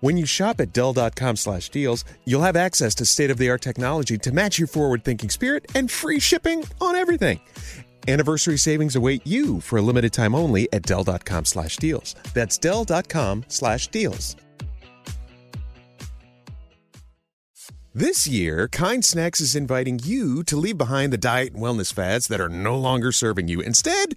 When you shop at Dell.com slash deals, you'll have access to state of the art technology to match your forward thinking spirit and free shipping on everything. Anniversary savings await you for a limited time only at Dell.com slash deals. That's Dell.com slash deals. This year, Kind Snacks is inviting you to leave behind the diet and wellness fads that are no longer serving you. Instead,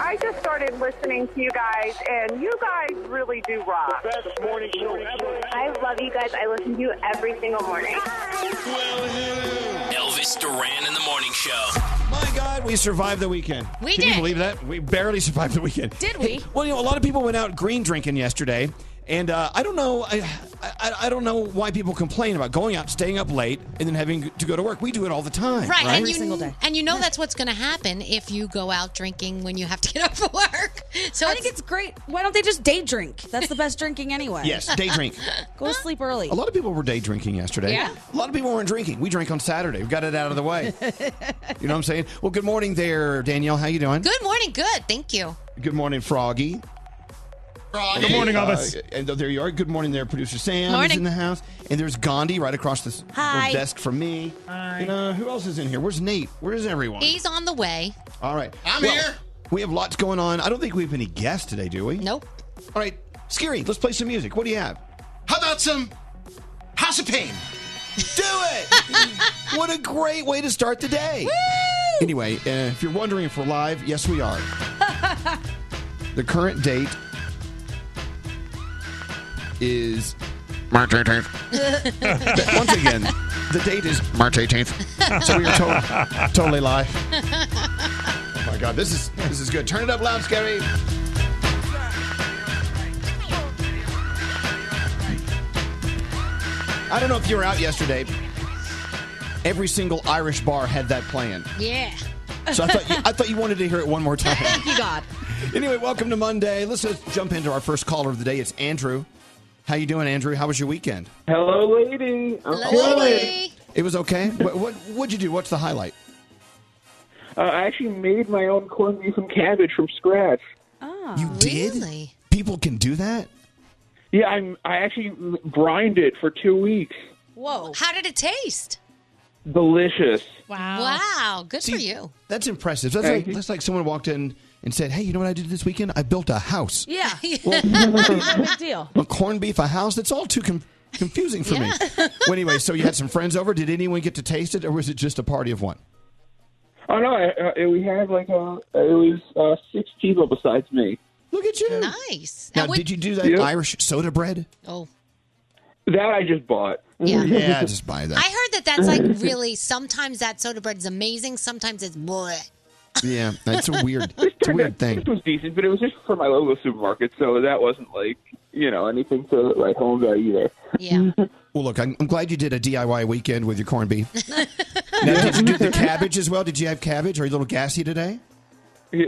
I just started listening to you guys, and you guys really do rock. I love you guys. I listen to you every single morning. Elvis Duran in the morning show. Oh, My God, we survived the weekend. We Can did. you believe that? We barely survived the weekend. Did we? Hey, well, you know, a lot of people went out green drinking yesterday, and uh, I don't know. I, I I don't know why people complain about going out, staying up late, and then having to go to work. We do it all the time. Right, and Right. you and you know that's what's going to happen if you go out drinking when you have to get up for work. So I think it's great. Why don't they just day drink? That's the best drinking anyway. Yes, day drink. Go to sleep early. A lot of people were day drinking yesterday. Yeah. A lot of people weren't drinking. We drank on Saturday. We got it out of the way. you know what I'm saying? Well, good morning there, Danielle. How you doing? good morning, good, thank you. Good morning, Froggy. Good morning, Elvis. and there you are. Good morning, there, producer Sam is Morning. in the house, and there's Gandhi right across the s- the Hi. desk from me. And uh, who else is in here? Where's Nate? Where's everyone? He's on the way. All right, I'm here. We have lots going on. I don't think we have any guests today, do we? Nope. All right, Scary. Let's play some music. What do you have? How about some House of Pain? Do it! what a great way to start the day. Anyway, uh, if you're wondering if we're live, yes, we are. the current date is March 18th. Once again, the date is March 18th. So we are to- totally live. Oh my God, this is this is good. Turn it up loud, Scary. I don't know if you were out yesterday. Every single Irish bar had that playing. Yeah. So I thought you, I thought you wanted to hear it one more time. Thank you, God. anyway, welcome to Monday. Let's just jump into our first caller of the day. It's Andrew. How you doing, Andrew? How was your weekend? Hello, lady. I'm calling. Lady. It was okay. what, what what'd you do? What's the highlight? Uh, I actually made my own corned beef and cabbage from scratch. You Really? People can do that. Yeah, I'm. I actually brined it for two weeks. Whoa. How did it taste? Delicious. Wow. Good for you. That's impressive. That's Thank like you. that's like someone walked in and said, "Hey, you know what I did this weekend? I built a house. Yeah. Not a big deal. A corned beef, a house. That's all too com- confusing for me." Well, anyway, so you had some friends over. Did anyone get to taste it, or was it just a party of one? Oh no, I, uh, we had like uh It was uh, six people besides me. Look at you. Nice. Now, And what- did you do that Yeah. Irish soda bread? Oh, That I just bought. yeah. Yeah, just buy that. I heard that that's like really sometimes that soda bread is amazing, sometimes it's bleh. yeah, that's a weird, it's a Turned weird out- thing. This was decent, but it was just for my local supermarket, so that wasn't like you know anything to like home value either. Yeah. Well, look, I'm, I'm glad you did a DIY weekend with your corned beef. now, did you do the cabbage as well? Did you have cabbage? Are you a little gassy today? Yeah.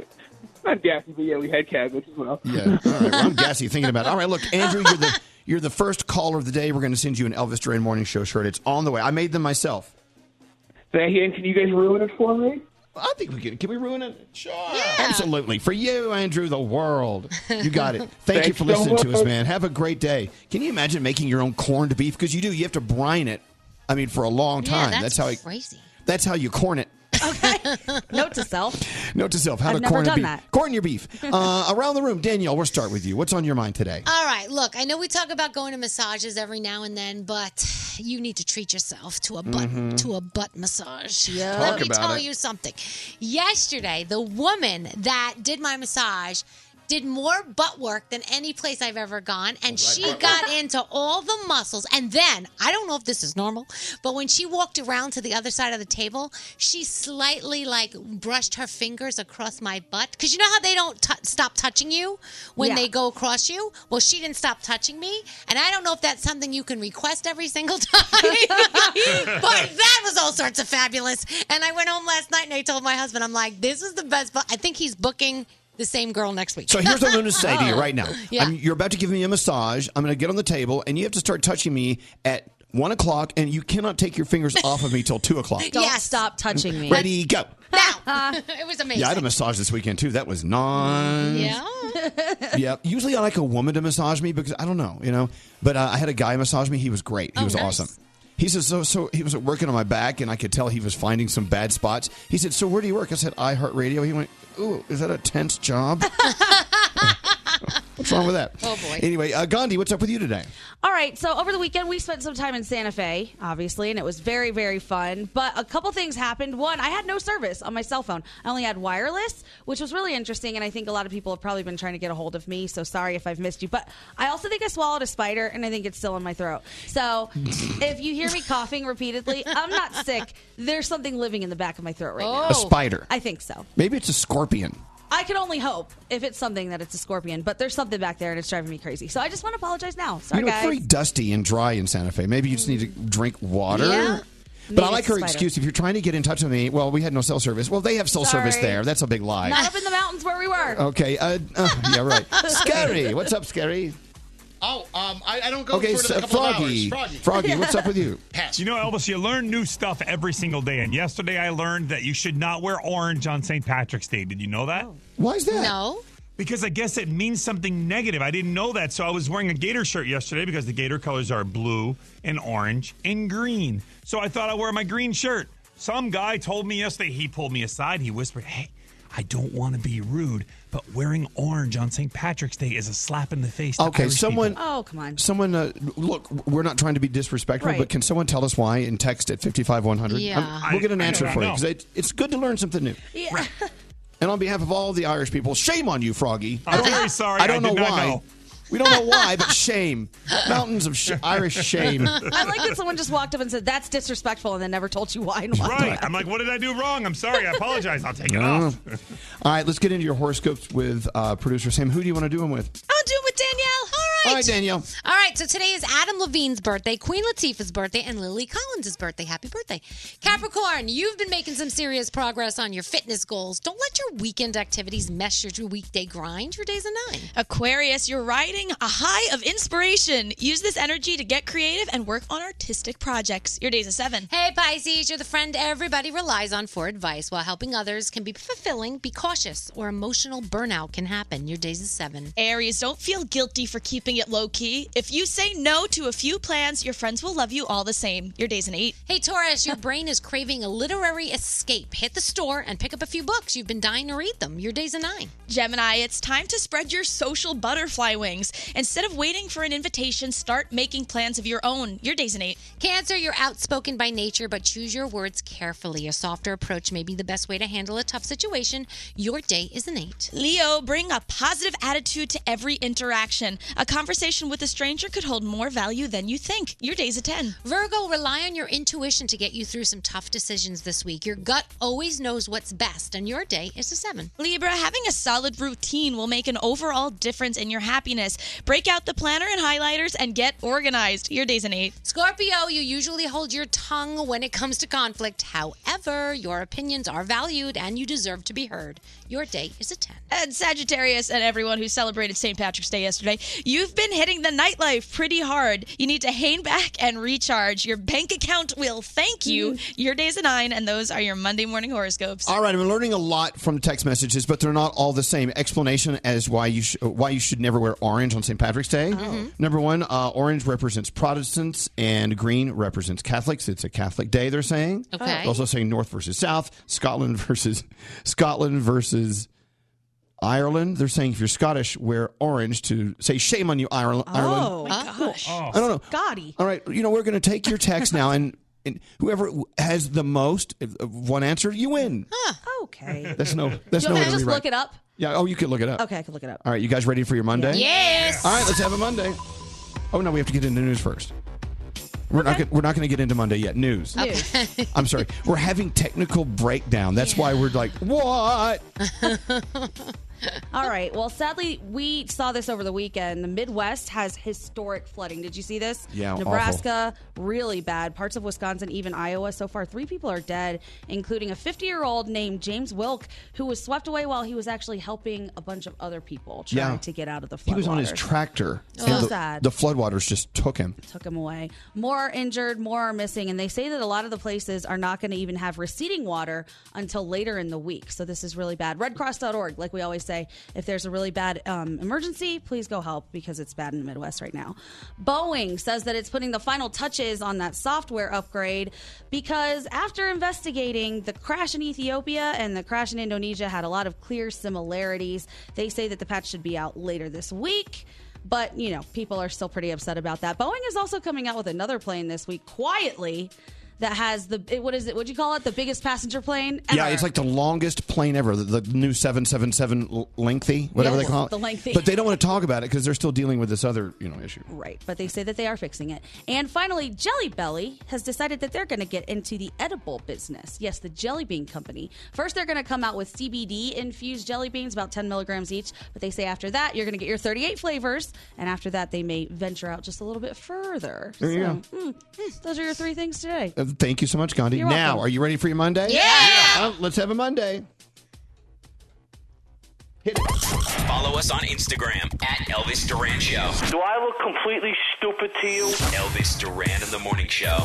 Not gassy, but yeah, we had cabbage as well. Yeah. All right. Well, I'm gassy thinking about it. All right. Look, Andrew, you're the you're the first caller of the day. We're going to send you an Elvis Duran Morning Show shirt. It's on the way. I made them myself. Thank you. And can you guys ruin it for me? I think we can. Can we ruin it? Sure. Yeah. Absolutely. For you, Andrew, the world. You got it. Thank you Thanks for so listening to us, much. man. Have a great day. Can you imagine making your own corned beef? Because you do. You have to brine it. I mean, for a long time. Yeah, that's, that's, how. It, crazy. that's how you corn it. Note to self. Note to self: How I've to never corn your done beef. that. Corn your beef. Uh, around the room, Danielle. We'll start with you. What's on your mind today? All right, look, I know we talk about going to massages every now and then, but you need to treat yourself to a butt to a butt massage. Yeah. Mm-hmm. Let Talk me about tell it. you something. Yesterday, the woman that did my massage did more butt work than any place I've ever gone, and she got into all the muscles. And then I don't know if this is normal, but when she walked around to the other side of the table, she slightly like brushed her fingers across my butt because you know how they don't t- stop touching you when Yeah. they go across you. Well, she didn't stop touching me, and I don't know if that's something you can request every single time. but that was all sorts of fabulous. And I went home last night and I told my husband, I'm like, this is the best. But I think he's booking the same girl next week. So here's what I'm going to say to you right now. Oh, Yeah. I'm, you're about to give me a massage. I'm going to get on the table, and you have to start touching me at one o'clock, and you cannot take your fingers off of me till two o'clock. Don't Yes. stop touching me. Ready, go. now it was amazing. Yeah, I had a massage this weekend too. That was non. Yeah. Yeah. Usually, I like a woman to massage me because I don't know, you know. But uh, I had a guy massage me. He was great. He Oh, was nice. awesome. He said, so, so he was working on my back, and I could tell he was finding some bad spots. He said, so where do you work? I said, iHeartRadio. He went, ooh, is that a tense job? what's wrong with that? Oh, boy. Anyway, uh, Gandhi, what's up with you today? All right, so over the weekend we spent some time in Santa Fe, obviously, and it was very, very fun. But a couple things happened. One, I had no service on my cell phone. I only had wireless, which was really interesting, and I think a lot of people have probably been trying to get a hold of me, so sorry if I've missed you. But I also think I swallowed a spider, and I think it's still in my throat. So if you hear me coughing repeatedly, I'm not sick. There's something living in the back of my throat right A now. Oh. spider. I think so. Maybe it's a scorpion. I can only hope if it's something that it's a scorpion, but there's something back there and it's driving me crazy. So I just want to apologize now. Sorry, you know, it's guys. very dusty and dry in Santa Fe. Maybe you just need to drink water. Yeah. But I Maybe like it's a her spider. excuse. If you're trying to get in touch with me, well, we had no cell service. Well, they have cell service Sorry. there. That's a big lie. Not up in the mountains where we were. Okay. Uh, uh, yeah, right. Scary. What's up, Scary? Oh, um, I, I don't go Okay, for so another couple of hours. Froggy. Froggy. Froggy, what's up with you? Pass. You know, Elvis, you learn new stuff every single day. And yesterday I learned that you should not wear orange on St. Patrick's Day. Did you know that? Oh. Why is that? No. Because I guess it means something negative. I didn't know that. So I was wearing a gator shirt yesterday because the gator colors are blue and orange and green. So I thought I'd wear my green shirt. Some guy told me yesterday, he pulled me aside. He whispered, Hey, I don't want to be rude, but wearing orange on St. Patrick's Day is a slap in the face. to Okay, Irish someone. people." Oh, come on. Someone, uh, look, we're not trying to be disrespectful, Right. but can someone tell us why and text at 55100? Yeah. I'm- Um, We'll get an I- I answer don't for you know. because it, it's good to learn something new. Yeah. And on behalf of all the Irish people, shame on you, Froggy. I'm very sorry. I don't I know did not why. know. We don't know why, but shame. Mountains of sh- Irish shame. I like that someone just walked up and said, that's disrespectful, and then never told you why and why. Right. I'm like, what did I do wrong? I'm sorry. I apologize. I'll take it Oh. off. All right, let's get into your horoscopes with uh, producer Sam. uh, Who do you want to do them with? I'll do it with Danielle. All right. All right, Danielle. All right, so today is Adam Levine's birthday, Queen Latifah's birthday, and Lily Collins' birthday. Happy birthday. Capricorn, you've been making some serious progress on your fitness goals. Don't let your weekend activities mess your weekday grind. Your day's a nine. Aquarius, you're riding a high of inspiration. Use this energy to get creative and work on artistic projects. Your day's a seven. Hey, Pisces, you're the friend everybody relies on for advice. While helping others can be fulfilling, be cautious or emotional burnout can happen. Your day's a seven. Aries, don't feel guilty for keeping it low key. If you say no to a few plans, your friends will love you all the same. Your day's an eight. Hey, Taurus, your brain is craving a literary escape. Hit the store and pick up a few books. You've been dying to read them. Your day's a nine. Gemini, it's time to spread your social butterfly wings. Instead of waiting for an invitation, start making plans of your own. Your day's an eight. Cancer, you're outspoken by nature, but choose your words carefully. A softer approach may be the best way to handle a tough situation. Your day is an eight. Leo, bring a positive attitude to every interaction. A conversation with a stranger could hold more value than you think. Your day's a 10. Virgo, rely on your intuition to get you through some tough decisions this week. Your gut always knows what's best, and your day is a seven. Libra, having a solid routine will make an overall difference in your happiness. Break out the planner and highlighters and get organized. Your day's an 8. Scorpio, you usually hold your tongue when it comes to conflict. However, your opinions are valued and you deserve to be heard. Your day is a 10. And Sagittarius and everyone who celebrated St. Patrick's Day yesterday, you've been hitting the nightlife pretty hard. You need to hang back and recharge. Your bank account will thank you. Your day's a 9, and those are your Monday morning horoscopes. All right, I'm learning a lot from text messages, but they're not all the same. Explanation as why you sh- why you should never wear orange on St. Patrick's Day. Mhm. Number one, uh, orange represents Protestants and green represents Catholics. It's a Catholic day. They're saying. Okay. They're also saying North versus South, Scotland versus Scotland versus. Ireland, they're saying if you're Scottish, wear orange to say shame on you, Ireland. Oh. Ireland. my gosh. I don't know. Scotty. All right, you know we're going to take your text now, and, and whoever has the most of one answer, you win. Okay. That's no. That's Do you no way want to me to just rewrite. look it up? Yeah. Oh, you could look it up. Okay, I can look it up. All right, you guys ready for your Monday? Yes. All right, let's have a Monday. Oh no, we have to get into news first. We're not. Gonna, we're not going to get into Monday yet. News. I'm sorry. We're having technical breakdown. That's why we're like, what? All right. Well, sadly, we saw this over the weekend. The Midwest has historic flooding. Did you see this? Yeah, awful. Nebraska, really bad. Parts of Wisconsin, even Iowa. So far, three people are dead, including a 50 year old named James Wilk, who was swept away while he was actually helping a bunch of other people trying Yeah. to get out of the flood. He was on his waters. tractor. So and the, sad. The floodwaters just took him. took him away. More are injured, more are missing, and they say that a lot of the places are not going to even have receding water until later in the week. So this is really bad. RedCross.org, like we always say, if there's a really bad um, emergency, please go help because it's bad in the Midwest right now. Boeing says that it's putting the final touches on that software upgrade because after investigating the crash in Ethiopia and the crash in Indonesia had a lot of clear similarities. They say that the patch should be out later this week. But, you know, people are still pretty upset about that. Boeing is also coming out with another plane this week quietly that has the, it- what is it? What'd you call it? The biggest passenger plane? Yeah, it's like the longest plane ever. The, the new 777 l- lengthy, whatever Yes, they call it. the lengthy. But they don't want to talk about it because they're still dealing with this other, you know, issue. Right, but they say that they are fixing it. And finally, Jelly Belly has decided that they're going to get into the edible business. Yes, the jelly bean company. First, they're going to come out with CBD infused jelly beans, about 10 milligrams each. But they say after that, you're going to get your 38 flavors. And after that, they may venture out just a little bit further. There you so, mm, mm, those are your three things today. Uh, Thank you so much, Gandhi. You're now, welcome. are you ready for your Monday? Yeah! Uh, let's have a Monday. Follow us on Instagram at Elvis Duran Show. Do I look completely stupid to you? Elvis Duran in the Morning Show.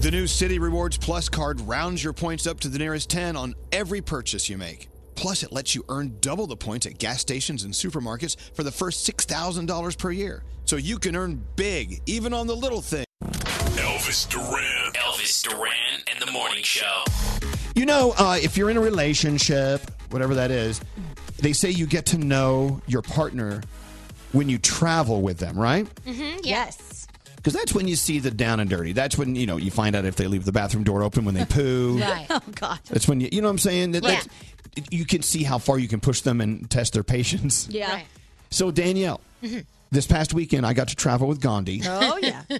The new City Rewards Plus card rounds your points up to the nearest 10 on every purchase you make. Plus, it lets you earn double the points at gas stations and supermarkets for the first $6,000 per year. So you can earn big, even on the little thing. Elvis Duran. Elvis Duran and the Morning Show. You know, uh, if you're in a relationship, whatever that is, they say you get to know your partner when you travel with them, right? Mm-hmm, yes. Because that's when you see the down and dirty. That's when you know you find out if they leave the bathroom door open when they poo. Oh, God. That's when you you know what I'm saying. That, Yeah. that's- you can see how far you can push them and test their patience. Yeah. So Danielle, Mhm. this past weekend I got to travel with Gandhi, Oh, yeah.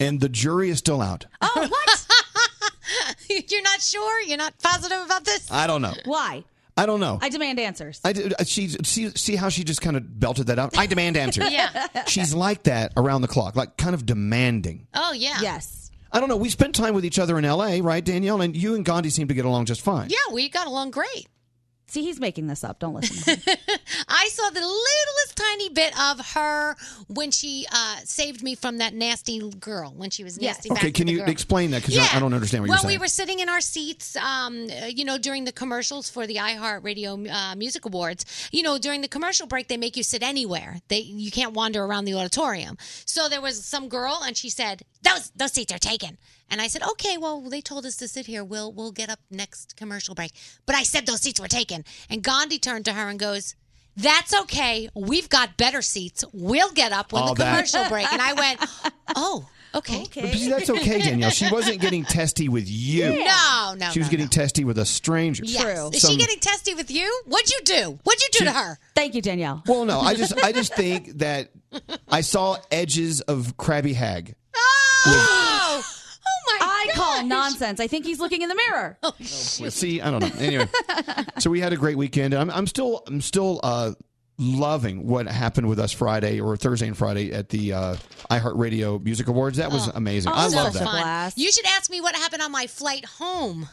and the jury is still out. Oh, You're not sure? You're not positive about this? I don't know. Oh. Why? I don't know. I demand answers. I did, she see see how she just kind of belted that out. I demand answers. Yeah. she's like that around the clock, like kind of demanding. Oh yeah. Yes. I don't know. We spent time with each other in L.A., right, Danielle? And you and Gandhi seem to get along just fine. Yeah, we got along great. See, he's making this up. Don't listen. I saw the littlest tiny bit of her when she uh, saved me from that nasty girl when she was nasty. back Okay, to can the you girl. explain that? Because Yeah. I, don't understand what well, you're saying. we were sitting in our seats, um, uh, you know, during the commercials for the iHeartRadio uh, Music Awards. You know, during the commercial break, they make you sit anywhere. They you can't wander around the auditorium. So there was some girl, and she said, "Those those seats are taken." And I said, "Okay, well, they told us to sit here. We'll we'll get up next commercial break." But I said those seats were taken, and Gandhi turned to her and goes. That's okay. We've got better seats. We'll get up when All the that- commercial break. And I went, oh, okay. But see, that's okay, Danielle. She wasn't getting testy with you. No, no, She was no, getting testy with a stranger. Yes. Is Some- she getting testy with you? What'd you do? What'd you do to her? Thank you, Danielle. Well, no, I just I just think that I saw edges of Krabby Hag. Oh, my Oh, I call nonsense. I think he's looking in the mirror. With, see, I don't know. Anyway, so we had a great weekend. I'm I'm still I'm still uh, loving what happened with us Friday or Thursday and Friday at the uh, iHeartRadio Music Awards. That Oh, was amazing. I love Oh, that. You should ask me what happened on my flight home.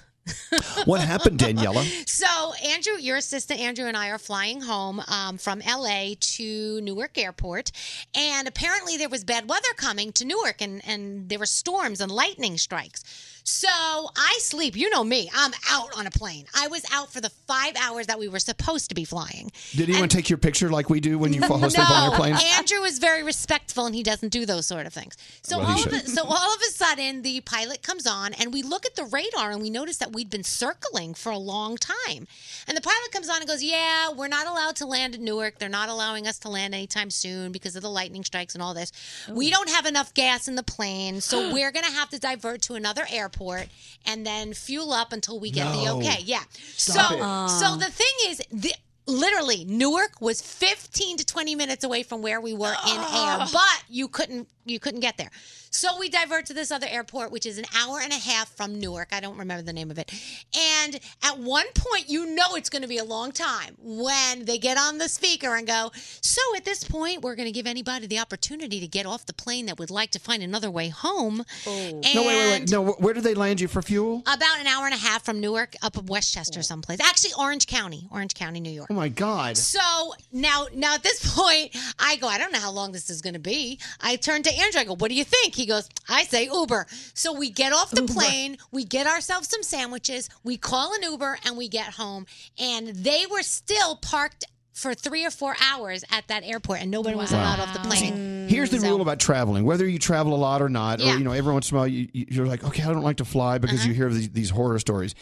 What happened, Daniela? So, Andrew, your assistant Andrew and I are flying home um, from LA to Newark Airport, and apparently there was bad weather coming to Newark, and and there were storms and lightning strikes. So I sleep. You know me. I'm out on a plane. I was out for the five hours that we were supposed to be flying. Did anyone take your picture like we do when you fall asleep on no, airplanes? Andrew is very respectful and he doesn't do those sort of things. So Well, he all of a, should. so all of a sudden the pilot comes on and we look at the radar and we notice that we'd been circling for a long time. And the pilot comes on and goes, "Yeah, we're not allowed to land at Newark. They're not allowing us to land anytime soon because of the lightning strikes and all this. We don't have enough gas in the plane, so we're going to have to divert to another airport and then fuel up until we get the No. okay." Yeah. Stop so it. so the thing is the Literally, Newark was 15 to 20 minutes away from where we were in air, but you couldn't you couldn't get there. So we divert to this other airport, which is an hour and a half from Newark. I don't remember the name of it. And at one point, you know it's going to be a long time when they get on the speaker and go. So at this point, we're going to give anybody the opportunity to get off the plane that would like to find another way home. And No, wait, wait, wait. No, wh- where did they land you for fuel? About an hour and a half from Newark, up in Westchester, someplace. Actually, Orange County, Orange County, New York. Oh my God. So now, now at this point, I go, I don't know how long this is going to be. I turn to Andrew. I go, What do you think? He goes, I say Uber. So we get off the plane, we get ourselves some sandwiches, we call an Uber, and we get home. And they were still parked for three or four hours at that airport, and nobody was Wow. allowed off the plane. Here's the rule about traveling: whether you travel a lot or not, Mm, Yeah. Uh-huh. or you know, every once in a while you, you- you're like, okay, I don't like to fly because you hear these, these horror stories.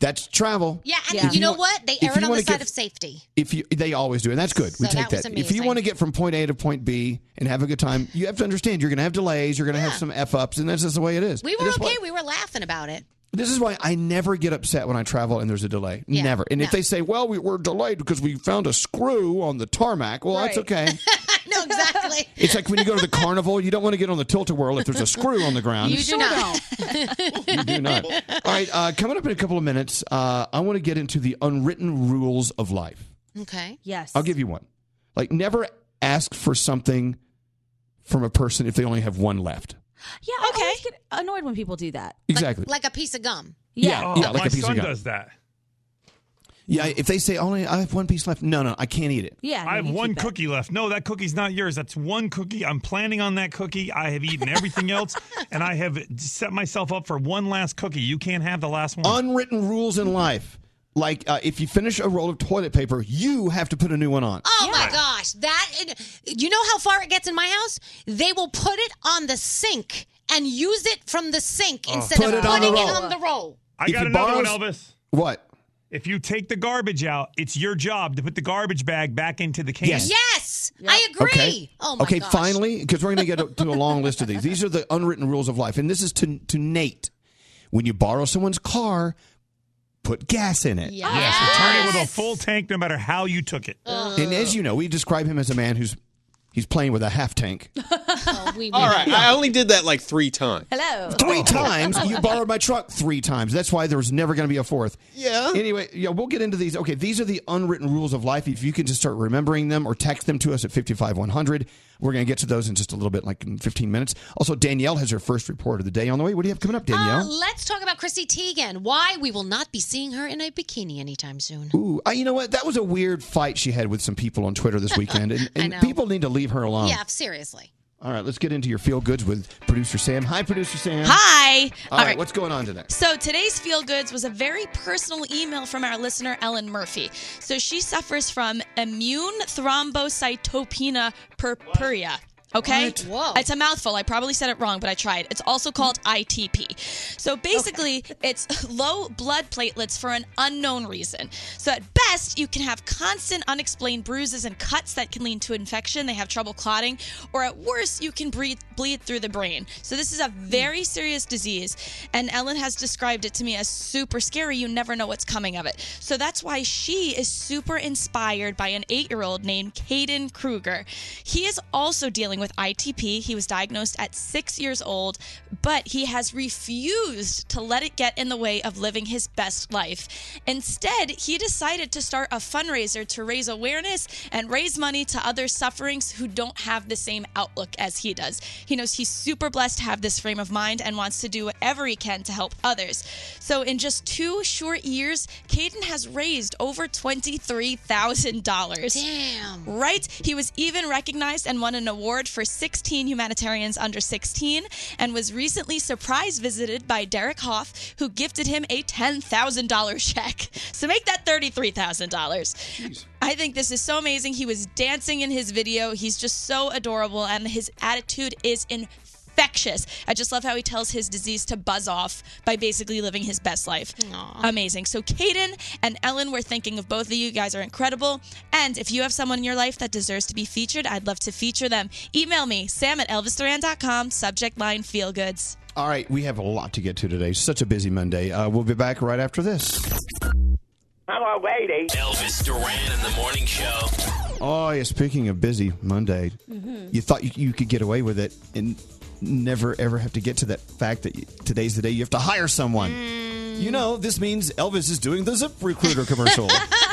That's travel. Yeah, and If you know want- what? They if erred you on the wanna side get- of safety. If you, they always do, and that's good. we So take that was that. If you want to get from point A to point B and have a good time, you have to understand you're going to have delays, you're going to have some f ups, and that's just the way it is. We were This is why- okay. We were laughing about it. This is why I never get upset when I travel and there's a delay. Yeah, never. And if no. they say, "Well, we were delayed because we found a screw on the tarmac," well, that's Right. okay. no, exactly. It's like when you go to the carnival, you don't want to get on the tilt a whirl if there's a screw on the ground. You do not. you do not. All right, uh, coming up in a couple of minutes, uh, I want to get into the unwritten rules of life. Okay. Yes. I'll give you one. Like, never ask for something from a person if they only have one left. Yeah, I always get annoyed when people do that. Exactly. Like a piece of gum. Yeah, yeah, Oh, like my a piece of son gum. does that. Yeah, if they say only I have one piece left, no, no, I can't eat it. Yeah, I have one cookie left. No, that cookie's not yours. That's one cookie. I'm planning on that cookie. I have eaten everything else, and I have set myself up for one last cookie. You can't have the last one. Unwritten rules in life. Like, uh, if you finish a roll of toilet paper, you have to put a new one on. Oh my gosh, that you know how far it gets in my house? They will put it on the sink and use it from the sink Oh. instead Put of it on the putting roll. it on the roll. I If got you another one, borrow- Elvis. What? If you take the garbage out, it's your job to put the garbage bag back into the can. Yes. Yes, I agree. Okay. Oh my okay, gosh. finally, because we're going to get to a long list of these. These are the unwritten rules of life. And this is to, to Nate. When you borrow someone's car, put gas in it. Yes, return it with a full tank, no matter how you took it. And as you know, we describe him as a man who's he's playing with a half tank. All right, I only did that like three times. Hello. Three times you borrowed my truck. Three times. That's why there's never going to be a fourth. Yeah. Anyway, yeah, we'll get into these. Okay, these are the unwritten rules of life. If you can just start remembering them or text them to us at 55100, we're going to get to those in just a little bit, like in 15 minutes. Also, Danielle has her first report of the day on the way. What do you have coming up, Uh, Danielle? let's talk about Chrissy Teigen. Why we will not be seeing her in a bikini anytime soon. Ooh, uh, you know what? That was a weird fight she had with some people on Twitter this weekend, and, I and know. people need to leave her alone. yeah, seriously. All right, let's get into your feel goods with producer Sam. Hi, producer Sam. Hi. All right, what's going on today? So today's Feel Goods was a very personal email from our listener, Ellen Murphy. So she suffers from immune thrombocytopenia purpurea. Okay? Whoa. It's a mouthful. I probably said it wrong, but I tried. It's also called ITP. So basically, it's low blood platelets for an unknown reason. So at best, you can have constant unexplained bruises and cuts that can lead to infection. They have trouble clotting. Or at worst, you can breathe, bleed through the brain. So this is a very serious disease. And Ellen has described it to me as super scary. You never know what's coming of it. So that's why she is super inspired by an eight year old named Caden Kruger. He is also dealing with ITP. He was diagnosed at six years old, but he has refused to let it get in the way of living his best life. Instead, he decided to start a fundraiser to raise awareness and raise money to others sufferings who don't have the same outlook as he does. He knows he's super blessed to have this frame of mind and wants to do whatever he can to help others. So, in just two short years, Caden has raised over $23,000. Damn. Right? He was even recognized and won an award for 16 humanitarians under 16 and was recently surprise visited by Derek Hoff, who gifted him a $10,000 check. So, make that $33,000. I think this is so amazing. He was dancing in his video. He's just so adorable, and his attitude is infectious. I just love how he tells his disease to buzz off by basically living his best life. Amazing. So, Caden and Ellen, we're thinking of both of you. You guys are incredible. And if you have someone in your life that deserves to be featured, I'd love to feature them. Email me, sam at elvisduran.com, subject line feel goods. All right, we have a lot to get to today. Such a busy Monday. Uh, we'll be back right after this. Hello, lady. Elvis Duran in the morning show. Oh, yeah, speaking of busy Monday, Mhm. you thought you, you could get away with it and never ever have to get to that fact that you, today's the day you have to hire someone. You know, this means Elvis is doing the Zip Recruiter commercial.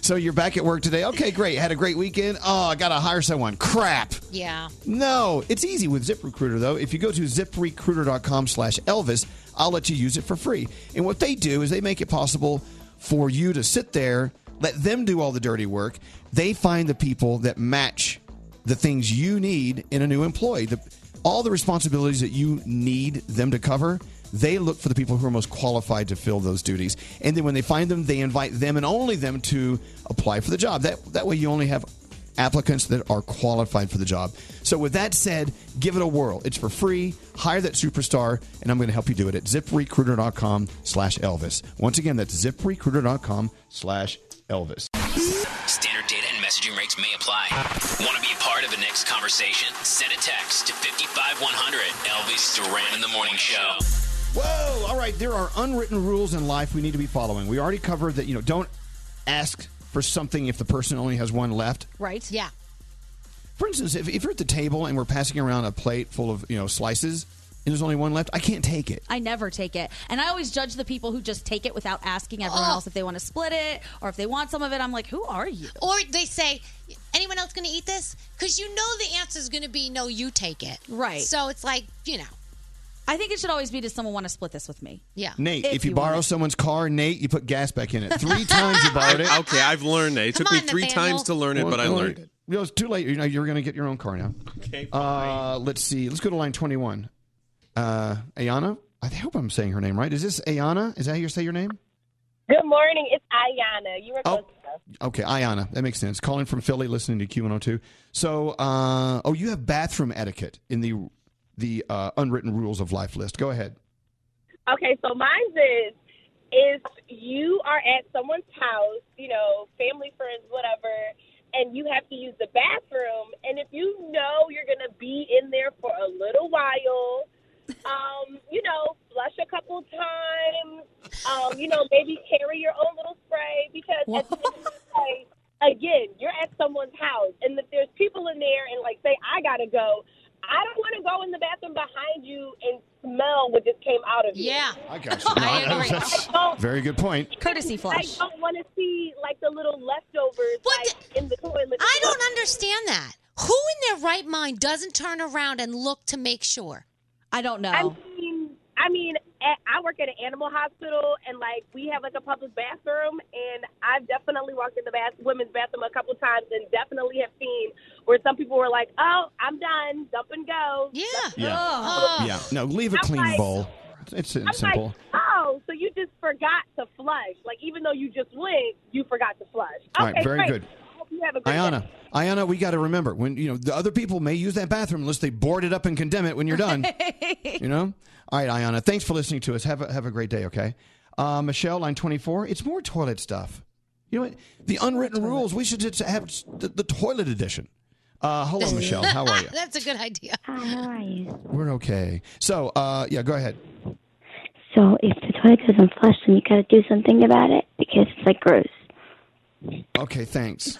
so you're back at work today. Okay, great. Had a great weekend. Oh, I got to hire someone. Crap. Yeah. No, it's easy with ZipRecruiter though. If you go to ziprecruiter.com slash Elvis, I'll let you use it for free. And what they do is they make it possible for you to sit there, let them do all the dirty work. They find the people that match the things you need in a new employee. The, all the responsibilities that you need them to cover, they look for the people who are most qualified to fill those duties. And then when they find them, they invite them and only them to apply for the job. That that way you only have applicants that are qualified for the job. So with that said, give it a whirl. It's for free. Hire that superstar, and I'm going to help you do it at ziprecruiter.com slash Elvis. Once again, that's ziprecruiter.com slash Elvis. Standard data and messaging rates may apply. Want to be a part of the next conversation? Send a text to 55100. Elvis Duran in the morning show. Whoa! All right, there are unwritten rules in life we need to be following. We already covered that, you know, don't ask for something if the person only has one left. Right? Yeah. For instance, if, if you're at the table and we're passing around a plate full of, you know, slices and there's only one left, I can't take it. I never take it. And I always judge the people who just take it without asking everyone Oh. else if they want to split it or if they want some of it. I'm like, who are you? Or they say, anyone else going to eat this? Because you know the answer is going to be no, you take it. Right. So it's like, you know. I think it should always be does someone want to split this with me? Yeah. Nate, if, you, you want borrow someone's car, Nate, you put gas back in it. Three times you borrowed it. Okay, I've learned that. It took Come me on, three Nathaniel. times to learn it, Well, but I well, learned it. You know, it's too late. You know, you're going to get your own car now. Okay. Uh, let's see. Let's go to line 21. Uh, Ayana, I hope I'm saying her name right. Is this Ayana? Is that how you say your name? Good morning. It's Ayana. You were Oh. close enough. Okay, Ayana. That makes sense. Calling from Philly, listening to Q102. So, uh, oh, you have bathroom etiquette in the the uh, unwritten rules of life list. Go ahead. Okay, so mine is if you are at someone's house, you know, family, friends, whatever, and you have to use the bathroom, and if you know you're gonna be in there for a little while, um, you know, flush a couple times, um, you know, maybe carry your own little spray because at the end of the day, again, you're at someone's house, and if there's people in there, and like say I gotta go, go in the bathroom behind you and smell what just came out of you. Yeah. I got you. No, that's- that's a very good point. Courtesy I don't want to see like the little leftovers like, in the toilet. I don't understand that. Who in their right mind doesn't turn around and look to make sure? I don't know. I mean, I mean, a- I work at an animal hospital, and like we have like a public bathroom, and I've definitely walked in the bath women's bathroom a couple times, and definitely have seen where some people were like, "Oh, I'm done, dump and go." Yeah. Yeah. Oh. Yeah. No, leave a I'm clean like- bowl. It's, I'm it's simple. like, oh, so you just forgot to flush? Like, even though you just went, you forgot to flush. Okay, All right, very great. good. I hope you have a good Ayana, day. Ayana, we got to remember when you know the other people may use that bathroom unless they board it up and condemn it when you're done. you know. All right, Ayana, thanks for listening to us. Have a have a great day. Okay, uh, Michelle, line twenty four. It's more toilet stuff. You know what? The unwritten rules. We should just have s- the, the toilet edition. Uh, hello, Michelle. How are you? That's a good idea. Hi, how are you? We're okay. So, uh, yeah, go ahead. So if the toilet doesn't flush, then you gotta do something about it because it's like gross. Okay, thanks.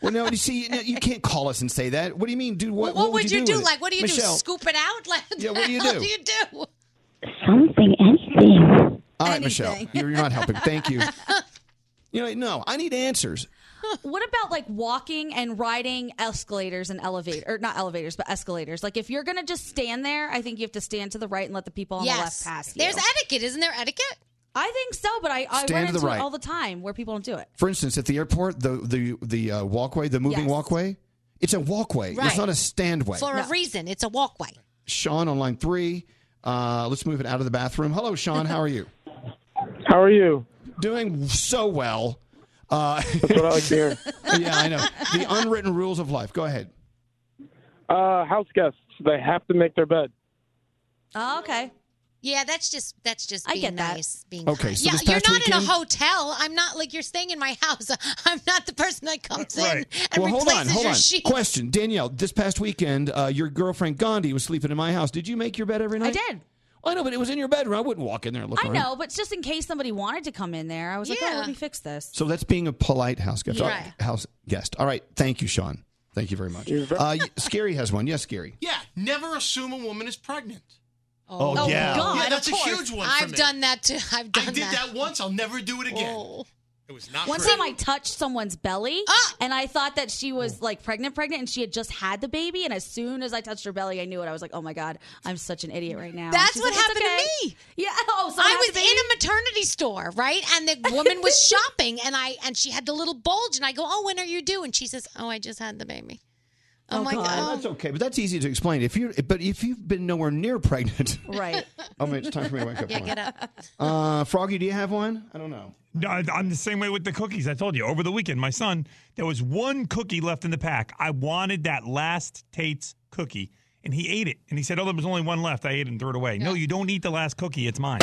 well, no, you see, no, you can't call us and say that. What do you mean, dude? What, What, what would you, do? with it? Like, what do you Michelle, do? Scoop it out? Like, Yeah, what do you the hell do? do you do? Something, anything. All right, Michelle, you're, you're not helping. Thank you. You know, no, I need answers. What about like walking and riding escalators and elevators, or not elevators, but escalators? Like if you're gonna just stand there, I think you have to stand to the right and let the people on the left Yes. pass you. There's etiquette. Isn't there etiquette? I think so, but I, I Stand run to the into right. it all the time where people don't do it. For instance, at the airport, the the the uh, walkway, the moving Yes. walkway, it's a walkway. It's Right. not a standway. For a reason, it's a walkway. Sean on line three. Uh, let's move it out of the bathroom. Hello, Sean. How are you? How are you? Doing so well. Uh, That's what I like to hear. yeah, I know. The unwritten rules of life. Go ahead. Uh, house guests, they have to make their bed. Oh, okay. Yeah, that's just that's just being nice. Being Okay, kind. so yeah, this you're past not in weekend- a hotel. I'm not like you're staying in my house. I'm not the person that comes in and well, hold replaces on, hold your on. sheet. Question, Danielle. This past weekend, uh, your girlfriend Gandhi was sleeping in my house. Did you make your bed every night? did. Well, I know, but it was in your bedroom. I wouldn't walk in there and look I around. know, but just in case somebody wanted to come in there, I was like, oh, let me fix this. So that's being a polite house guest. Yeah. All right, House guest. All right. Thank you, Sean. Thank you very much. Uh, y- Scary has one. Yes, Scary. Yeah, never assume a woman is pregnant. Oh, Oh, yeah. God, yeah, that's of a course. huge one. for I've me. done that too. I've done I did that. that. once. I'll never do it again. It was not. One pretty. time I touched someone's belly, Ah! and I thought that she was like pregnant, pregnant, and she had just had the baby. And as soon as I touched her belly, I knew it. I was like, oh my God, I'm such an idiot right now. That's She's what like, "It's happened okay." to me. Yeah. Oh, someone I had was the in a maternity store, right? And the woman was shopping, and I and she had the little bulge, and I go, "Oh, when are you due?" And she says, "Oh, I just had the baby." Oh, my god. Well, that's okay, but that's easy to explain. If you, but if you've been nowhere near pregnant, Right. I mean, it's time for me to wake up. Yeah, Hold get on. up. Uh, Froggy, do you have one? I don't know. No, I- I'm the same way with the cookies. I told you over the weekend, my son, there was one cookie left in the pack. I wanted that last Tate's cookie, and he ate it. And he said, "Oh, there was only one left. I ate it and threw it away." No, you don't eat the last cookie. It's mine.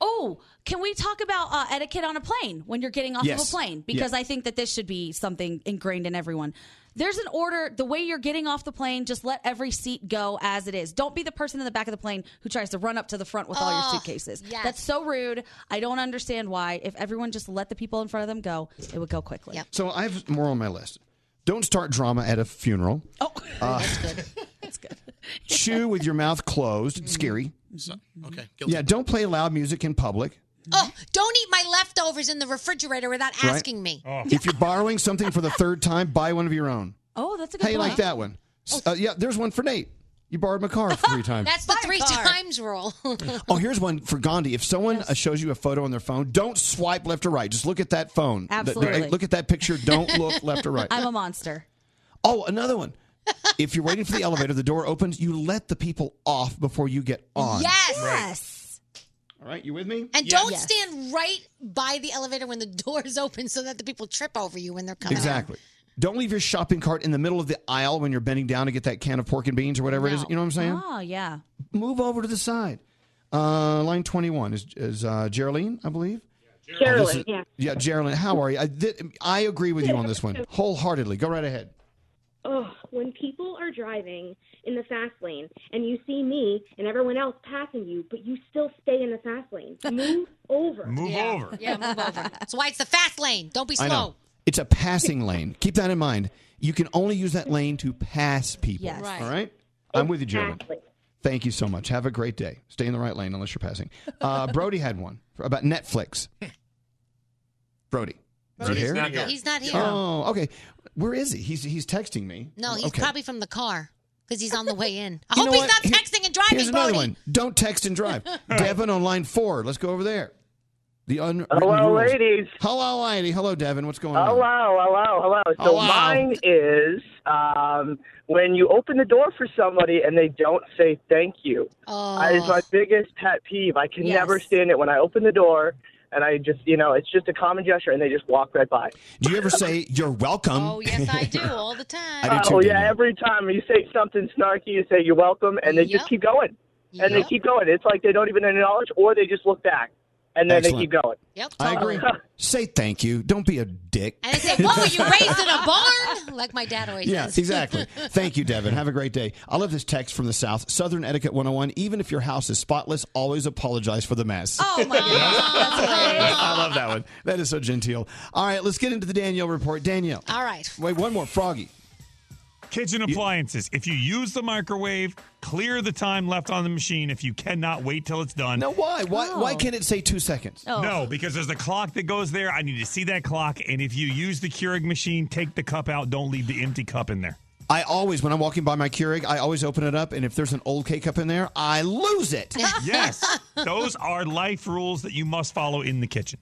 Oh, can we talk about uh, etiquette on a plane when you're getting off of Yes. a plane? Because Yeah. I think that this should be something ingrained in everyone. There's an order, the way you're getting off the plane, just let every seat go as it is. Don't be the person in the back of the plane who tries to run up to the front with all your Oh, suitcases. yes. That's so rude. I don't understand why. If everyone just let the people in front of them go, it would go quickly. So I have more on my list. Don't start drama at a funeral. Oh, Uh, that's good. chew with your mouth closed. Scary. So- okay. Yeah, don't play loud music in public. Oh, don't eat my leftovers in the refrigerator without Right? asking me. If you're borrowing something for the third time, buy one of your own. Oh, that's a How you like that one? S- Uh, yeah, there's one for Nate. You borrowed my car three times. Oh. That's the three times rule. Oh, here's one for Gandhi. If someone uh, shows you a photo on their phone, don't swipe left or right. Just look at that phone. Th- th- Absolutely. Look at that picture. Don't look left or right. I'm a monster. Oh, another one. If you're waiting for the elevator, the door opens, you let the people off before you get on. Yes. All right, you with me? And Yeah. don't Yes. stand right by the elevator when the doors open so that the people trip over you when they're coming. out. Exactly. Don't leave your shopping cart in the middle of the aisle when you're bending down to get that can of pork and beans or whatever it is. You know what I'm saying? Oh, yeah. Move over to the side. Uh, line 21 is, is uh, Geraldine, I believe. Geraldine, Oh, this is- yeah. Yeah, Geraldine, how are you? I, thi- I agree with you on this one wholeheartedly. Go right ahead. Oh, when people are driving in the fast lane and you see me and everyone else passing you, but you still stay in the fast lane, move over. Move Yeah. Yeah, move over. That's why it's the fast lane. Don't be I slow. know. It's a passing lane. Keep that in mind. You can only use that lane to pass people. Yes. Right. All right? I'm with you, Jordan. Exactly. Thank you so much. Have a great day. Stay in the right lane unless you're passing. Uh, Brody had one for- about Netflix. Brody. Is he Brody's here? not here. He's not here. Oh, okay. Where is he? He's he's texting me. No, he's Oh, Okay. probably from the car because he's on the way in. I You hope know he's what? not Here- texting and driving, Here's another Brody. one. Don't text and drive. Devin on line four. Let's go over there. The unwritten Hello, rules. ladies. Hello, lady. Hello, Devin. What's going on? Hello, hello, hello. So Hello. mine is um, when you open the door for somebody and they don't say thank you. Oh. Uh, It's my biggest pet peeve. I can Yes. never stand it when I open the door and I just, you know, it's just a common gesture and they just walk right by. Do you ever say you're welcome? Oh yes, I do all the time. I do too, oh yeah, every time you say something snarky, you say you're welcome, and they just keep going, and they Yep. keep going. It's like they don't even acknowledge, or they just look back, and then they Excellent. keep going. Yep, I agree. say thank you. Don't be a dick. And I say, "What were you raised in a barn?" Like my dad always Yeah, says. exactly. Thank you, Devin. Have a great day. I love this text from the South. Southern Etiquette 101. Even if your house is spotless, always apologize for the mess. Oh my goodness, that's hilarious. I love that one. That is so genteel. All right, let's get into the Danielle report. Danielle. All right. Wait, one more. Froggy. Kitchen appliances. If you use the microwave, clear the time left on the machine if you cannot wait till it's done. No, why? Why, Oh. why can't it say two seconds? No, because there's a clock that goes there. I need to see that clock. And if you use the Keurig machine, take the cup out. Don't leave the empty cup in there. I always, when I'm walking by my Keurig, I always open it up, and if there's an old K cup in there, I lose it. yes, those are life rules that you must follow in the kitchen.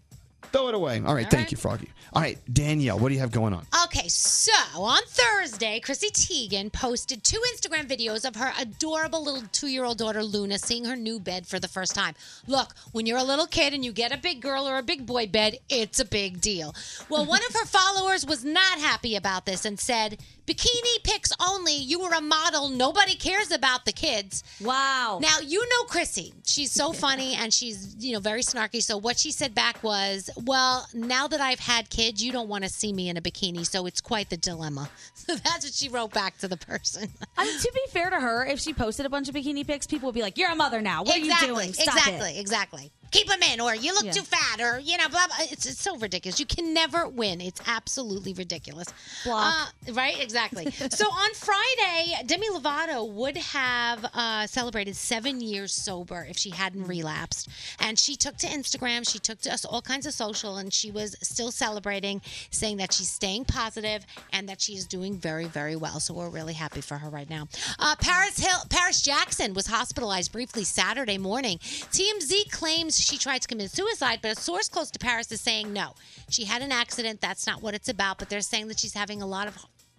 Throw it away. All right, thank you, Froggy. All right, Danielle, what do you have going on? Okay, so on Thursday, Chrissy Teigen posted two Instagram videos of her adorable little two year old daughter, Luna, seeing her new bed for the first time. Look, when you're a little kid and you get a big girl or a big boy bed, it's a big deal. Well, one of her followers was not happy about this and said, Bikini pics only. You were a model. Nobody cares about the kids. Wow. Now, you know Chrissy. She's so funny and she's, you know, very snarky. So what she said back was, "Well, now that I've had kids, you don't want to see me in a bikini, so it's quite the dilemma." So that's what she wrote back to the person. I mean, to be fair to her, if she posted a bunch of bikini pics, people would be like, "You're a mother now. What exactly, are you doing? Stop exactly, it." exactly. Keep them in, or you look Yeah. too fat, or you know, blah blah. It's, it's so ridiculous. You can never win. It's absolutely ridiculous. Block. Uh, right? Exactly. so on Friday, Demi Lovato would have uh, celebrated seven years sober if she hadn't relapsed, and she took to Instagram. She took to us all kinds of social, and she was still celebrating, saying that she's staying positive and that she is doing very, very well. So we're really happy for her right now. Uh, Paris Hill, Paris Jackson was hospitalized briefly Saturday morning. TMZ claims she tried to commit suicide, but a source close to Paris is saying no. She had an accident. That's not what it's about. But they're saying that she's having a lot of.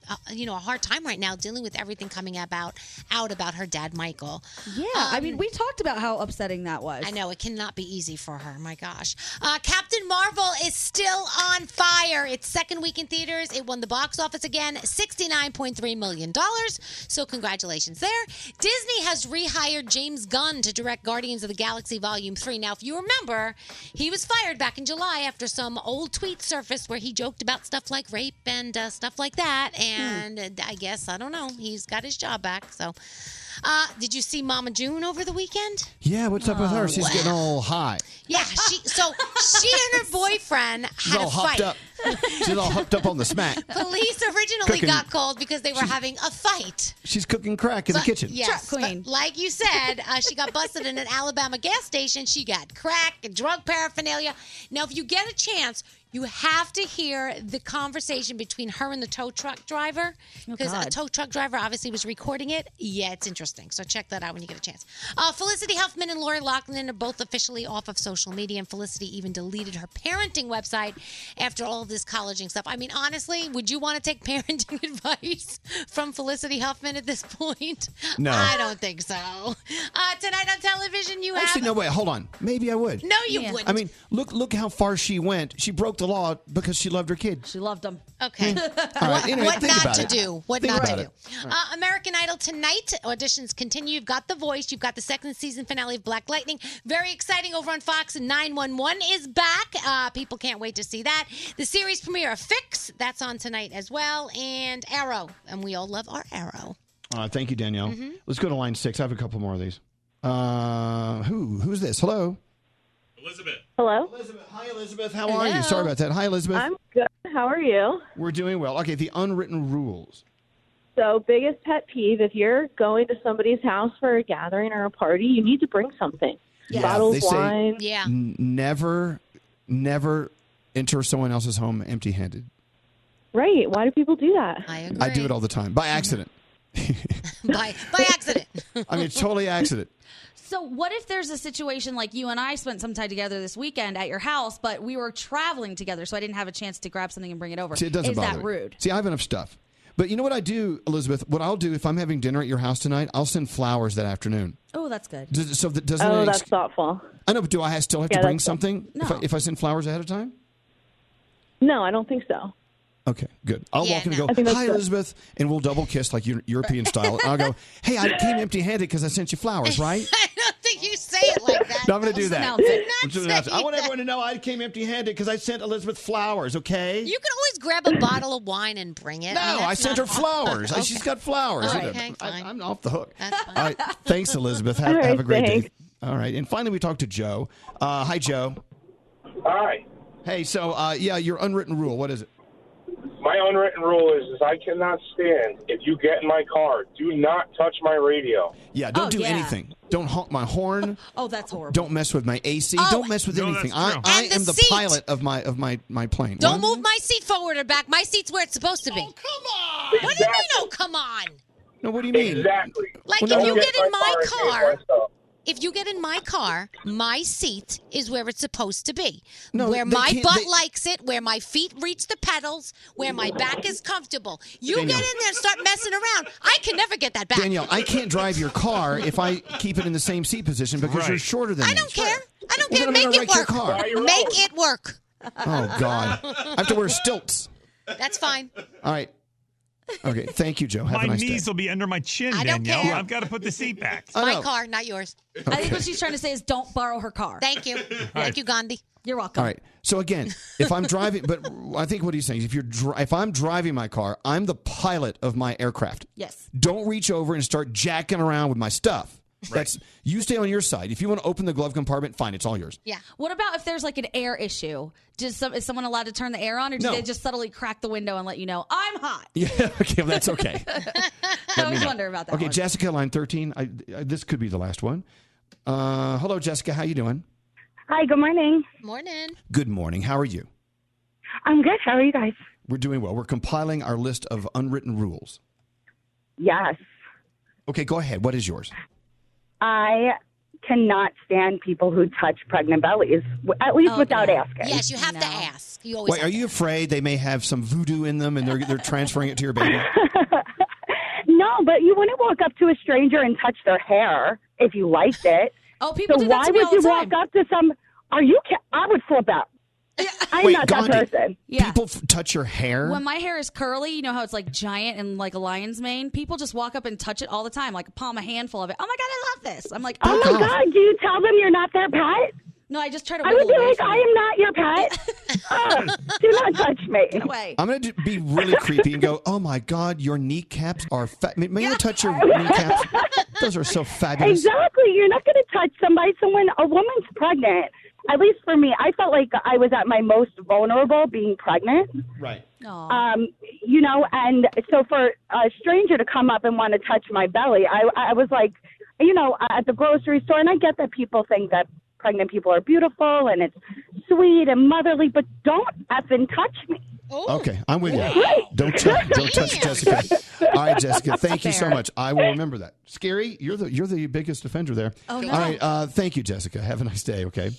Uh, you know, a hard time right now dealing with everything coming about out about her dad, Michael. Yeah, I mean, we talked about how upsetting that was. Um, I know it cannot be easy for her. My gosh, uh, Captain Marvel is still on fire. It's second week in theaters. It won the box office again, sixty nine point three million dollars. So congratulations there. Disney has rehired James Gunn to direct Guardians of the Galaxy Volume Three. Now, if you remember, he was fired back in July after some old tweet surfaced where he joked about stuff like rape and uh, stuff like that. Hmm. And uh, I guess I don't know. He's got his job back. So, uh, did you see Mama June over the weekend? Yeah, what's up with her? She's wow. getting all high. Yeah, she. So she and her boyfriend She's had all a hopped fight. up. She's all hopped up on the smack. Police originally Cooking. got called because they were having a fight. She's cooking crack in the But- kitchen. Yes, queen. like you said, uh, she got busted in an Alabama gas station. She got crack and drug paraphernalia. Now, if you get a chance, you have to hear the conversation between her and the tow truck driver Oh, because a God. tow truck driver obviously was recording it. Yeah, it's interesting. So check that out when you get a chance. Uh, Felicity Huffman and Lori Loughlin are both officially off of social media, and Felicity even deleted her parenting website after all this colleging stuff. I mean, honestly, would you want to take parenting advice from Felicity Huffman at this point? No. I don't think so. Uh, tonight on television, you Actually, have. no, wait, hold on. Maybe I would. No, you Yeah. wouldn't. I mean, look look how far she went. She broke the law because she loved her kid. Hmm. She loved him. Okay. All right, What, anyway, what think not about to it. do? What Think not to about do? it. Uh, American Idol tonight auditions continue. You've got The Voice. You've got the second season finale of Black Lightning. Very exciting over on Fox. 911 is back. Uh, people can't wait to see that. The series premiere of Fix that's on tonight as well, and Arrow, and we all love our Arrow. Uh, thank you, Danielle. Mhm. Let's go to line six. I have a couple more of these. Uh, who who's this? Hello. Hello? Elizabeth. Hi, Elizabeth. How are you? Sorry about that. Hi, Elizabeth. I'm good. How are you? We're doing well. Okay, the unwritten rules. So, biggest pet peeve if you're going to somebody's house for a gathering or a party, you need to bring something. Bottles, they say wine. n- never, never enter someone else's home empty-handed. Right. Why do people do that? I I do it all the time by accident. by by accident. I mean, totally accident. So, what if there's a situation like you and I spent some time together this weekend at your house, but we were traveling together, so I didn't have a chance to grab something and bring it over? See, it doesn't Is bother that me. rude? See, I have enough stuff. But you know what I do, Elizabeth? What I'll do if I'm having dinner at your house tonight, I'll send flowers that afternoon. Oh, that's good. Does, so that doesn't. Oh, it that's thoughtful. I know, but do I still have Yeah, to bring that's- something if, I, if I send flowers ahead of time? No, I don't think so. Okay, good. I'll Yeah, walk in no. I and think go, that's "Hi, good. Elizabeth," and we'll double kiss like Eu- European style. And I'll go, "Hey, I came empty-handed because I sent you flowers, right?" I don't think you say it like that. No, I'm going to do that. Don't say I'm just gonna announce it. I want everyone to know I came empty-handed because I sent Elizabeth flowers. Okay. You can always grab a bottle of wine and bring it. no, I, mean, that's sent her not awful. flowers. I- She's got flowers. All right. Okay. Okay, fine. I'm off the hook. All right. Thanks, Elizabeth. Have, All have right, a great thanks. day. All right. And finally, we talked to Joe. Uh, hi, Joe. Hi. Hey, so, uh, yeah, your unwritten rule, what is it? My unwritten rule is, is I cannot stand if you get in my car, do not touch my radio. Yeah, don't Oh, do yeah. anything. Don't honk my horn. Oh, that's horrible. Don't mess with my AC. don't mess with No, anything. that's I, true. I Oh. And the am the seat. pilot of my of my, my plane. Don't What? move my seat forward or back. My seat's where it's supposed to be. Oh, come on. What do you mean, oh, come on? No, what do you mean? Exactly. Like, Well, if no. you get in my and car, if you get in my car, my seat is where it's supposed to be. No, where they my can't- butt they- likes it, where my feet reach the pedals, where my back is comfortable. You Danielle. get in there and start messing around. I can never get that back. Danielle, I can't drive your car if I keep it in the same seat position because you're Right. shorter than me. I don't care. I don't Well, care. then I'm Make gonna it wreck your work. car. Buy your Make it work. Oh God, I have to wear stilts. That's fine. All right. Okay. Thank you, Joe. Have My a nice knees day. will be under my chin, I don't Danielle. care. I've got to put the seat back. Oh, It's my car, not yours. I think what she's trying to say is don't borrow her car. Thank you. Thank you, Gandhi. You're welcome. All right. So again, if I'm driving, but I think what he's saying is if you're dri- if I'm driving my car, I'm the pilot of my aircraft. Yes. Don't reach over and start jacking around with my stuff. That's you stay on your side. If you want to open the glove compartment, fine, it's all yours. Yeah. What about if there's like an air issue? Does some, is someone allowed to turn the air on, or do No. they just subtly crack the window and let you know I'm hot? Yeah. Okay. Well, that's okay. I always wonder about that. Okay, one. Jessica, line thirteen. I, I, this could be the last one. Uh, hello, Jessica. How you doing? Hi, good morning. Morning. Good morning. How are you? I'm good. How are you guys? We're doing well. We're compiling our list of unwritten rules. Yes. Okay, go ahead. What is yours? I cannot stand people who touch pregnant bellies, w- at least Oh, without yeah. asking. Yes, you have to ask. You always. Wait, are you afraid they may have some voodoo in them and they're they're transferring it to your baby? No, but you wouldn't walk up to a stranger and touch their hair if you liked it. Oh, people so do that why to me would all you the walk up to some? Are you? Ca- I would flip out. I'm Wait, not Gandhi, that person. People f- touch your hair. When my hair is curly, you know how it's like giant and like a lion's mane. People just walk up and touch it all the time, like palm a handful of it. Oh my god, I love this. I'm like, Oh my god! Do you tell them you're not their pet? No, I just try to. I would wiggle be away like, from I it. am not your pet. Ugh, do not touch me. Get away. I'm going to be really creepy and go, "Oh my God, your kneecaps are fat. May, may I touch your kneecaps? Those are so fabulous." Exactly. You're not going to touch somebody. Someone, a woman's pregnant. At least for me, I felt like I was at my most vulnerable being pregnant. Right. Um, you know, and so for a stranger to come up and want to touch my belly, I, I was like, you know, at the grocery store, and I get that people think that pregnant people are beautiful and it's sweet and motherly, but don't effing touch me. Okay, I'm with you. Don't touch, don't touch Jessica. All right, Jessica, thank you so much. I will remember that. Scary, you're the you're the biggest offender there. Oh, no. All right, uh, thank you, Jessica. Have a nice day. Okay.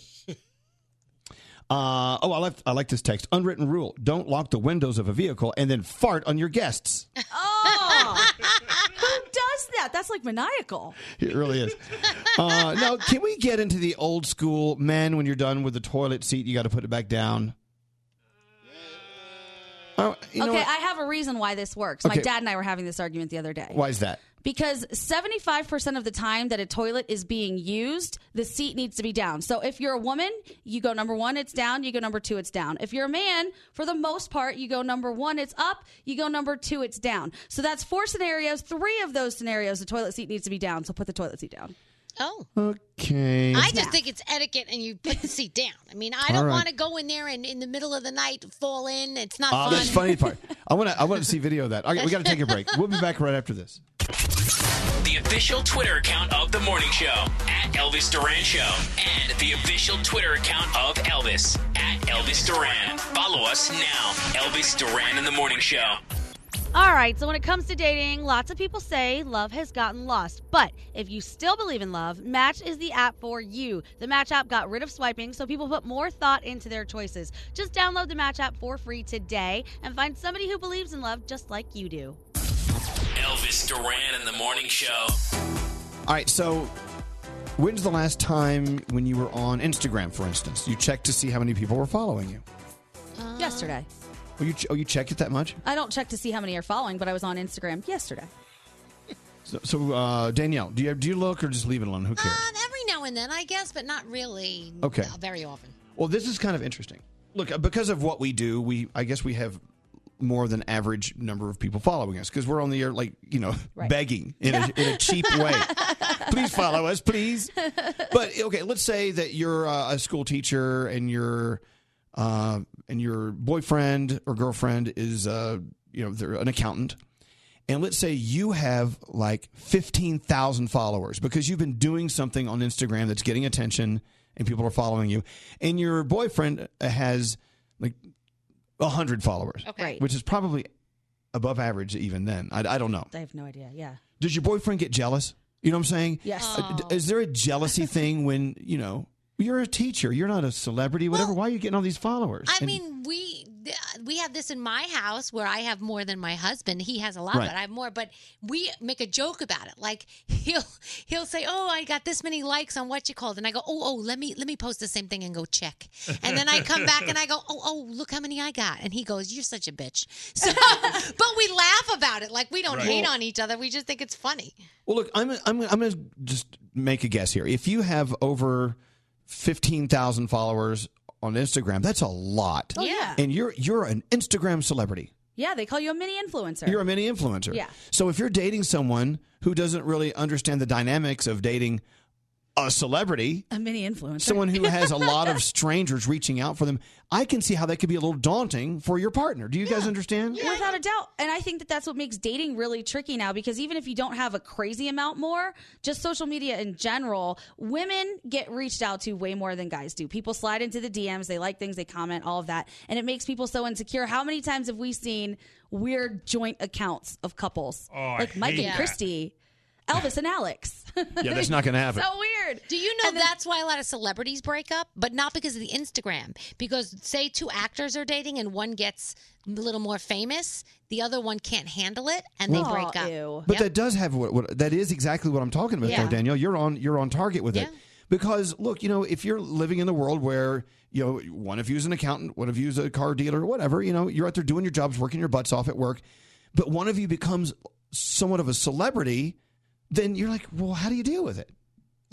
Uh, oh, I like I like this text. Unwritten rule: Don't lock the windows of a vehicle and then fart on your guests. Oh, who does that? That's like maniacal. It really is. Uh, now, can we get into the old school man? When you're done with the toilet seat, you got to put it back down. Oh, you know okay, what? I have a reason why this works. Okay. My dad and I were having this argument the other day. Why is that? Because 75% of the time that a toilet is being used, the seat needs to be down. So if you're a woman, you go number one, it's down. You go number two, it's down. If you're a man, for the most part, you go number one, it's up. You go number two, it's down. So that's four scenarios. Three of those scenarios, the toilet seat needs to be down. So put the toilet seat down. Oh. Okay. I just think it's etiquette and you put the seat down. I mean, I don't All right. want to go in there and in the middle of the night fall in. It's not Uh, fun. that's the funny part. I want to. I want to see video of that. Okay, we got to take a break. We'll be back right after this. The official Twitter account of The Morning Show, at Elvis Duran Show. And the official Twitter account of Elvis, at Elvis Duran. Follow us now, Elvis Duran in the Morning Show. All right, so when it comes to dating, lots of people say love has gotten lost. But if you still believe in love, Match is the app for you. The Match app got rid of swiping, so people put more thought into their choices. Just download the Match app for free today and find somebody who believes in love just like you do. Elvis Duran in the Morning Show. All right. So, when's the last time when you were on Instagram, for instance, you checked to see how many people were following you? yesterday. Oh, you ch- oh, you checked it that much? Uh, I don't check to see how many are following, but I was on Instagram yesterday. So, so uh, Danielle, do you do you look or just leave it alone? Who cares? Every now and then, I guess, but not really. Okay. uh, Very often. Well, this is kind of interesting. Look, uh, because of what we do, we I guess we have more than average number of people following us because we're on the air, like you know, begging in a, in a cheap way. please follow us, please. But okay, let's say that you're uh, a school teacher and your uh, and your boyfriend or girlfriend is uh, you know they're an accountant. And let's say you have like 15,000 followers because you've been doing something on Instagram that's getting attention and people are following you. And your boyfriend uh, has like 100 followers, Okay. Right. which is probably above average even then. I, I don't know. I have no idea. Yeah. Does your boyfriend get jealous? You know what I'm saying? Yes. Uh, d- Is there a jealousy thing when, you know, you're a teacher, you're not a celebrity, whatever. Why are you getting all these followers? I And- mean, we th- we have this in my house where I have more than my husband. He has a lot, Right. but I have more. But we make a joke about it. Like he'll he'll say, "Oh, I got this many likes on what you called," and I go, "Oh, oh, let me let me post the same thing and go check." And then I come back and I go, "Oh, oh, look how many I got," and he goes, "You're such a bitch." So, but we laugh about it. Like we don't Right. hate Well- on each other. We just think it's funny. Well, look, I'm I'm I'm gonna just make a guess here. If you have over fifteen thousand followers on Instagram, that's a lot. Oh, yeah. and you're you're an Instagram celebrity. Yeah, they call you a mini influencer. You're a mini influencer. Yeah. So if you're dating someone who doesn't really understand the dynamics of dating a celebrity, a mini influencer. someone who has a lot of strangers reaching out for them, I can see how that could be a little daunting for your partner. Do you guys understand? Without a doubt. And I think that that's what makes dating really tricky now because even if you don't have a crazy amount more, just social media in general, women get reached out to way more than guys do. People slide into the DMs, they like things, they comment, all of that. And it makes people so insecure. How many times have we seen weird joint accounts of couples? Oh, I like Mike hate and that. Christy, Elvis and Alex. Yeah, that's not gonna happen. So weird. Do you know that's why a lot of celebrities break up, but not because of the Instagram? Because say two actors are dating and one gets a little more famous, the other one can't handle it, and they Well- break up. But that does have what, what that is exactly what I'm talking about, Yeah. though, Danielle. You're on you're on target with it because look, you know, if you're living in the world where you know one of you's an accountant, one of you's a car dealer, whatever, you know, you're out there doing your jobs, working your butts off at work, but one of you becomes somewhat of a celebrity, then you're like, well, how do you deal with it?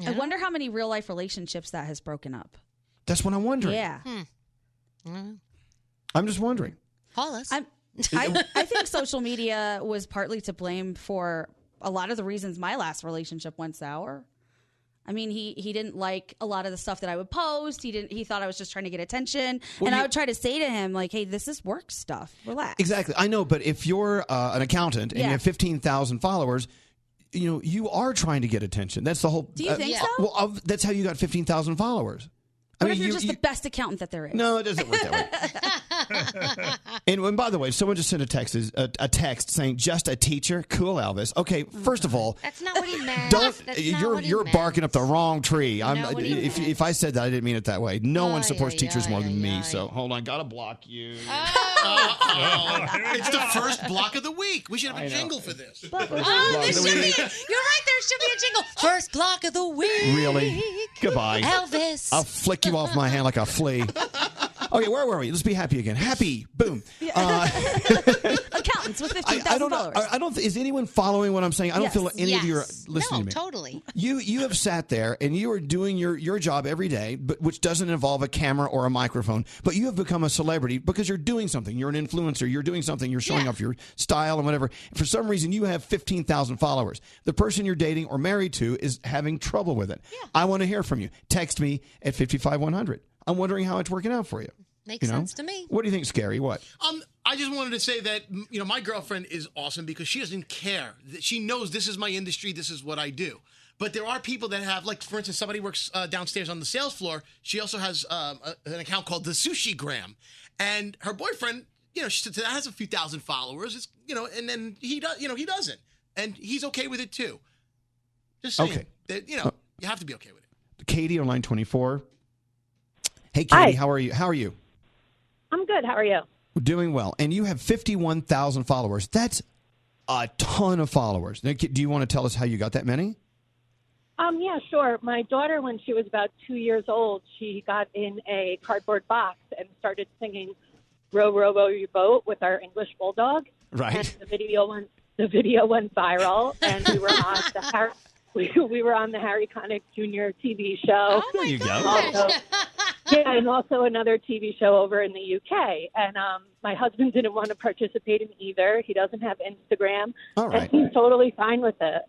I wonder how many real life relationships that has broken up. That's what I'm wondering. Yeah. I'm just wondering. Call us. I'm, I, I think social media was partly to blame for a lot of the reasons my last relationship went sour. I mean, he he didn't like a lot of the stuff that I would post. He didn't. He thought I was just trying to get attention, Well, and I you- would try to say to him like, "Hey, this is work stuff. Relax." Exactly. I know, but if you're uh, an accountant and Yeah. you have 15,000 followers, you know, you are trying to get attention. That's the whole uh, Do you think so? Well, of, that's how you got 15,000 followers. I What mean, if you're you- just you- the best accountant that there is? No, it doesn't work that way. and, and by the way, someone just sent a text is- a, a text saying just a teacher, cool Elvis. Okay, Oh first of all, That's not what he meant. don't That's not you're what he you're meant. barking up the wrong tree. I'm Not what he if, if I said that, I didn't mean it that way. No one supports teachers more than me. So hold on, gotta block you. Oh, it's the first block of the week. We should have I a know. jingle for this. Oh, there Block should of the be. You're right. week. There should be a jingle. First block of the week. Really? Goodbye. Elvis. I'll flick you off my hand like a flea. Okay, where were we? Let's be happy again. Happy, boom. Accountants with I, I 15,000 don't know. followers. I, I don't. Is anyone following what I'm saying? I don't Yes. feel like any of you are Yes. listening to me. Totally. You you have sat there and you are doing your your job every day, but which doesn't involve a camera or a microphone. But you have become a celebrity because you're doing something. You're an influencer. You're doing something. You're showing off your style and whatever. For some reason, you have fifteen thousand followers. The person you're dating or married to is having trouble with it. I want to hear from you. Text me at fifty five one hundred. I'm wondering how it's working out for you. Makes You know? sense to me. What do you think, Scary? What? Um, I just wanted to say that m- you know my girlfriend is awesome because she doesn't care. That She knows this is my industry. This is what I do. But there are people that have, like, for instance, somebody works uh, downstairs on the sales floor. She also has um, a- an account called the Sushi Gram, and her boyfriend, you know, she that has a few thousand followers. It's, you know, and then he does, you know, he doesn't, and he's okay with it too. Just saying Okay. that you Uh, know you have to be okay with it. Katie on line 24. Hey, Katie, Hi. how are you? How are you? I'm good. How are you? Doing well. And you have 51,000 followers. That's a ton of followers. Now, do you want to tell us how you got that many? Um, yeah, sure. My daughter, when she was about two years old, she got in a cardboard box and started singing "Row, row, row your boat" with our English bulldog. Right. And the video went. The video went viral, and we were on the Harry, we, we were on the Harry Connick Jr. TV show. there you Also, yeah, and also another TV show over in the UK. And um, my husband didn't want to participate in either. He doesn't have Instagram. All right. And he's totally fine with it.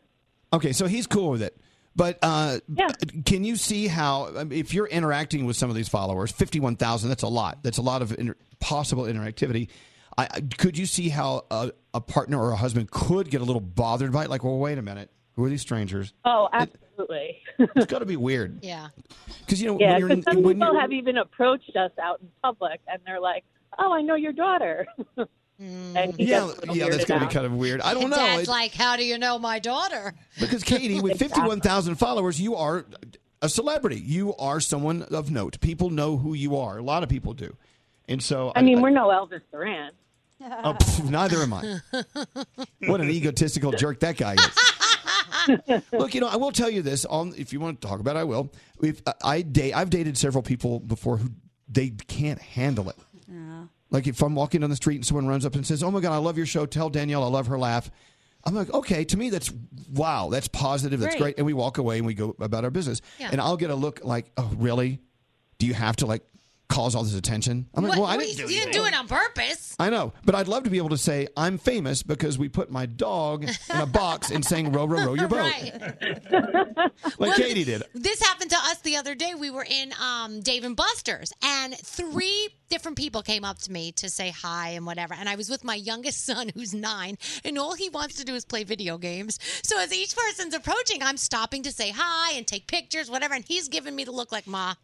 Okay, so he's cool with it. But uh, can you see how, I mean, if you're interacting with some of these followers, 51,000, that's a lot. That's a lot of inter- possible interactivity. I, I- could you see how a, a partner or a husband could get a little bothered by it? Like, well, wait a minute. Who are these strangers? Oh, absolutely. It's got to be weird. Yeah. Because, you know, Yeah, when you're, because in- some when people you're have even approached us out in public, and they're like, "Oh, I know your daughter." and he yeah, gets a little yeah, that's weirded gonna out. be kind of weird. I don't Hmm. And know. Dad's It- like, how do you know my daughter? because Katie, with fifty-one thousand followers, you are a celebrity. You are someone of note. People know who you are. A lot of people do, and so I mean, we're no Elvis Duran. oh, pff, neither am I. What an egotistical jerk that guy is. Look, you know, I will tell you this. On if you want to talk about, it, I will. If I- I date, I've dated several people before who they can't handle it. Like if I'm walking down the street and someone runs up and says, "Oh my God, I love your show. Tell Danielle I love her laugh." I'm like, okay. To me, that's wow. That's positive. That's Great. great. And we walk away and we go about our business. Yeah. And I'll get a look like, oh, really? Do you have to like cause all this attention? I'm like, What- well, I what- didn't do You anything. didn't do it on purpose. I know, but I'd love to be able to say I'm famous because we put my dog in a box and sang "Row, row, row your boat" Oh, like Katie did. This happened to us the other day. We were in um, Dave and Buster's, and three different people came up to me to say hi and whatever. And I was with my youngest son, who's nine, and all he wants to do is play video games. So as each person's approaching, I'm stopping to say hi and take pictures, whatever. And he's giving me the look like, Ma.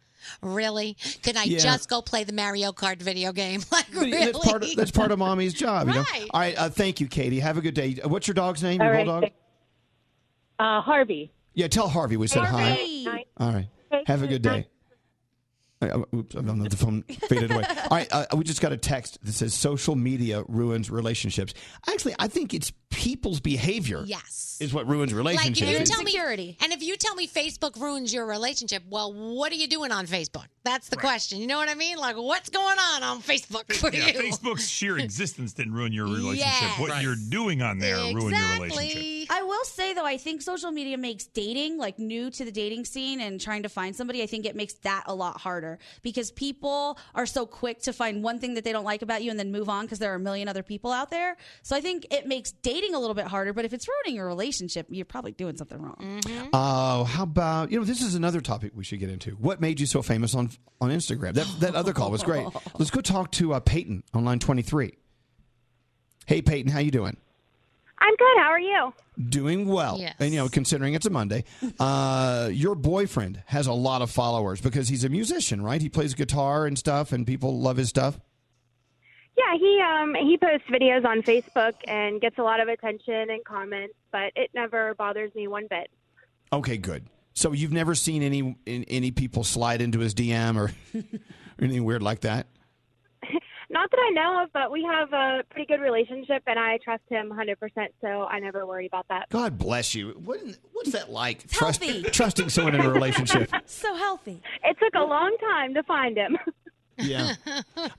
Really? Can I Yeah. just go play the Mario Kart video game? Like But really? That's part of that's part of mommy's job. You know? Right. All right. Uh, thank you, Katie. Have a good day. Uh, What's your dog's name? All your right, bulldog. thank- Uh, Harvey. Yeah. Tell Harvey we said hi. All right. Thank Have a you. good day. I- I- Oops, I don't know. The phone faded away. All right, uh, we just got a text that says social media ruins relationships. Actually, I think it's people's behavior. Yes. is what ruins Like relationships. if you tell me, and if you tell me Facebook ruins your relationship, well, what are you doing on Facebook? That's the question. You know what I mean? Like, what's going on on Facebook for Yeah, you? Facebook's sheer existence didn't ruin your relationship. Yes. What Right. you're doing on there ruined your relationship. I will say though, I think social media makes dating like new to the dating scene and trying to find somebody. I think it makes that a lot harder because people are so quick to find one thing that they don't like about you and then move on because there are a million other people out there. So I think it makes dating a little bit harder. But if it's ruining your relationship, you're probably doing something wrong. Mm-hmm. Oh, how about you know? This is another topic we should get into. What made you so famous on on Instagram? That that other call was great. Let's go talk to uh, Peyton on line twenty three. Hey Peyton, how you doing? I'm good. How are you? Doing well, Yes. and you know, considering it's a Monday, uh, your boyfriend has a lot of followers because he's a musician, right? He plays guitar and stuff, and people love his stuff. Yeah, he um he posts videos on Facebook and gets a lot of attention and comments, but it never bothers me one bit. Okay, good. So you've never seen any in, any people slide into his DM or, or anything weird like that. Not that I know of, but we have a pretty good relationship and I trust him 100%, so I never worry about that. God bless you. What, what's that like? Trust, trusting someone in a relationship. so healthy. It took a long time to find him. Yeah.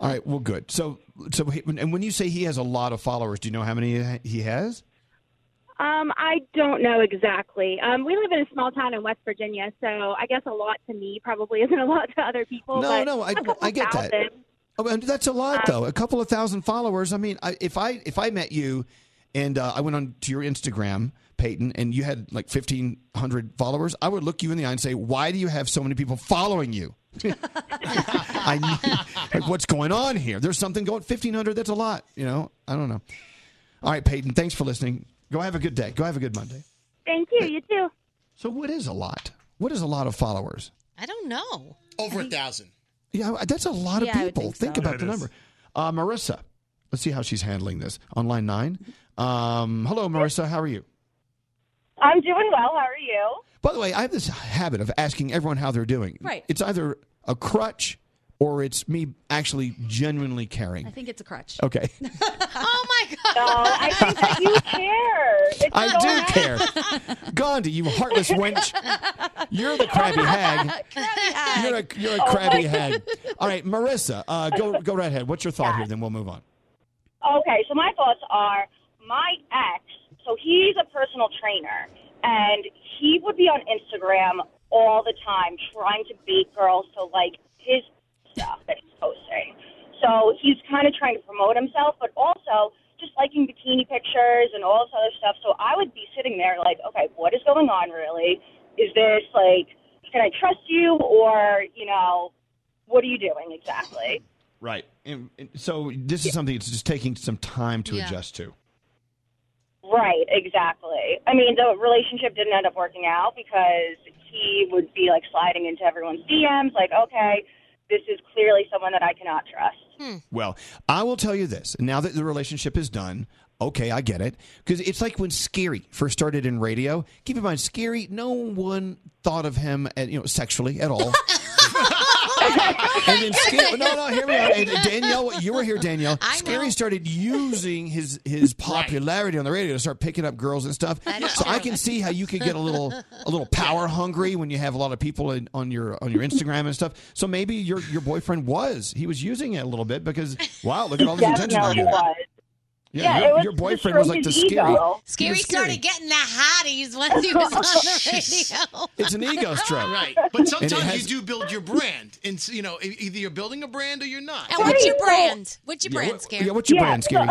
All right. Well, good. So, so, he- and when you say he has a lot of followers, do you know how many he has? Um, I don't know exactly. Um, we live in a small town in West Virginia, so I guess a lot to me probably isn't a lot to other people. no, but no, I, a couple I get that. thousand. Oh, and that's a lot, though. A couple of thousand followers. I mean, I, if I if I met you, and uh, I went on to your Instagram, Peyton, and you had like fifteen hundred followers, I would look you in the eye and say, "Why do you have so many people following you?" I need, like, what's going on here? There's something going. Fifteen hundred. That's a lot. You know. I don't know. All right, Peyton. Thanks for listening. Go have a good day. Go have a good Monday. Thank you. You too. So, what is a lot? What is a lot of followers? I don't know. Over a thousand. Yeah, that's a lot of Yeah, I would people. think Think, so. about It the is. number. Uh, Marissa, let's see how she's handling this on line nine. Um, hello, Marissa. How are you? I'm doing well. How are you? By the way, I have this habit of asking everyone how they're doing. Right. It's either a crutch or it's me actually genuinely caring. think it's a crutch. Okay. oh my god! No, I think that you care. It's I so do nice. care. Gandhi, you heartless wench. You're the Oh crabby hag. You're a you're a Oh, crabby my- hag. All right, Marissa, uh, go go right ahead. What's your thought here? Then we'll move on. Okay, so my thoughts are my ex, so he's a personal trainer, and he would be on Instagram all the time trying to bait girls to like his stuff that he's posting. So he's kind of trying to promote himself, but also just liking bikini pictures and all this other stuff. So I would be sitting there like, okay, what is going on really? Is this like, can I trust you? Or, you know, what are you doing exactly? Right. And, and so this is something that's just taking some time to Yeah. adjust to. Right, exactly. I mean, the relationship didn't end up working out because he would be like sliding into everyone's DMs, like, okay, this is clearly someone that I cannot trust. Well, I will tell you this. Now that the relationship is done, okay, I get it. Because it's like when Scary first started in radio. Keep in mind, Scary, no one thought of him, at, you know, sexually at all. and then Scary, no, no, hear me out. And Danielle, you were here, Danielle. Scary started using his his popularity on the radio to start picking up girls and stuff. So I can see how you can get a little a little power hungry when you have a lot of people in, on your on your Instagram and stuff. So maybe your your boyfriend was he was using it a little bit because wow, look at all this attention on Definitely you. was. Yeah, Yeah, your, it was your boyfriend was like the destroyed his scary. ego. Scary He was started getting the hotties once he was on the radio. It's an ego stroke, Right. And But it sometimes has- you do build your brand. And, so, you know, e- either you're building a brand or you're not. And what's your brand? What's your Yeah, brand, what- Scary? yeah, what's your brand, Scary?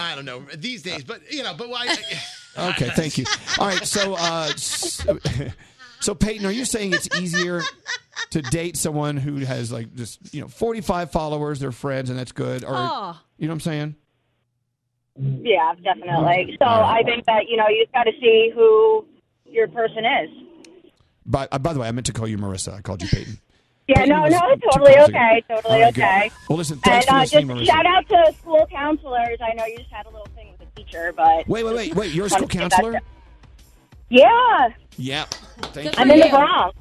I don't know these days, but, you know, but why? Okay, thank you. All right, so uh, s- so Peyton, are you saying it's easier to date someone who has like just you know forty five followers, they're friends, and that's good, or Oh. Aw. you know what I'm saying? Yeah, definitely. So I think that, you know, you just got to see who your person is. By uh, by the way, I meant to call you Marissa. I called you Peyton. Yeah, Peyton no, was no, it's two totally calls ago. okay. Totally All right, good. okay. Well, listen, thanks and for uh, listening, just Marissa. shout out to school counselors. I know you just had a little thing with a teacher, but Wait, wait, wait, wait. You're a Wanted school to get counselor? back Yeah, Yeah. Thank I'm you. in the Bronx.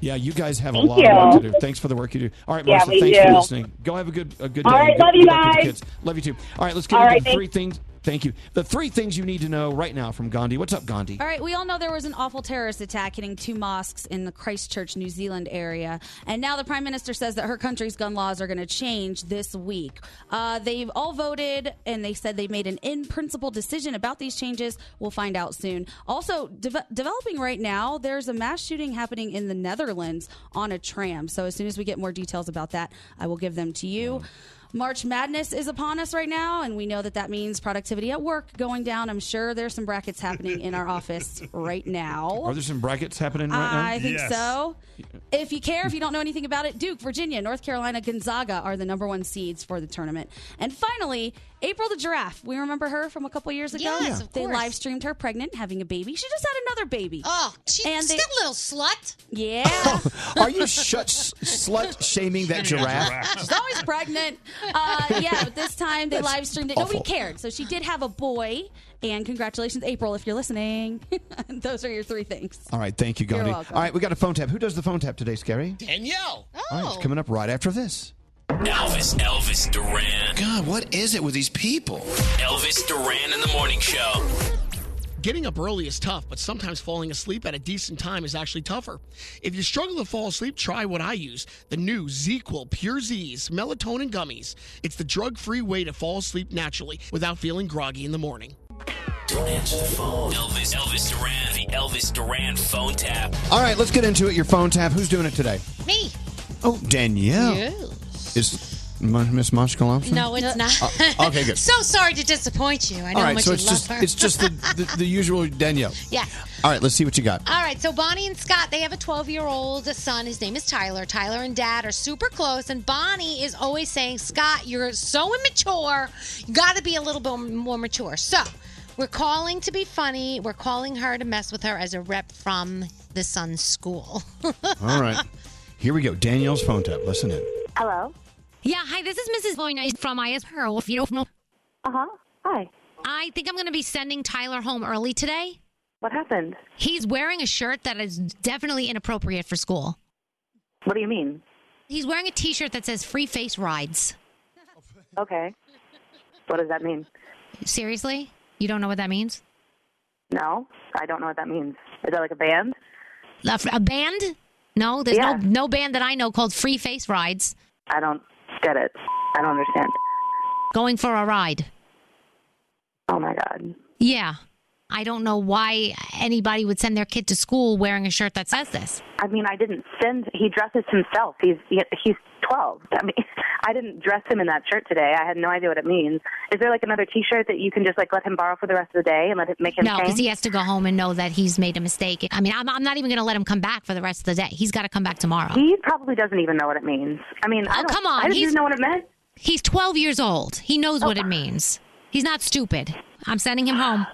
Yeah, you guys have Thank a lot of work you. to do. Thanks for the work you do. All right, Yeah, Marissa, we thanks for do. listening. Go have a good a good day. All right, and good love you luck with the guys. kids. Love you too. All right, let's get All into right, the thank- three things. Thank you. The three things you need to know right now from Gandhi. What's up, Gandhi? All right, we all know there was an awful terrorist attack hitting two mosques in the Christchurch, New Zealand area. And now the prime minister says that her country's gun laws are going to change this week. Uh, they've all voted and they said they made an in principle decision about these changes. We'll find out soon. Also, deve- developing right now, there's a mass shooting happening in the Netherlands on a tram. So as soon as we get more details about that, I will give them to you. March Madness is upon us right now, and we know that that means productivity at work going down. I'm sure there's some brackets happening in our office right now. Are there some brackets happening right now? I think so. If you care, if you don't know anything about it, Duke, Virginia, North Carolina, Gonzaga are the number one seeds for the tournament. And finally, April the giraffe. We remember her from a couple years ago. Yes, Yeah. of they course. live streamed her pregnant, having a baby. She just had another baby. Oh, she's they- still a little slut. Yeah. Are you shut slut shaming that giraffe? She's always pregnant. Uh, yeah, but this time they That's live streamed it. awful. Nobody cared. So she did have a boy. And congratulations, April, if you're listening. Those are your three things. All right, thank you, You're Gandhi. welcome. All right, we got a phone tap. Who does the phone tap today, Scary? Danielle. All right, it's coming up right after this. Elvis, Elvis Duran. God, what is it with these people? Elvis Duran in the morning show. Getting up early is tough, but sometimes falling asleep at a decent time is actually tougher. If you struggle to fall asleep, try what I use the new ZQL Pure Z's melatonin gummies. It's the drug free way to fall asleep naturally without feeling groggy in the morning. Don't answer the phone. Elvis, Elvis Duran, the Elvis Duran phone tap. All right, let's get into it. Your phone tap. Who's doing it today? Me. Oh, Danielle. Is M- Miss Moshko Lobster? No, it's not. Oh, okay, good. so sorry to disappoint you. I know All how right, much so you it's love just her. it's just the, the, the usual Danielle. yes. All right, let's see what you got. All right, so Bonnie and Scott, they have a 12 year old son. His name is Tyler. Tyler and dad are super close, and Bonnie is always saying, Scott, you're so immature. You got to be a little bit more mature. So we're calling to be funny. We're calling her to mess with her as a rep from the son's school. All right, here we go. Danielle's phone tap. Listen in. Hello. Yeah, hi, this is Mrs. Boyne from IS Pearl, if you don't know. Uh Uh-huh. huh. Hi. I think I'm going to be sending Tyler home early today. What happened? He's wearing a shirt that is definitely inappropriate for school. What do you mean? He's wearing a t shirt that says Free Face Rides. Okay. What does that mean? Seriously? You don't know what that means? No, I don't know what that means. Is that like a band? A, a band? No, there's Yeah. no, no band that I know called Free Face Rides. I don't get it. I don't understand. Going for a ride. Oh my god. Yeah. I don't know why anybody would send their kid to school wearing a shirt that says this. I mean, I didn't send. He dresses himself. He's he, he's twelve. I mean, I didn't dress him in that shirt today. I had no idea what it means. Is there like another T-shirt that you can just like let him borrow for the rest of the day and let him make him No, change? because he has to go home and know that he's made a mistake. I mean, I'm, I'm not even going to let him come back for the rest of the day. He's got to come back tomorrow. He probably doesn't even know what it means. I mean, I oh, don't, come I on. didn't he's, even know what it meant. He's 12 years old. He knows what it means. He's not stupid. I'm sending him home.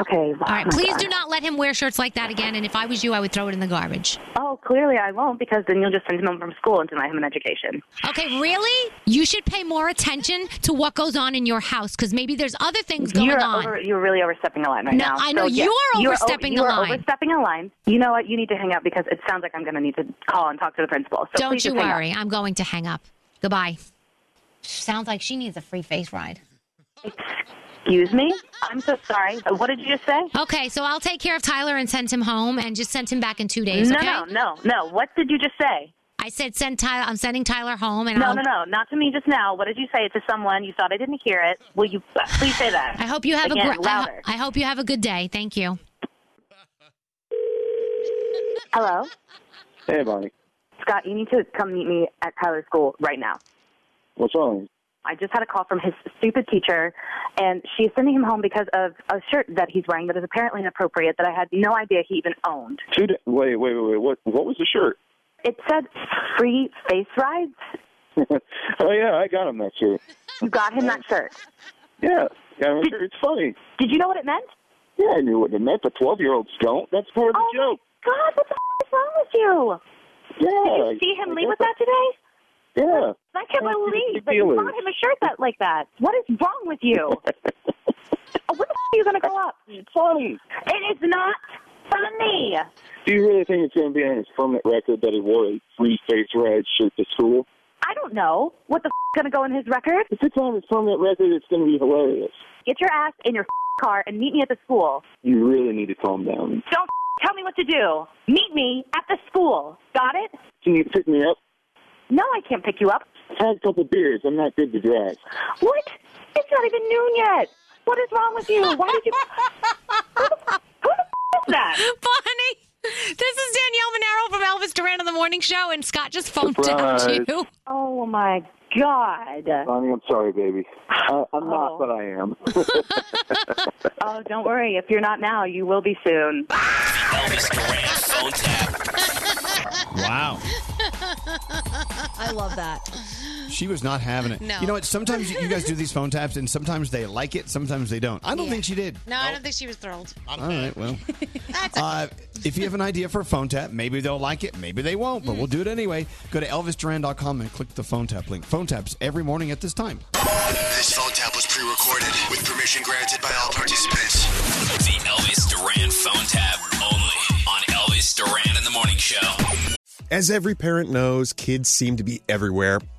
Okay. All right. my Please God. do not let him wear shirts like that again. And if I was you, I would throw it in the garbage. Oh, clearly I won't because then you'll just send him home from school and deny him an education. Okay, really? You should pay more attention to what goes on in your house because maybe there's other things going you're on. Over, you're really overstepping the line right No, now. I know So, yes, you're you are o- overstepping you the are line. overstepping a line. You know what? You need to hang up because it sounds like I'm going to need to call and talk to the principal. So Don't please you just hang up. worry. I'm going to hang up. Goodbye. Sounds like she needs a free face ride. Excuse me. I'm so sorry. What did you just say? Okay, so I'll take care of Tyler and send him home and just send him back in two days. no, okay? no, no, no. What did you just say? I said send Tyler. I'm sending Tyler home, and No, I'll, no, no. Not to me just now. What did you say to someone? You thought I didn't hear it. Will you uh, please say that? I hope you have Again, a great. I, ho- louder. I hope you have a good day. Thank you. Hello, Hey, Bonnie. Scott. You need to come meet me at Tyler's school right now. What's wrong? I just had a call from his stupid teacher, and she's sending him home because of a shirt that he's wearing that is apparently inappropriate that I had no idea he even owned. Two. Da- wait, wait, wait, wait. What? What was the shirt? It said free face rides. oh yeah, I got him that shirt. You got him that shirt. Yeah, got him that shirt. It's funny. Did you know what it meant? Yeah, I knew what it meant. The twelve-year-olds don't. That's part of Oh, the joke. God, what the f- is wrong with you? Yeah. Did you see him I leave with guess that today? I- Yeah. I can't believe that deal you is. bought him a shirt that like that. What is wrong with you? Oh, when the f- are you going to grow up? It's funny. It is not funny. Do you really think it's going to be on his permanent record that he wore a free face red shirt to school? I don't know what the f- is going to go in his record. If it's on his permanent record, it's going to be hilarious. Get your ass in your f- car and meet me at the school. You really need to calm down. Don't tell me what to do. Meet me at the school. Got it? Can you pick me up? No, I can't pick you up. I had a couple beers. I'm not good to drive. What? It's not even noon yet. What is wrong with you? Why did you? Who the, who the f- is that? Bonnie, this is Danielle Monero from Elvis Duran on the Morning Show, and Scott just phoned Surprise. out you. Oh my God. Bonnie, I'm sorry, baby. I, I'm not, but I am. Oh, don't worry. If you're not now, you will be soon. Elvis Duran phone tap. Wow. I love that. She was not having it. No. You know what? Sometimes you guys do these phone taps, and sometimes they like it, sometimes they don't. I don't Yeah. think she did. No, I don't think she was thrilled. All right, well. uh, if you have an idea for a phone tap, maybe they'll like it, maybe they won't, but Hmm. we'll do it anyway. Go to elvisduran.com and click the phone tap link. Phone taps every morning at this time. This phone tap was pre-recorded with permission granted by all participants. The Elvis Duran phone tap only on Elvis Duran in the Morning Show. As every parent knows, kids seem to be everywhere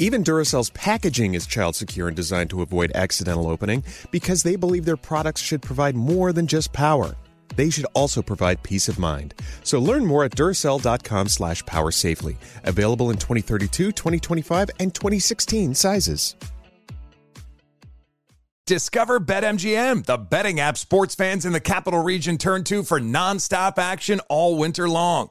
Even Duracell's packaging is child secure and designed to avoid accidental opening because they believe their products should provide more than just power. They should also provide peace of mind. So learn more at Duracell.com slash power safely. Available in 2032, 2025, and 2016 sizes. Discover BetMGM, the betting app sports fans in the capital region turn to for nonstop action all winter long.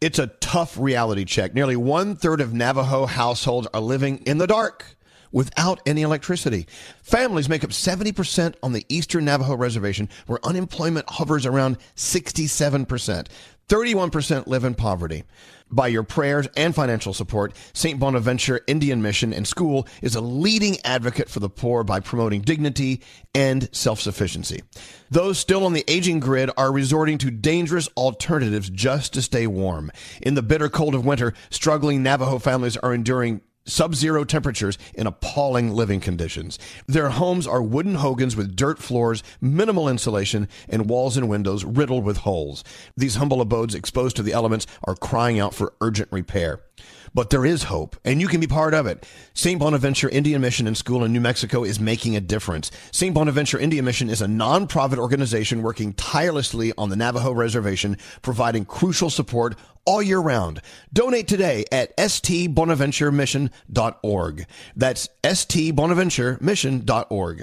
It's a tough reality check. Nearly one third of Navajo households are living in the dark without any electricity. Families make up 70% on the Eastern Navajo Reservation, where unemployment hovers around 67%. 31% live in poverty. By your prayers and financial support, St. Bonaventure Indian Mission and School is a leading advocate for the poor by promoting dignity and self sufficiency. Those still on the aging grid are resorting to dangerous alternatives just to stay warm. In the bitter cold of winter, struggling Navajo families are enduring sub zero temperatures in appalling living conditions. Their homes are wooden hogans with dirt floors, minimal insulation, and walls and windows riddled with holes. These humble abodes exposed to the elements are crying out for urgent repair. But there is hope, and you can be part of it. St. Bonaventure Indian Mission and School in New Mexico is making a difference. St. Bonaventure Indian Mission is a nonprofit organization working tirelessly on the Navajo Reservation, providing crucial support all year round. Donate today at stbonaventuremission.org. That's stbonaventuremission.org.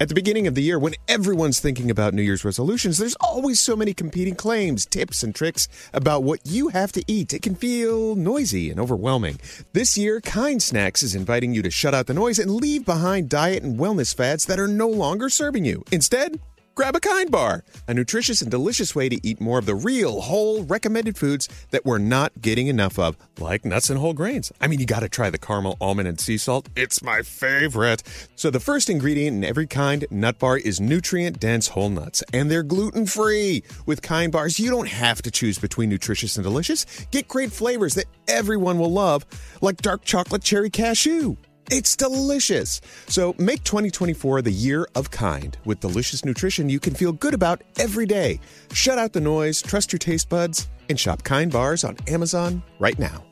At the beginning of the year, when everyone's thinking about New Year's resolutions, there's always so many competing claims, tips, and tricks about what you have to eat. It can feel noisy and overwhelming. This year, Kind Snacks is inviting you to shut out the noise and leave behind diet and wellness fads that are no longer serving you. Instead, grab a Kind Bar, a nutritious and delicious way to eat more of the real, whole, recommended foods that we're not getting enough of, like nuts and whole grains. I mean, you gotta try the caramel almond and sea salt. It's my favorite. So, the first ingredient in every kind nut bar is nutrient dense whole nuts, and they're gluten free. With Kind Bars, you don't have to choose between nutritious and delicious. Get great flavors that everyone will love, like dark chocolate cherry cashew. It's delicious. So make 2024 the year of kind with delicious nutrition you can feel good about every day. Shut out the noise, trust your taste buds, and shop Kind Bars on Amazon right now.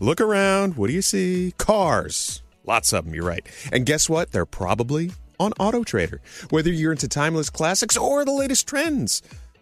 Look around. What do you see? Cars. Lots of them, you're right. And guess what? They're probably on Auto Trader. Whether you're into timeless classics or the latest trends.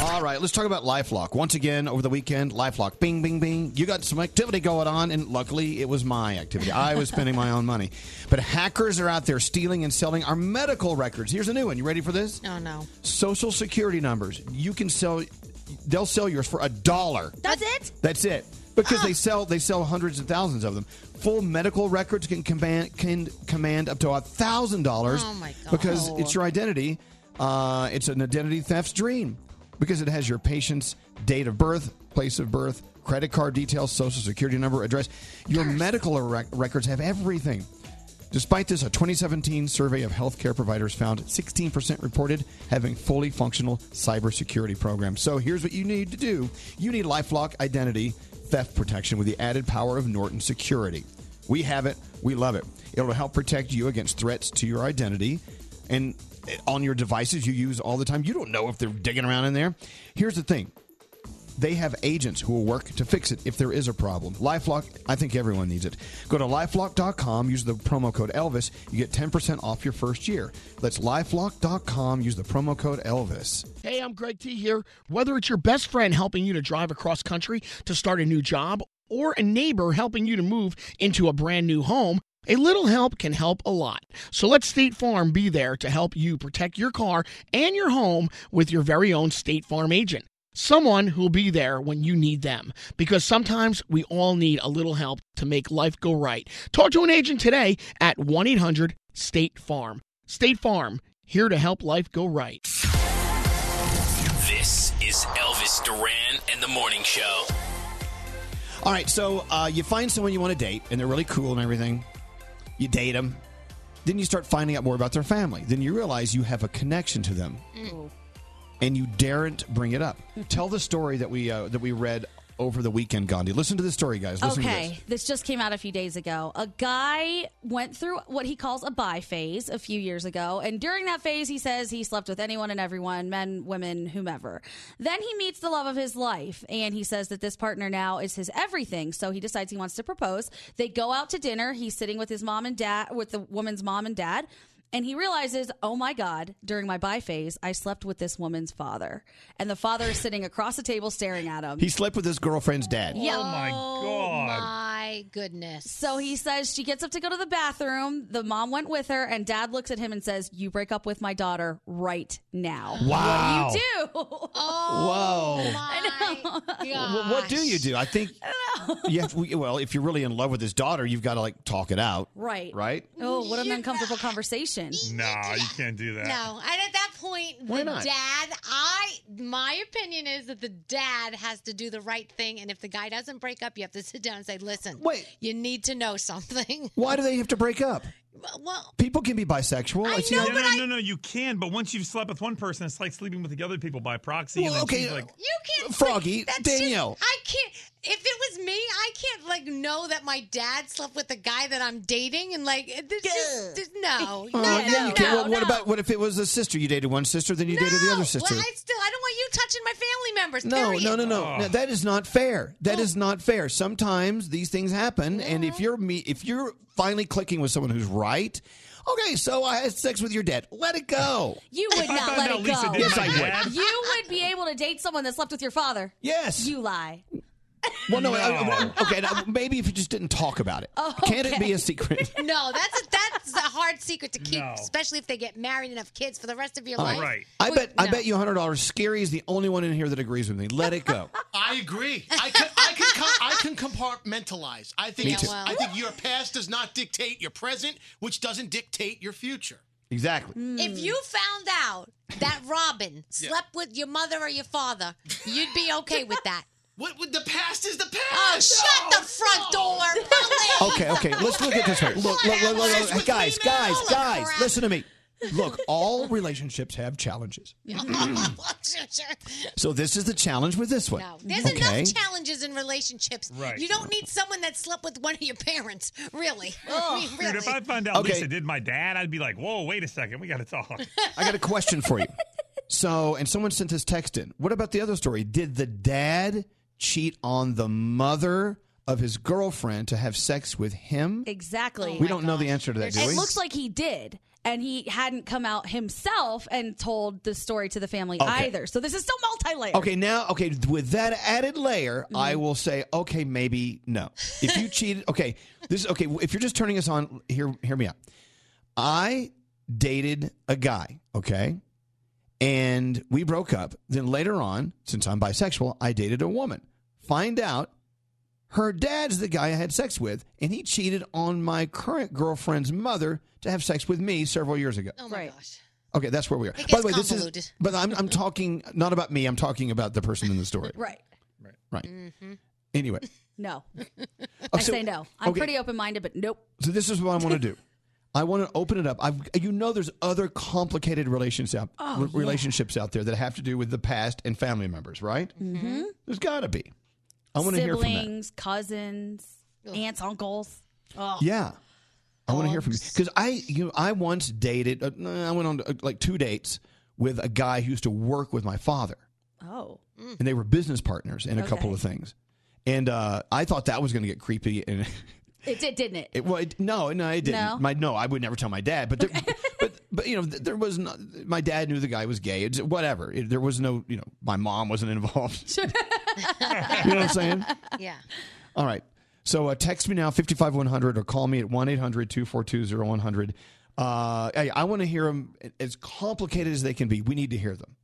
All right, let's talk about LifeLock. Once again, over the weekend, LifeLock, bing, bing, bing. You got some activity going on, and luckily it was my activity. I was spending my own money. But hackers are out there stealing and selling our medical records. Here's a new one. You ready for this? Oh no. Social security numbers. You can sell, they'll sell yours for a dollar. That's it? That's it. Because they sell they sell hundreds of thousands of them. Full medical records can command can command up to a thousand dollars Oh, my God. because it's your identity. Uh, it's an identity theft dream because it has your patient's date of birth, place of birth, credit card details, social security number, address. Your medical rec- records have everything. Despite this, a 2017 survey of healthcare providers found 16% reported having fully functional cybersecurity programs. So here's what you need to do you need Lifelock identity theft protection with the added power of Norton Security. We have it, we love it. It'll help protect you against threats to your identity and on your devices you use all the time. You don't know if they're digging around in there. Here's the thing they have agents who will work to fix it if there is a problem. Lifelock, I think everyone needs it. Go to lifelock.com, use the promo code Elvis, you get 10% off your first year. That's lifelock.com, use the promo code Elvis. Hey, I'm Greg T here. Whether it's your best friend helping you to drive across country to start a new job or a neighbor helping you to move into a brand new home, a little help can help a lot. So let State Farm be there to help you protect your car and your home with your very own State Farm agent. Someone who'll be there when you need them. Because sometimes we all need a little help to make life go right. Talk to an agent today at 1 800 State Farm. State Farm, here to help life go right. This is Elvis Duran and the Morning Show. All right, so uh, you find someone you want to date, and they're really cool and everything. You date them. Then you start finding out more about their family. Then you realize you have a connection to them, and you daren't bring it up. Tell the story that we uh, that we read over the weekend, Gandhi. Listen to the story, guys. Listen to this. Okay, this just came out a few days ago. A guy went through what he calls a bi phase a few years ago, and during that phase, he says he slept with anyone and everyone men, women, whomever. Then he meets the love of his life, and he says that this partner now is his everything, so he decides he wants to propose. They go out to dinner, he's sitting with his mom and dad, with the woman's mom and dad. And he realizes, oh my God, during my bi phase, I slept with this woman's father. And the father is sitting across the table staring at him. He slept with his girlfriend's dad. Yeah. Oh my goodness. So he says she gets up to go to the bathroom. The mom went with her, and dad looks at him and says, You break up with my daughter right now. Wow. What do you do? Oh Whoa. Wh- What do you do? I think you have. we- Well, if you're really in love with his daughter, you've got to like talk it out. Right. Right. Oh, what an uncomfortable conversation. Nah, you can't do that. No, and at that point, Why the not? dad. I my opinion is that the dad has to do the right thing, and if the guy doesn't break up, you have to sit down and say, "Listen, wait, you need to know something." Why do they have to break up? Well, people can be bisexual. I, see that. no, no, no, no, you can, but once you've slept with one person, it's like sleeping with the other people by proxy. Well, and then okay, she's like, You can't. Froggy, that's Danielle. Just, I can't. If it was me, I can't like know that my dad slept with the guy that I'm dating, and like there's just there's- no, Oh, no, yeah, no, you can. no, Well, what about what if it was a sister? You dated one sister, then you dated the other sister. Well, I still I don't want you touching my family members. No, period. no, no, no, no. That is not fair. That is not fair. Sometimes these things happen, and if you're me, if you're finally clicking with someone who's right, okay, so I had sex with your dad. Let it go. You would I not found let out it Lisa go. did Yes, my I dad- would. You would be able to date someone that slept with your father. Yes. You lie. Well, no, I- I- No. okay. now, Maybe if you just didn't talk about Oh, it, can it be Okay. a secret? No, that's a, that's a hard secret to keep, especially if they get married and have kids for the rest of your All life. right. I bet. I bet you hundred dollars. Scary is the only one in here that agrees with me. Let it go. I agree. I can I can com- I can compartmentalize. I think Me too. I think your past does not dictate your present, which doesn't dictate your future. Exactly. If you found out that Robin slept with your mother or your father, you'd be okay with that. What would the past is the past? Oh, shut the front door. Okay, okay. Let's look at this way. Look, look, look, look, look. guys, guys, guys. Listen to me. Look, all relationships have challenges. So this is the challenge with this one. No, there's okay. enough challenges in relationships. Right. You don't need someone that slept with one of your parents, really. Oh, I mean, Dude, if really. I found out Okay. Lisa did my dad, I'd be like, whoa, wait a second, we got to talk. I got a question for you. So, and someone sent this text in. What about the other story? Did the dad cheat on the mother of his girlfriend to have sex with him? Oh Exactly. we don't know the answer to that, do we? It looks like he did. And he hadn't come out himself and told the story to the family Okay. either. So this is so multi-layered. Okay, now, okay, with that added layer, I will say, okay, maybe no. If you cheated, okay, this okay. If you're just turning us on, hear hear me out. I dated a guy, okay, and we broke up. Then later on, since I'm bisexual, I dated a woman. Find out her dad's the guy I had sex with, and he cheated on my current girlfriend's mother to have sex with me several years ago. oh my gosh. Okay, that's where we are. It By gets the way, this convoluted. is. But I'm I'm talking not about me. I'm talking about the person in the story. Right. Right. Mm-hmm. Anyway, No. Oh, I so- say no. I'm okay. pretty open minded, but nope. so this is what I want to do. I want to open it up. I've, you know, there's other complicated relationships out, Oh, yeah. relationships out there that have to do with the past and family members, right? Mm-hmm. There's got to be. I want to hear from that. Siblings, cousins, aunts, uncles. Oh. Yeah. I want to hear from you because I, you know, I once dated. Uh, no, I went on uh, like two dates with a guy who used to work with my father, Oh. and they were business partners in a couple Okay. of things. And uh, I thought that was going to get creepy, and It did, didn't it? it well, it, no, no, I didn't. No? My no, I would never tell my dad. But there, but but you know, th- there was not. My dad knew the guy was gay. It's whatever. It- there was no. You know, my mom wasn't involved. you know what I'm saying? Yeah. All right. So uh, text me now, 55100, or call me at 1 800 242 0100. Uh, I, I want to hear them as complicated as they can be. We need to hear them.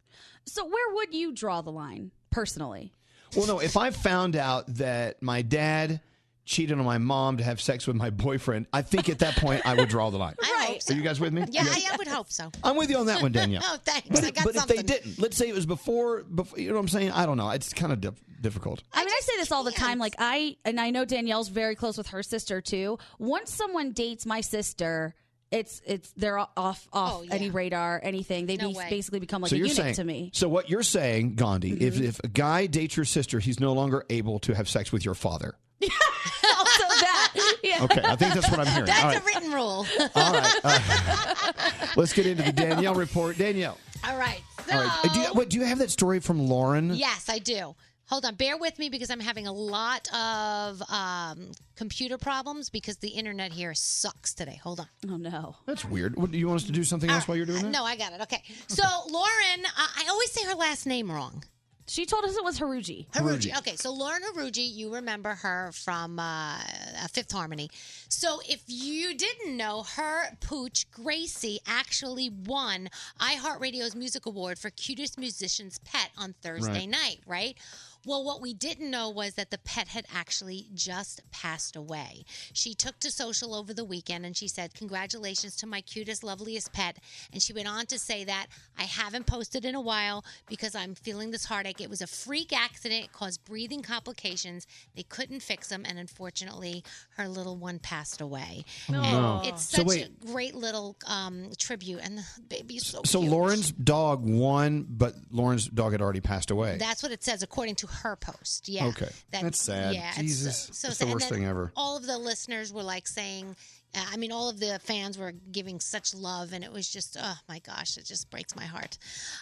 So where would you draw the line personally? Well, no, if I found out that my dad cheated on my mom to have sex with my boyfriend, I think at that point I would draw the line. Right. Are you guys with me? Yeah, Yes. I, I would hope so. I'm with you on that one, Danielle. oh, thanks. But, I got but if something. they didn't, let's say it was before, before you know what I'm saying? I don't know. It's kind of dif- difficult. I mean, I say this all the time. Like I and I know Danielle's very close with her sister too. Once someone dates my sister, it's it's they're off off any radar, anything. They Oh, No be- way. basically become like so a you're unit saying, to me. So what you're saying, Gandhi, Mm-hmm. if, if a guy dates your sister, he's no longer able to have sex with your father. also that. Yeah. Okay, I think that's what I'm hearing. That's All a right. written rule. All right. uh, let's get into the Danielle report. Danielle. All right. So, All right. Do you, wait, do you have that story from Lauren? Yes, I do. Hold on, bear with me because I'm having a lot of um, computer problems because the internet here sucks today. Hold on. Oh no. That's weird. What, do you want us to do something else while you're doing that? Uh, No, I got it. Okay. So Lauren, uh, I always say her last name wrong. She told us it was Haruji. Haruji. Okay, so Lauren Haruji, you remember her from uh, uh, Fifth Harmony. So if you didn't know, her pooch Gracie actually won iHeartRadio's Music Award for Cutest Musician's Pet on Thursday Right. night, right? Well, what we didn't know was that the pet had actually just passed away. She took to social over the weekend and she said, Congratulations to my cutest, loveliest pet. And she went on to say that I haven't posted in a while because I'm feeling this heartache. It was a freak accident, it caused breathing complications. They couldn't fix them. And unfortunately, her little one passed away. Oh, And no. It's So such wait. a great little um, tribute. And the baby is so, So cute. Lauren's dog won, but Lauren's dog had already passed away. That's what it says according to her post. Yeah. Okay. That's sad. it's Jesus. That's the sad. And worst then thing ever. All of the listeners were like saying, uh, I mean, all of the fans were giving such love, and it was just, oh my gosh, it just breaks my heart.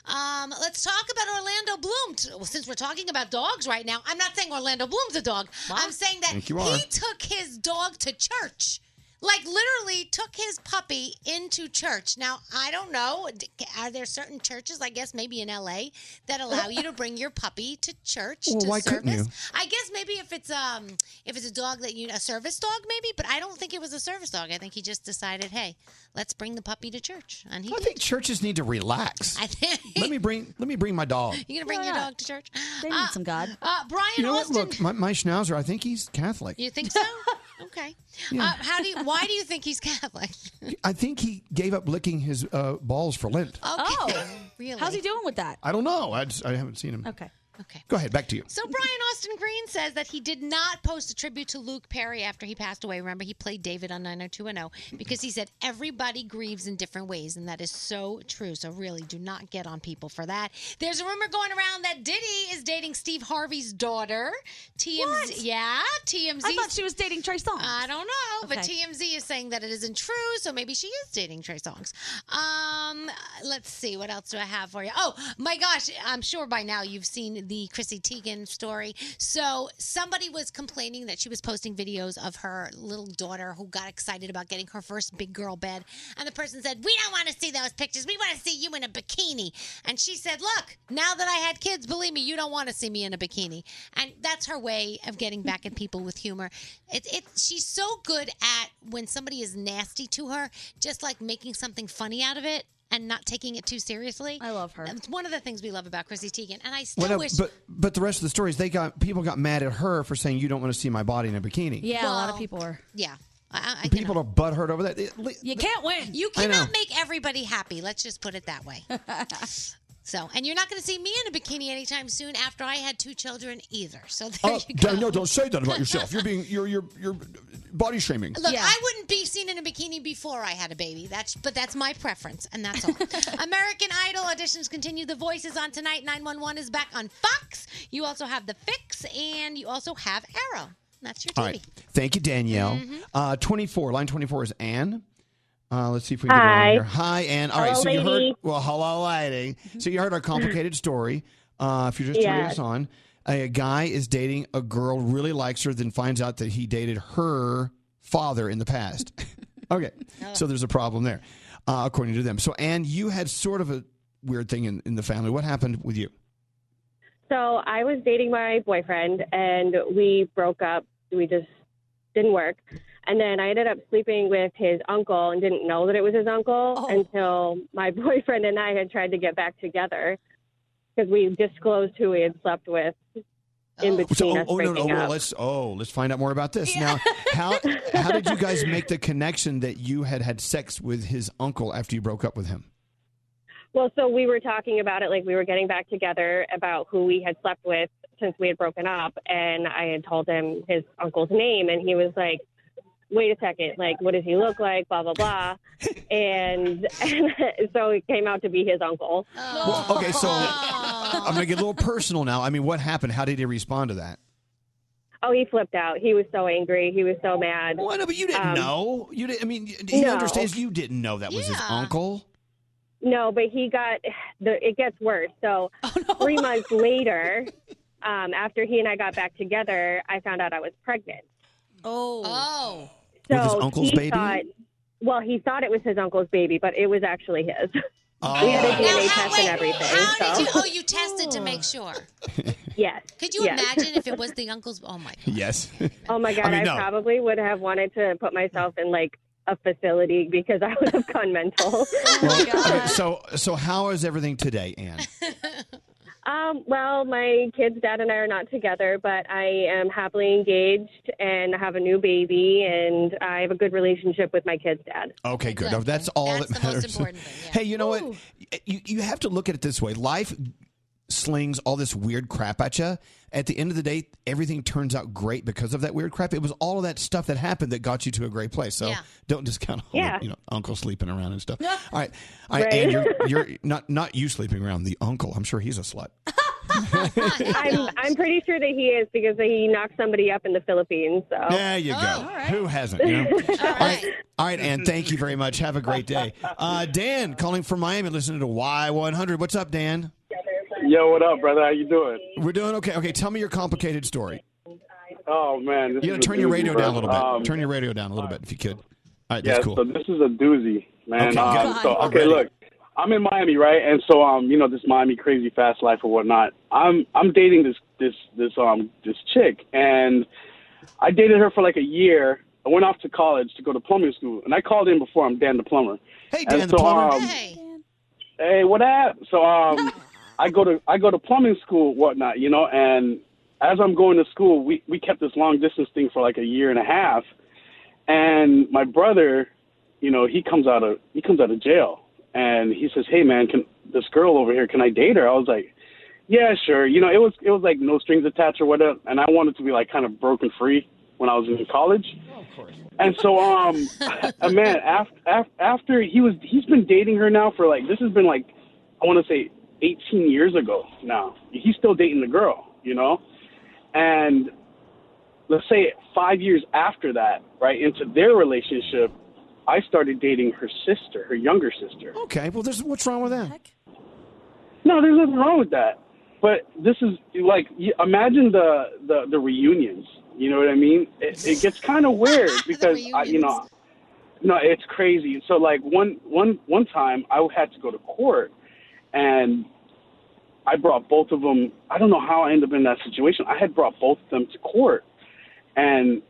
Um, let's talk about Orlando Bloom. T- well, Since we're talking about dogs right now, I'm not saying Orlando Bloom's a dog. I'm saying that Think you he are. took his dog to church. Like literally took his puppy into church. Now I don't know. d- Are there certain churches? I guess maybe in LA that allow you to bring your puppy to church Well, to why service. couldn't you? I guess maybe if it's um if it's a dog that you a service dog maybe, but I don't think it was a service dog. I think he just decided, hey, let's bring the puppy to church, and he I did. think churches need to relax. I think let me bring let me bring my dog. you gonna bring your dog to church. They need some God. Uh, Brian you know Austin. what? Look, my, my schnauzer, I think he's Catholic. You think so? okay. Yeah. Uh, how do you? Why do you think he's Catholic? I think he gave up licking his uh, balls for Lent. Oh, really? How's he doing with that? I don't know. I, just, I haven't seen him. Okay. Okay. Go ahead. Back to you. So Brian Austin Green says that he did not post a tribute to Luke Perry after he passed away. Remember, he played David on 90210 because he said everybody grieves in different ways, and that is so true. So really, do not get on people for that. There's a rumor going around that Diddy is dating Steve Harvey's daughter. TMZ, yeah, TMZ. I thought she was dating Trey Songz. I don't know, but Okay. TMZ is saying that it isn't true, so maybe she is dating Trey Songz. Um, let's see, what else do I have for you? Oh my gosh, I'm sure by now you've seen the Chrissy Teigen story. So somebody was complaining that she was posting videos of her little daughter who got excited about getting her first big girl bed, and the person said, "We don't want to see those pictures. We want to see you in a bikini." And she said, "Look, now that I had kids, believe me, you don't want to see me in a bikini." And that's her way of getting back at people with humor. It, it she's so good at when somebody is nasty to her, just like making something funny out of it and not taking it too seriously. I love her. It's one of the things we love about Chrissy Teigen, and I still Well, no, wish. but but the rest of the stories, they got people got mad at her for saying you don't want to see my body in a bikini. Well, were. Yeah, I, I, people are butthurt over that. It- li- You can't win. You I know. cannot make everybody happy. Let's just put it that way. so, and you're not going to see me in a bikini anytime soon after I had two children either. So there Oh, you go. Danielle, don't say that about yourself. You're being you're you're you're body shaming. Look, I wouldn't be seen in a bikini before I had a baby. That's but that's my preference, and that's all. American Idol auditions continue. The Voice is on tonight. Nine One One is back on Fox. You also have The Fix, and you also have Arrow. That's your TV. All right. Thank you, Danielle. Uh, 24, line 24 is Anne. Uh, let's see if we can Hi. get her on here. Hi, Anne. All right, Hello, so you heard lady. well, hello, lady. So you heard our complicated story. Uh, if you're just turning Yes. us on, a, a guy is dating a girl, really likes her, then finds out that he dated her father in the past. okay, so there's a problem there, uh, according to them. So Anne, you had sort of a weird thing in, in the family. What happened with you? So I was dating my boyfriend and we broke up. We just didn't work. And then I ended up sleeping with his uncle and didn't know that it was his uncle until my boyfriend and I had tried to get back together because we disclosed who we had slept with in between So, oh, us oh, no, breaking no, well, up. let's oh, let's find out more about this. Now, how how did you guys make the connection that you had had sex with his uncle after you broke up with him? Well, so we were talking about it, like we were getting back together about who we had slept with since we had broken up, and I had told him his uncle's name, and he was like, "Wait a second, like what does he look like?" Blah blah blah, and, and so it came out to be his uncle. Well, okay, so Ah. I'm gonna get a little personal now. I mean, what happened? How did he respond to that? Oh, he flipped out. He was so angry. He was so mad. Um, Well, no, but you didn't know. You didn't. I mean, He understands you didn't know that was his uncle. No, but he got the. It gets worse. So Oh, three months later, um, after he and I got back together, I found out I was pregnant. Oh. Oh. So With his uncle's he baby? Thought, well, he thought it was his uncle's baby, but it was actually his. We had a Oh. Now, DNA how- test wait, and everything. How so. did you? Oh, you tested to make sure. Yes. Could you yes. imagine if it was the uncle's? Oh my! Yes. Oh my god, I, I mean, no. probably would have wanted to put myself in like a facility because I would have gone mental. Okay, so so how is everything today, Anne? Um, well, my kid's dad and I are not together, but I am happily engaged and have a new baby, and I have a good relationship with my kid's dad. Okay, good. Now, That's all that matters. Hey, you know what? You you have to look at it this way. Life slings all this weird crap at you. At the end of the day, everything turns out great because of that weird crap. It was all of that stuff that happened that got you to a great place. So Yeah. don't discount all Yeah. the, you know, uncle sleeping around and stuff. All right. All right, Right. and you're, you're not not you sleeping around, the uncle. I'm sure he's a slut. I'm, I'm pretty sure that he is because he knocked somebody up in the Philippines. So There you go. Who hasn't? You know? Oh, all right. All right, Ann, thank you very much. Have a great day. Uh, Dan calling from Miami listening to Y100. What's up, Dan? Yo, what up, brother? How you doing? We're doing okay. Okay, tell me your complicated story. Oh man, this You is gotta turn your doozy, radio bro. down a little bit. Um, turn your radio down a little bit if you could. All right, yeah, that's cool. so this is a doozy, man. Okay, Um, good. so okay, look, I'm in Miami, right? And so um, you know, this Miami crazy fast life or whatnot. I'm I'm dating this this this um this chick, and I dated her for like a year. I went off to college to go to plumbing school, and I called in before. I'm Dan the plumber. Hey, Dan the plumber. hey, what up? So um, I go to I go to plumbing school, whatnot, you know. And as I'm going to school, we we kept this long distance thing for like a year and a half. And my brother, you know, he comes out of he comes out of jail, and he says, "Hey, man, can this girl over here? Can I date her?" I was like, "Yeah, sure." You know, it was it was like no strings attached or whatever. And I wanted to be like kind of broken free when I was in college. And so, um, uh, man, after, after he was, he's been dating her now for like, this has been like, I want to say 18 years ago now. He's still dating the girl, you know? And let's say five years after that, right, into their relationship, I started dating her sister, her younger sister. Okay, well, there's what's wrong with that? No, there's nothing wrong with that. But this is like, you- imagine the, the, the reunions. You know what I mean? It, it gets kind of weird because, I, you know, no, it's crazy. So like one one one time, I had to go to court, and I brought both of them. I don't know how I ended up in that situation. I had brought both of them to court, and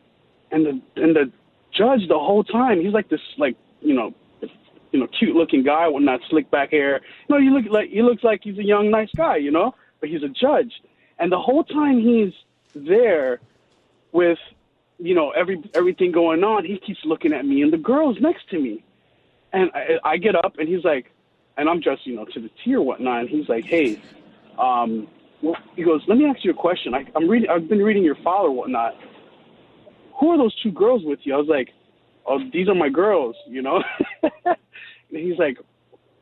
and the and the judge the whole time he's like this like you know you know cute looking guy with not slick back hair. No, you look like he looks like he's a young nice guy, you know. But he's a judge, and the whole time he's there with you know every everything going on he keeps looking at me and the girl's next to me and i, I get up and he's like and i'm dressed you know to the T or whatnot and he's like hey um wh- he goes let me ask you a question I, i'm reading i've been reading your file or whatnot who are those two girls with you? I was like, oh, these are my girls, you know? and he's like,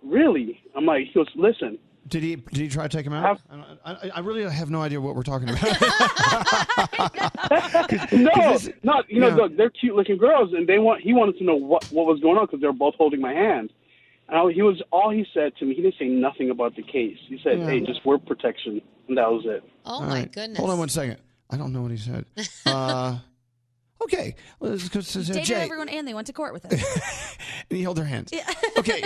really? I'm like, he goes, listen. Did he did he try to take him out? I, don't- I, I really have no idea what we're talking about. No, not, you know, Yeah. look, they're cute looking girls. And they want, he wanted to know what, what was going on because they were both holding my hand. And I, he was, all he said to me, he didn't say nothing about the case. He said, Yeah. hey, just word protection. And that was it. Oh All right. Hold on one second. I don't know what he said. Uh, okay, well, it's 'cause it's, uh, Dated Jay, everyone and they went to court with it. and he held their hands. Yeah. Okay.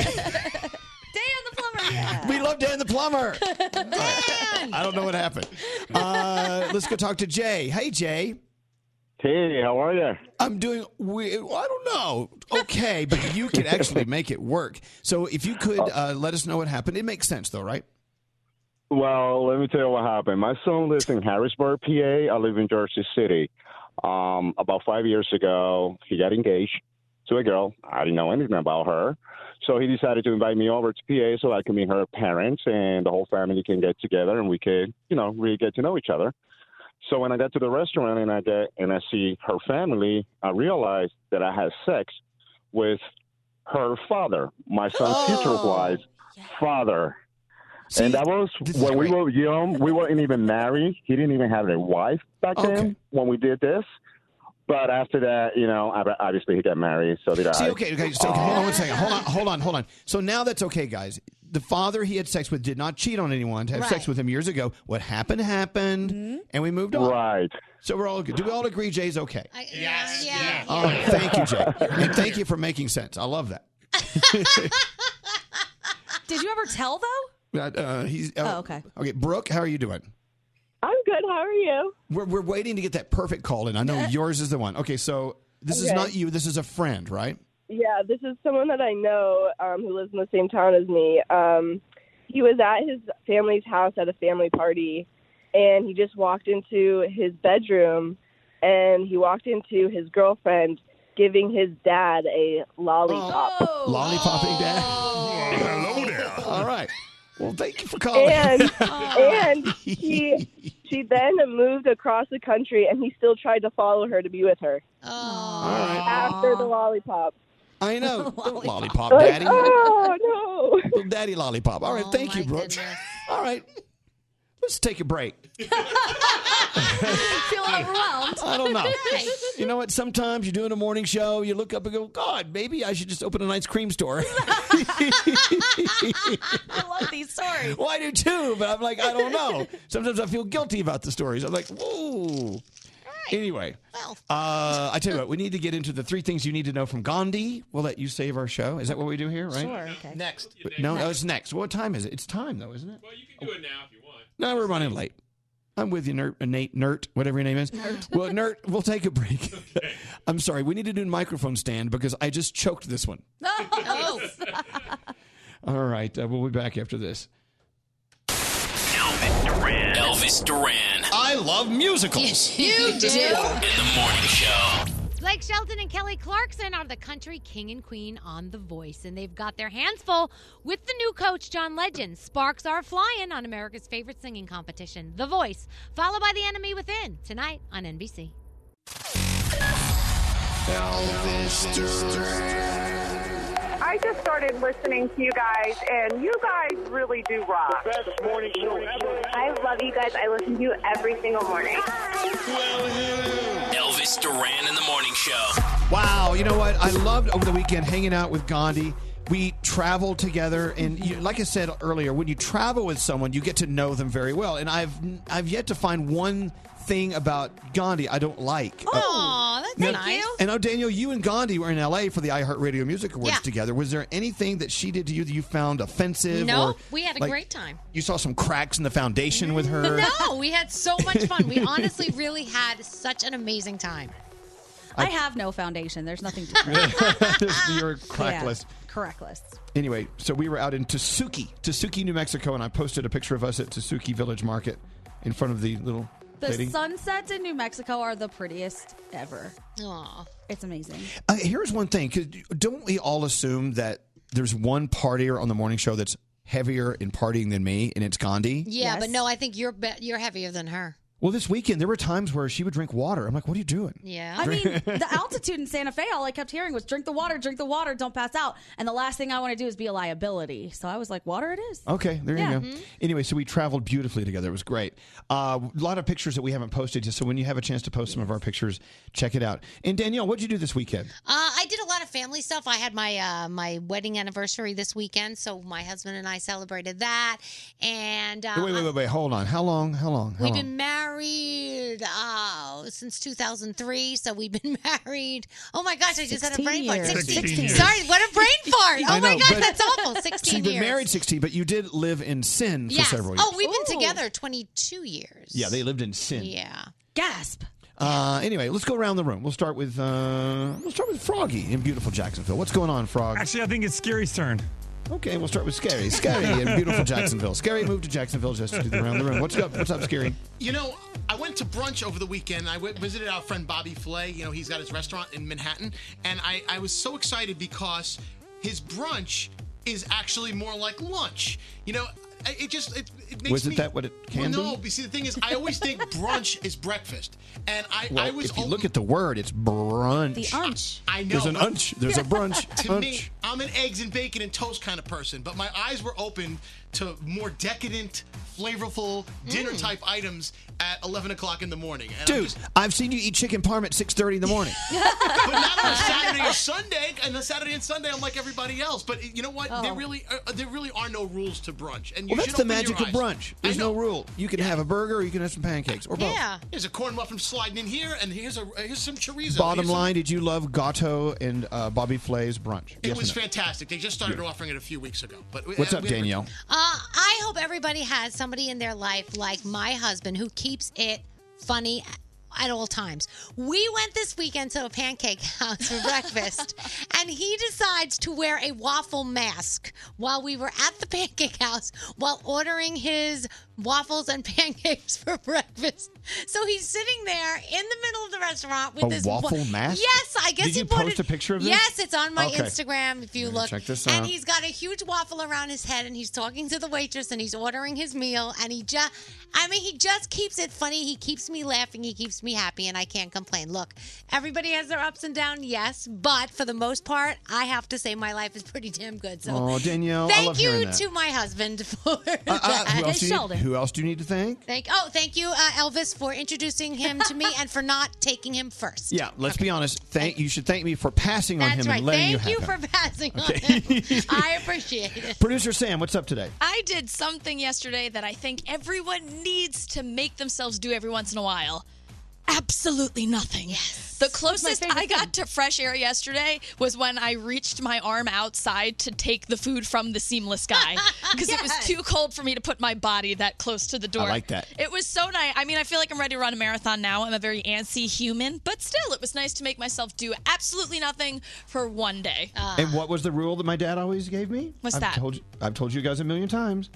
We love Dan the plumber. I don't know what happened. Uh, let's go talk to Jay. Hey, Jay. Hey, how are you? I'm doing. We- I don't know. Okay, but you can actually make it work. So if you could Oh. uh, let us know what happened, it makes sense though, right? Well, let me tell you what happened. My son lives in Harrisburg, PA. I live in Jersey City. Um, about five years ago, he got engaged to a girl. I didn't know anything about her. So he decided to invite me over to PA so I can meet her parents and the whole family can get together and we could, you know, really get to know each other. So when I got to the restaurant and I get and I see her family, I realized that I had sex with her father, my son's future wife's father. and that was when we were young. We weren't even married. He didn't even have a wife back then when we did this. But after that, you know, ob- obviously he got married. So did Uh, See, I. okay, okay, so, okay, hold on one second. Hold on, hold on, hold on. So now that's okay, guys. The father he had sex with did not cheat on anyone to have sex Right. with him years ago. What happened happened, Mm-hmm. and we moved on. Right. So we're all good. Do we all agree Jay's okay? yes. Yeah. All right. Thank you, Jay. And thank you for making sense. I love that. Did you ever tell though? That, uh, he's, uh, Oh, okay. Okay, Brooke, how are you doing? I'm good. How are you? We're, we're waiting to get that perfect call in. I know yours is the one. Okay, so this is Okay. not you. This is a friend, right? Yeah, this is someone that I know um, who lives in the same town as me. Um, he was at his family's house at a family party, and he just walked into his bedroom, and he walked into his girlfriend giving his dad a lollipop. Lollipopping dad. hello there. Oh. All right. Well, thank you for calling. and and he she then moved across the country, and he still tried to follow her to be with her after the lollipop. I know lollipop, Like, daddy. oh no. Little daddy lollipop. All right, Oh, thank you, Brooke. All right, let's take a break. Feel overwhelmed. I don't know. You know what? Sometimes you're doing a morning show, you look up and go, God, maybe I should just open an ice cream store. I love these stories. Well, I do too, but I'm like, I don't know. Sometimes I feel guilty about the stories. I'm like, whoa. Anyway, uh, I tell you what, we need to get into the three things you need to know from Gandhi. We'll let you save our show. Is that what we do here, right? Okay. Next. No, no, it's next. What time is it? It's time, though, isn't it? Well, you can do it now if you want. No, we're running late. I'm with you, Nert, uh, Nate, Nert, whatever your name is. Nert. Well, Nert, we'll take a break. I'm sorry. We need to do a microphone stand because I just choked this one. All right. Uh, we'll be back after this. Elvis Duran. I love musicals. you do. In the morning show. Blake Shelton and Kelly Clarkson are the country king and queen on The Voice, and they've got their hands full with the new coach, John Legend. Sparks are flying on America's favorite singing competition, The Voice, followed by The Enemy Within, tonight on NBC. Elvis I just started listening to you guys, and you guys really do rock. best morning show ever. I love you guys. I listen to you every single morning. Elvis Duran in the morning show. Wow, you know what? I loved over the weekend hanging out with Gandhi. We traveled together, and you, like I said earlier, when you travel with someone, you get to know them very well. And I've I've yet to find one thing about Gandhi I don't like. Uh, Oh, that's Now- nice. And now, Daniel, you and Gandhi were in L.A. for the iHeartRadio Music Awards Yeah. together. Was there anything that she did to you that you found offensive? No, or, we had a like, er, great time. You saw some cracks in the foundation with her. No, we had so much fun. We honestly really had such an amazing time. I- I have no foundation. There's nothing to You're crackless. Yeah, Correctless. Anyway, so we were out in Tsuki, Tsuki, New Mexico, and I posted a picture of us at Tsuki Village Market in front of the little The lady. sunsets in New Mexico are the prettiest ever. Aww. It's amazing. Uh, here's one thing: 'cause don't we all assume that there's one partier on the morning show that's heavier in partying than me, and it's Gandhi? Yeah, but no, I think you're be- you're heavier than her. Well, this weekend there were times where she would drink water. I'm like, what are you doing? Yeah. I mean, the altitude in Santa Fe, all I kept hearing was drink the water, drink the water, don't pass out. And the last thing I want to do is be a liability. So I was like, water it is. Okay, there Yeah. you go. Mhm. Anyway, so we traveled beautifully together. It was great. A lot of pictures that we haven't posted yet. So when you have a chance to post some of our pictures, check it out. And Danielle, what'd you do this weekend? Uh, I did a lot of family stuff. I had my uh, my wedding anniversary this weekend, so my husband and I celebrated that. And uh, wait, wait, wait, wait. Hold on. How long? How long? How We've long? been married oh, since 2003, so we've been married. Oh my gosh, I just had a 16 brain years. fart. 16. 16 years. Sorry, what a brain fart. I Oh my know, gosh, but- that's awful. so 16 you've been years. married 16, but you did live in sin yes. for several years. Oh, we've been together 22 years. yeah, they lived in sin. Yeah. Gasp. Uh, anyway, let's go around the room. We'll start with uh, we'll start with Froggy in beautiful Jacksonville. What's going on, Frog? Actually, I think it's Scary's turn. Okay, we'll start with Scary. Scary in beautiful Jacksonville. Scary moved to Jacksonville just to do the round the room. What's up? What's up, Scary? You know, I went to brunch over the weekend. I went, visited our friend Bobby Flay. You know, he's got his restaurant in Manhattan. And I, I was so excited because his brunch is actually more like lunch. You know, I- it just, it, it makes Wasn't me- that what it can well, no, be? but see, the thing is, I always think brunch is breakfast. And I, I Well, was if you look at the word, it's brunch. unch. I know. There's an unch. There's a brunch. to unch. me, I'm an eggs and bacon and toast kind of person, but my eyes were open to more decadent, flavorful dinner type items at 11 o'clock in the morning. And I'm Dude, just, I've seen you eat chicken parm at 6.30 in the morning. but not on a Saturday or Sunday. And on Saturday and Sunday, I'm like everybody else. But you know what? There Oh. really, uh, there really are no rules to brunch. And you well, that's should the open your magic of eyes. brunch. There's no rule. You can have a burger or you can have some pancakes or both. Here's a corn muffin sliding in here, and here's a uh, here's some chorizo. Bottom Here's some- line, did you love Gatto and uh, Bobby Flay's brunch? It Yes or was no? fantastic. They just started offering it a few weeks ago. But we- What's uh, up, we had- Danielle? Uh, I hope everybody has somebody in their life like my husband who keeps it funny at all times. We went this weekend to a pancake house for breakfast, and he decides to wear a waffle mask while we were at the pancake house while ordering his waffles and pancakes for breakfast. So he's sitting there in the middle of the restaurant with A this wa- waffle mask? Yes, I guess Did he you bought post it- a picture of this? Yes, it's on my Okay. Instagram if you I'm gonna look. check this and out. he's got a huge waffle around his head and he's talking to the waitress and he's ordering his meal and he just I mean he just keeps it funny. He keeps me laughing. He keeps me happy and I can't complain. Look, everybody has their ups and downs, yes, but for the most part, I have to say my life is pretty damn good. So Oh, Danielle, I thank love hearing you that. to my husband for Uh, that. who, else do you, who else do you need to thank? Thank oh, thank you, uh, Elvis, for introducing him to me and for not taking him first. Yeah, let's be honest. Thank you should thank me for passing on That's him right. and letting Thank you you, have for him. passing on him. I appreciate it. Producer Sam, what's up today? I did something yesterday that I think everyone needs to make themselves do every once in a while. Absolutely nothing. Yes. The closest I got to fresh air yesterday was when I reached my arm outside to take the food from the seamless guy because it was Yes. too cold for me to put my body that close to the door. like that. It was so nice. I mean, I feel like I'm ready to run a marathon now. I'm a very antsy human, but still, it was nice to make myself do absolutely nothing for one day. Uh, and what was the rule that my dad always gave me? What's I've that? Told you, I've told you guys a million times.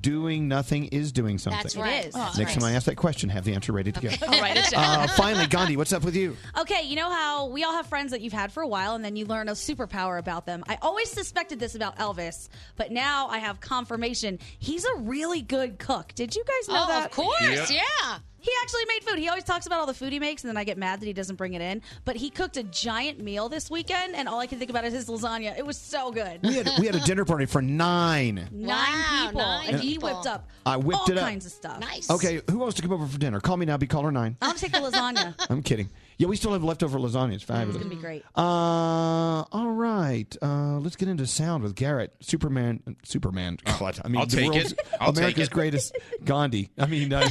Doing nothing is doing something. That's right. It is. Oh, Next that's time right. I ask that question, have the answer ready to go. I'll write it down. Uh, finally, Gandhi, what's up with you? Okay, you know how we all have friends that you've had for a while and then you learn a superpower about them. I always suspected this about Elvis, but now I have confirmation. He's a really good cook. Did you guys know Oh, that? of course, Yeah. yeah. He actually made food. He always talks about all the food he makes and then I get mad that he doesn't bring it in, but he cooked a giant meal this weekend and all I can think about is his lasagna. It was so good. We had we had a dinner party for nine. Nine people, and he whipped up I whipped all it up. kinds of stuff. Nice. Okay, who wants to come over for dinner? Call me now. Be caller nine. I'll take the lasagna. I'm kidding. Yeah, we still have leftover lasagna. It's It's fabulous. gonna be great. Uh, all right. Uh, let's get into sound with Garrett. Superman. Superman. God, I mean, I'll the take world's- it. I'll take America's it. greatest Gandhi. I mean, uh,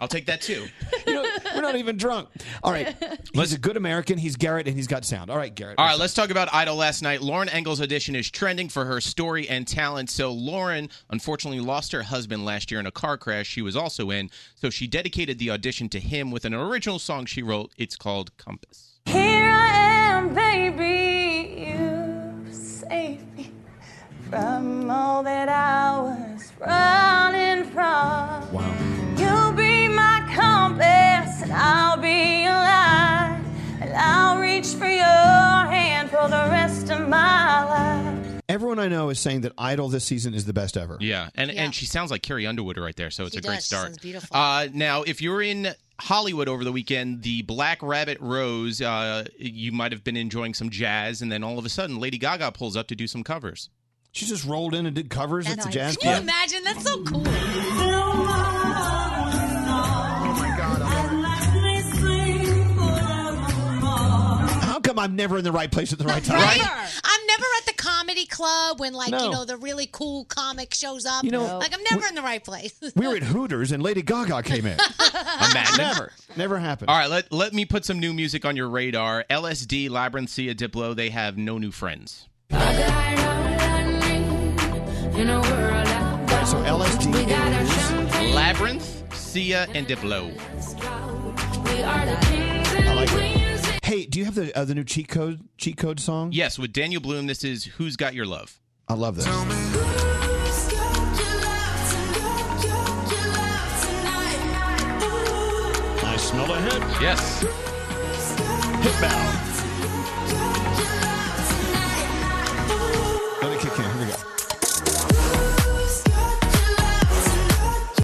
I'll take that too. you know, we're not even drunk. All right. He's a good American. He's Garrett, and he's got sound. All right, Garrett. All right, let's talk about Idol last night. Lauren Engel's audition is trending for her story and talent. So, Lauren unfortunately lost her husband last year in a car crash she was also in. So, she dedicated the audition to him with an original song she wrote. It's called Compass. Here I am, baby. You saved me from all that I was running from. Wow. You'll be my compass, and I'll be your light. And I'll reach for your hand for the rest of my life. Everyone everyone I know is saying that Idol this season is the best ever. Yeah, and and she sounds like Carrie Underwood right there, so it's She a great does. She start. sounds beautiful. Uh, now, if you were in Hollywood over the weekend, the Black Rabbit Rose, uh, you might have been enjoying some jazz, and then all of a sudden, Lady Gaga pulls up to do some covers. She just rolled in and did covers at the jazz Can you imagine? That's so cool. How come I'm never in the right place at the right time? I'm never at the comedy club when, like, No. you know, the really cool comic shows up. You know, like, I'm never in the right place. We were at Hooters and Lady Gaga came in. Imagine. Never, never happened. All right, let, let me put some new music on your radar. LSD, Labyrinthia, Diplo, they have no new friends. So LSD is Labyrinth, Sia, and Diplo. I like it. Hey, do you have the uh, the new cheat code cheat code song? Yes, with Daniel Bloom, this is Who's Got Your Love. I love this. I smell a hit. Yes. Hit bow. Let it kick in. Here we go.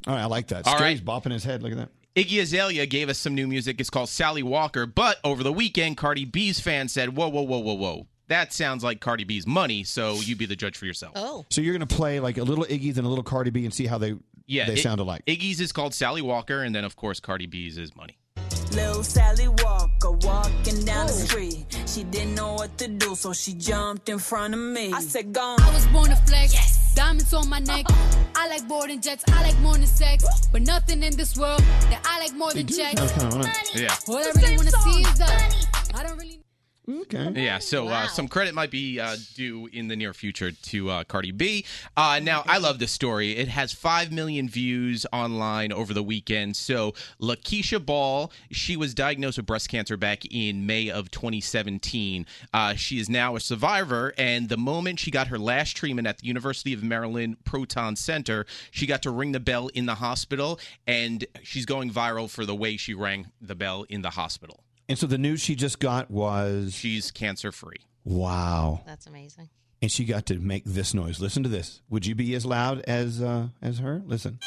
All right, I like that. All Scary's bopping his head. Look at that. Iggy Azalea gave us some new music. It's called Sally Walker. But over the weekend, Cardi B's fan said, Whoa, whoa, whoa, whoa, whoa. That sounds like Cardi B's money, so you be the judge for yourself. Oh. So you're gonna play like a little Iggy then a little Cardi B and see how they Yeah. they I- sound alike. Iggy's is called Sally Walker, and then, of course, Cardi B's is money. Little Sally Walker walking down the street. She didn't know what to do, so she jumped in front of me. I said, Gone. I was born to flex. Diamonds on my neck. I like boarding jets. I like more than sex. But nothing in this world that I like more than checks. Yeah. All I really want to see is the. I don't really. Okay. Yeah, so uh, some credit might be uh, due in the near future to uh, Cardi B. Uh, now, I love this story. It has 5 million views online over the weekend. So, Lakeisha Ball, she was diagnosed with breast cancer back in May of 2017. Uh, she is now a survivor, and the moment she got her last treatment at the University of Maryland Proton Center, she got to ring the bell in the hospital, and she's going viral for the way she rang the bell in the hospital. And so the news she just got was She's cancer free. wow. That's amazing. And she got to make this noise. Listen to this. Would you be as loud as uh, as her? Listen.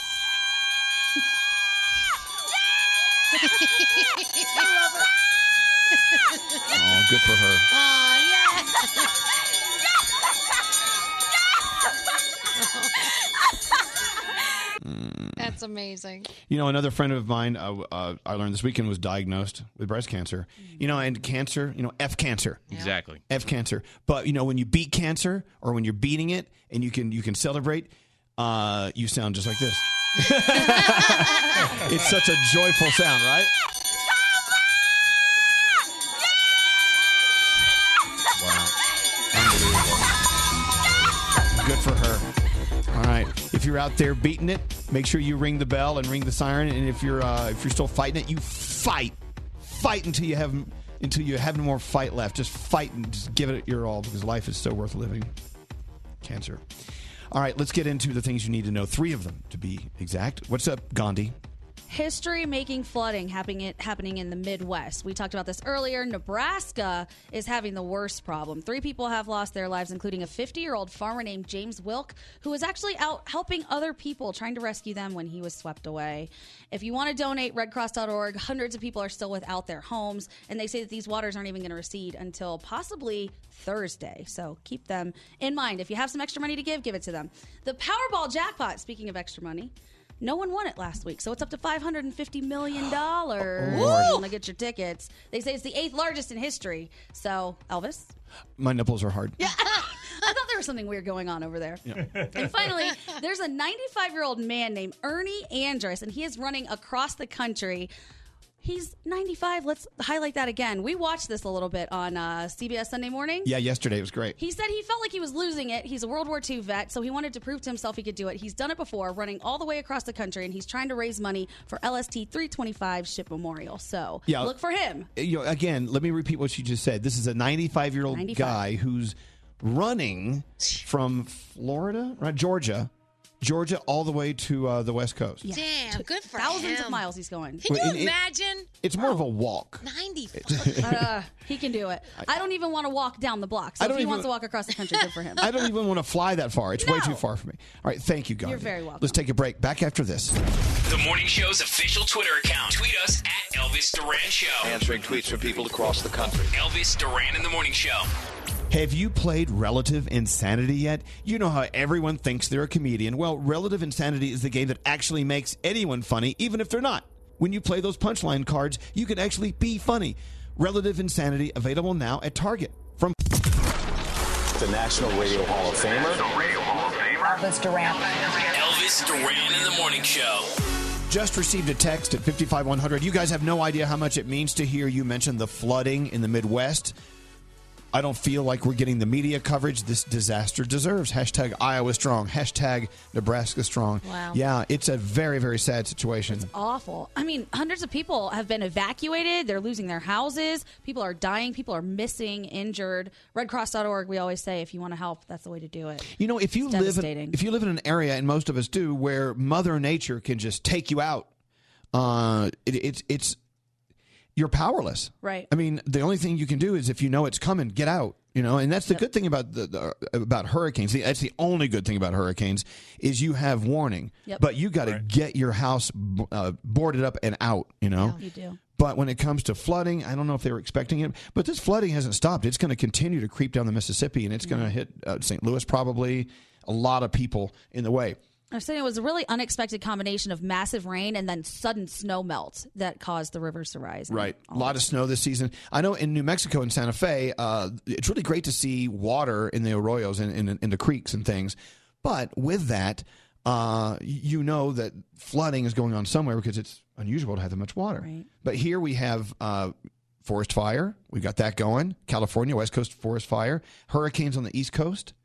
Oh, good for her. That's amazing. You know, another friend of mine uh, uh, I learned this weekend was diagnosed with breast cancer. You know, and cancer, you know, F cancer. Exactly. F cancer. But you know, when you beat cancer or when you're beating it and you can you can celebrate, uh, you sound just like this. it's such a joyful sound, right? Wow. Unbelievable. Good for her. All right. If you're out there beating it, make sure you ring the bell and ring the siren. And if you're uh, if you're still fighting it, you fight, fight until you have until you have no more fight left. Just fight and just give it your all because life is so worth living. Cancer. All right. Let's get into the things you need to know. Three of them to be exact. What's up, Gandhi? History making flooding happening happening in the Midwest. We talked about this earlier. Nebraska is having the worst problem. Three people have lost their lives, including a 50 year old farmer named James Wilk, who was actually out helping other people, trying to rescue them when he was swept away. If you want to donate, redcross.org. Hundreds of people are still without their homes, and they say that these waters aren't even going to recede until possibly Thursday. So keep them in mind. If you have some extra money to give, give it to them. The Powerball jackpot, speaking of extra money, no one won it last week, so it's up to five hundred and fifty million dollars. Lord. to get your tickets. They say it's the eighth largest in history. So, Elvis, My nipples are hard. I thought there was something weird going on over there. And finally, there's a 95 year old man named Ernie Andrus, and he is running across the country. He's 95. Let's highlight that again. We watched this a little bit on uh, CBS Sunday morning. Yeah, yesterday it was great. He said he felt like he was losing it. He's a World War II vet, so he wanted to prove to himself he could do it. He's done it before, running all the way across the country, and he's trying to raise money for LST 325 Ship Memorial. So Yeah. Uh, look for him. you know, again, let me repeat what she just said. This is a 95 year old 95. guy who's running from Florida, right, Georgia, Georgia all the way to uh, the West Coast. Damn, good for Thousands of him. miles he's going. Can Well, you it- it- imagine? It's more of a walk. 94. Uh, he can do it. I don't even want to walk down the block. So I if don't he even- wants to walk across the country, good for him. I don't even want to fly that far. It's way too far for me. All right, thank you, guys. You're very welcome. Let's take a break. Back after this. The morning show's official Twitter account. Tweet us at Elvis Duran Show. Answering tweets from people across the country. Elvis Duran in the morning show. Have you played Relative Insanity yet? You know how everyone thinks they're a comedian. Well, Relative Insanity is the game that actually makes anyone funny, even if they're not. When you play those punchline cards, you can actually be funny. Relative Insanity available now at Target. From The National Radio Hall of Famer. Elvis Duran. Elvis Duran in the morning show. Just received a text at 55100. You guys have no idea how much it means to hear you mention the flooding in the Midwest. I don't feel like we're getting the media coverage this disaster deserves. Hashtag Iowa strong. Hashtag Nebraska strong. Wow. Yeah, it's a very, very sad situation. awful. I mean, hundreds of people have been evacuated. They're losing their houses. People are dying. People are missing, injured. RedCross.org, we always say, if you want to help, that's the way to do it. You know, if you It's live in, devastating. if you live in an area, and most of us do, where Mother Nature can just take you out, uh, it, it's it's you're powerless. Right. I mean, the only thing you can do is if you know it's coming, get out. You know, and that's the good thing about the, the about hurricanes. The, that's the only good thing about hurricanes is you have warning, Yep. but you got to get your house b- uh, boarded up and out. You know. You do. But when it comes to flooding, I don't know if they were expecting it, but this flooding hasn't stopped. It's going to continue to creep down the Mississippi and it's going to hit uh, St. Louis probably. A lot of people in the way. I'm saying it was a really unexpected combination of massive rain and then sudden snow melt that caused the rivers to rise. Right. A lot of snow this season. I know in New Mexico and Santa Fe, uh, it's really great to see water in the arroyos and in, in the creeks and things. But with that, uh, you know that flooding is going on somewhere because it's unusual to have that much water. But here we have uh, forest fire. We got that going. California, West Coast forest fire. Hurricanes on the East Coast.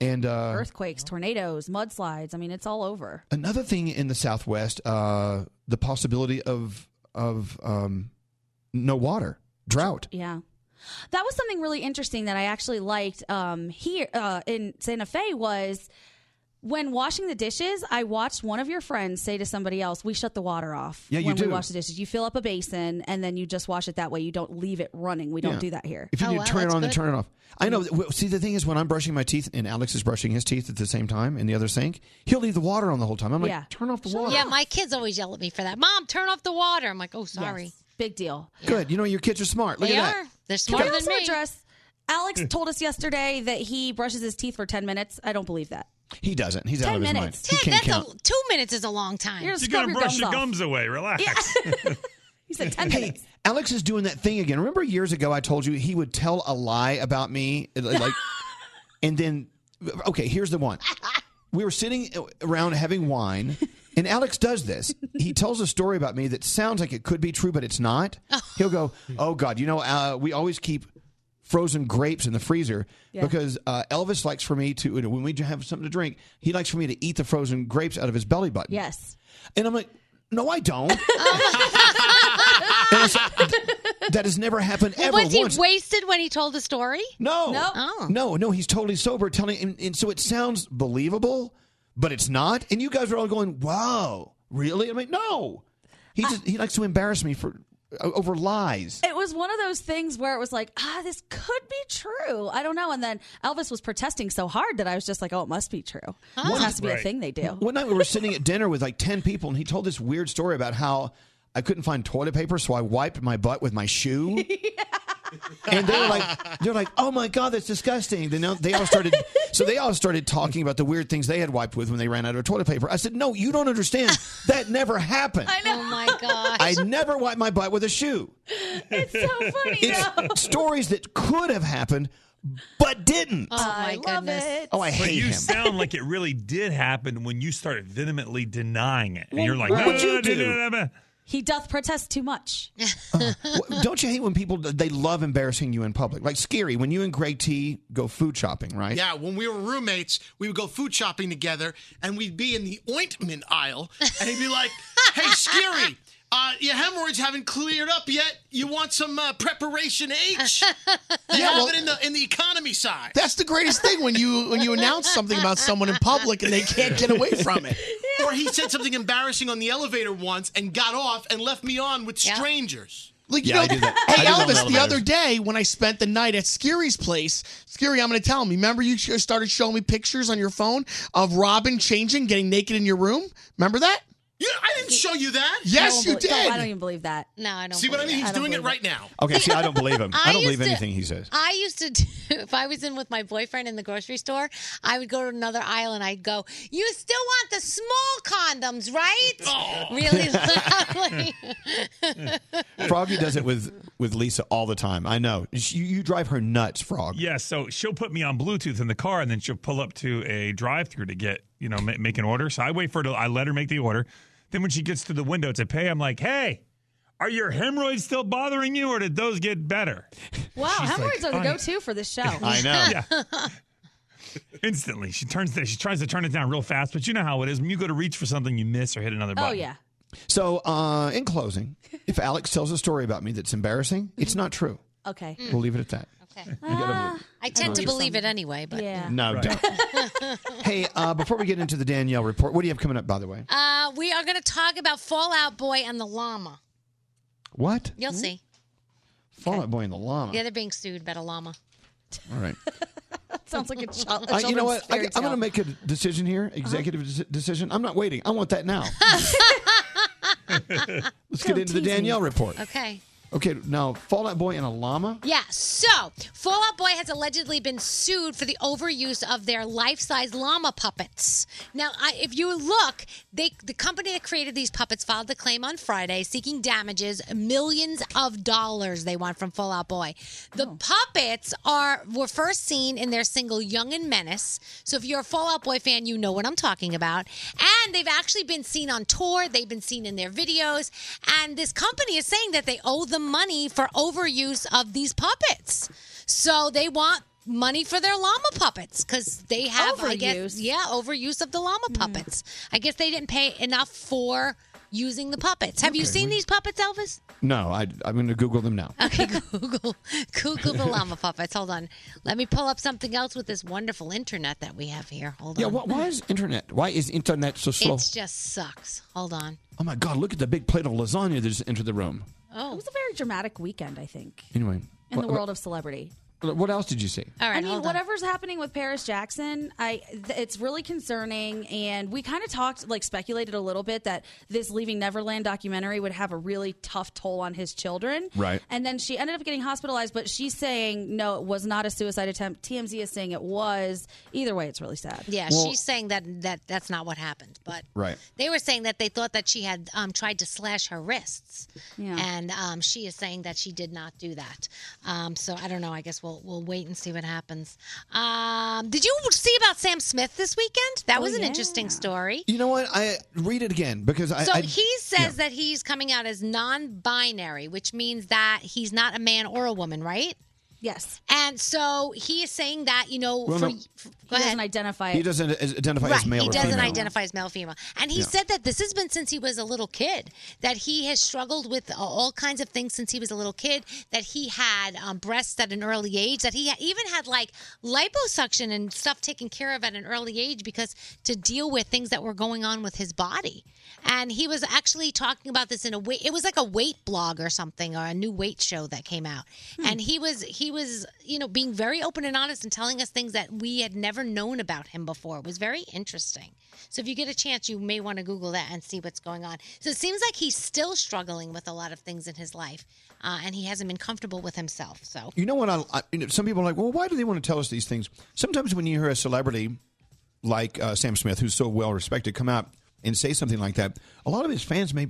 And uh, Earthquakes, tornadoes, mudslides. I mean, it's all over. Another thing in the Southwest, uh, the possibility of of um, no water, drought. Yeah. That was something really interesting that I actually liked um, here uh, in Santa Fe was when washing the dishes, I watched one of your friends say to somebody else, "We shut the water off Yeah, you when we do. wash the dishes. You fill up a basin and then you just wash it that way. You don't leave it running. We don't Yeah. do that here. Oh, If you do turn it on and turn it off. I know. Mm-hmm. well, See, the thing is, when I'm brushing my teeth and Alex is brushing his teeth at the same time in the other sink, he'll leave the water on the whole time. I'm like, yeah. turn off the water. Yeah, my kids always yell at me for that. Mom, turn off the water. I'm like, oh, sorry. Big deal. good. You know, your kids are smart. Look They at are. that. They're Can we smarter than also me. address? Alex told us yesterday that he brushes his teeth for ten minutes. I don't believe that. He doesn't. He's out Ten of his minutes. mind. He Heck, can't that's count. a, two minutes is a long time. You're You gotta brush your gums away. Relax. He said ten Hey, Alex is doing that thing again. Remember years ago I told you he would tell a lie about me, like, and then, okay, here's the one. We were sitting around having wine, and Alex does this. He tells a story about me that sounds like it could be true, but it's not. He'll go, "Oh God, you know, uh, we always keep." Frozen grapes in the freezer Yeah. because uh, Elvis likes for me to you know, when we have something to drink, he likes for me to eat the frozen grapes out of his belly button. Yes, and I'm like, no, I don't. And I said, that has never happened Well, ever was once. he wasted when he told the story? Oh. no, No. no, no. He's totally sober, telling, and, and so it sounds believable, but it's not. And you guys are all going, "Wow, really?" I'm like, "No." He just he likes to embarrass me for o- over lies. It was one of those things where it was like, ah, this could be true. I don't know. And then Elvis was protesting so hard that I was just like, oh, it must be true. This has to be a thing they do. One night we were sitting at dinner with like ten people, and he told this weird story about how I couldn't find toilet paper, so I wiped my butt with my shoe. And they were like, they're like, oh my god, that's disgusting. Then now they all started, so they all started talking about the weird things they had wiped with when they ran out of toilet paper. I said, no, you don't understand. That never happened. I, know. Oh my gosh. never wiped my butt with a shoe. It's so funny. It's stories that could have happened, but didn't. Oh my goodness. Oh, I but hate you him. sound like it really did happen when you started vehemently denying it, and Well, you're like, what no, would no, you no, no, do?" no, no, no. He doth protest too much. Well, Don't you hate when people they love embarrassing you in public? Like scary when you and Greg T go food shopping, right? Yeah, when we were roommates, we would go food shopping together, and we'd be in the ointment aisle, and he'd be like, "Hey, Scary, Uh, your hemorrhoids haven't cleared up yet. You want some uh, preparation H? you Yeah, have well- it in the in the economy side. That's the greatest thing when you when you announce something about someone in public and they can't get away from it. Or he said something embarrassing on the elevator once and got off and left me on with strangers. Like, you Yeah, know, I do that. I hey do that on Elvis, the elevators. other day when I spent the night at Scary's place, Scary, I'm going to tell him. Remember, you sh- started showing me pictures on your phone of Robin changing, getting naked in your room. Remember that? Yeah, I didn't show you that. Yes, No, you but- no, did. I don't even believe that. No, I don't. See what I mean? He's doing it right now. Okay, see, I don't believe him. I Um, I don't believe used to- anything he says. I used to, do, if I was in with my boyfriend in the grocery store, I would go to another aisle and I'd go, "You still want the small condoms, right?" Oh. Really loudly. Froggy does it with with Lisa all the time. I know. She, you drive her nuts, Frog. Yeah, so she'll put me on Bluetooth in the car, and then she'll pull up to a drive-through to get, you know, ma- make an order. So I wait for her to, I let her make the order. Then when she gets to the window to pay, I'm like, hey, are your hemorrhoids still bothering you, or did those get better? Wow, She's like, hemorrhoids are "I- the go-to for this show. I know. Instantly, she turns it. She tries to turn it down real fast, but you know how it is. When you go to reach for something, you miss or hit Oh, Oh, another button. So, uh, in closing, if Alex tells a story about me that's embarrassing, it's not true. Okay. We'll leave it at that. Mm. Okay. You gotta believe- I tend to believe believe it anyway, but yeah. No, don't. hey, uh, before we get into the Danielle report, what do you have coming up, by the way? Uh, we are going to talk about Fallout Boy and the llama. What? You'll see. Fall Out Boy and the Hmm? Llama. Yeah, they're being sued by the llama. All right. That sounds like a child. Uh, I, you know what? I, am going to make a decision here, Uh-huh. executive deci- decision. I'm not waiting. I want that now. Let's get Don't into the tease me. Danielle report. Okay. Okay, now Fallout Boy and a llama. Yeah, so Fallout Boy has allegedly been sued for the overuse of their life-size llama puppets. Now, I, if you look, they the company that created these puppets filed the claim on Friday, seeking damages millions of dollars they want from Fallout Boy. The puppets are were first seen in their single "Young and Menace." So, if you're a Fallout Boy fan, you know what I'm talking about. And they've actually been seen on tour. They've been seen in their videos. And this company is saying that they owe them money for overuse of these puppets. So they want money for their llama puppets because they have, I guess, yeah, overuse of the llama puppets. I guess they didn't pay enough for using the puppets. Have you Okay, seen these puppets, Elvis? No, I, I'm going to Google them now. Okay, Google Google the llama puppets. Hold on. Let me pull up something else with this wonderful internet that we have here. Hold Yeah, on. wh- why is internet? Why is internet so slow? It just sucks. Hold on. oh my God! Look at the big plate of lasagna that just entered the room. Oh. It was a very dramatic weekend, I think, Anyway, in the world of celebrity. of what else did you see? All right, I mean, hold on. whatever's happening with Paris Jackson, I th- it's really concerning. And we kind of talked, like, speculated a little bit that this Leaving Neverland documentary would have a really tough toll on his children. Right. And then she ended up getting hospitalized, but she's saying no, it was not a suicide attempt. TMZ is saying it was. Either way, it's really sad. Yeah, Well- she's saying that that that's not what happened, but Right. They were saying that they thought that she had um, tried to slash her wrists, and um, she is saying that she did not do that. Um, so I don't know. I guess we'll we'll wait and see what happens. Um, did you see about Sam Smith this weekend? That Oh, was an yeah. interesting story. You know what? I read it again because I. So I- he says that he's coming out as non-binary, which means that he's not a man or a woman, right? Yes. And so he is saying that you know, Well, for, no. for- go ahead. doesn't identify. He doesn't as- identify as Right, male he or doesn't female. identify as male or female. And he Yeah. said that this has been since he was a little kid, that he has struggled with a- all kinds of things since he was a little kid, that he had um, breasts at an early age, that he even had like liposuction and stuff taken care of at an early age because to deal with things that were going on with his body. And he was actually talking about this in a weight. It was like a weight blog or something, or a new weight show that came out. And he was he was you know being very open and honest and telling us things that we had never known about him before. It was very interesting. So if you get a chance, you may want to Google that and see what's going on. So it seems like he's still struggling with a lot of things in his life, uh, and he hasn't been comfortable with himself. So You know what? I, I you know, some people are like, well, why do they want to tell us these things? Sometimes when you hear a celebrity like uh, Sam Smith, who's so well respected, come out and say something like that, a lot of his fans may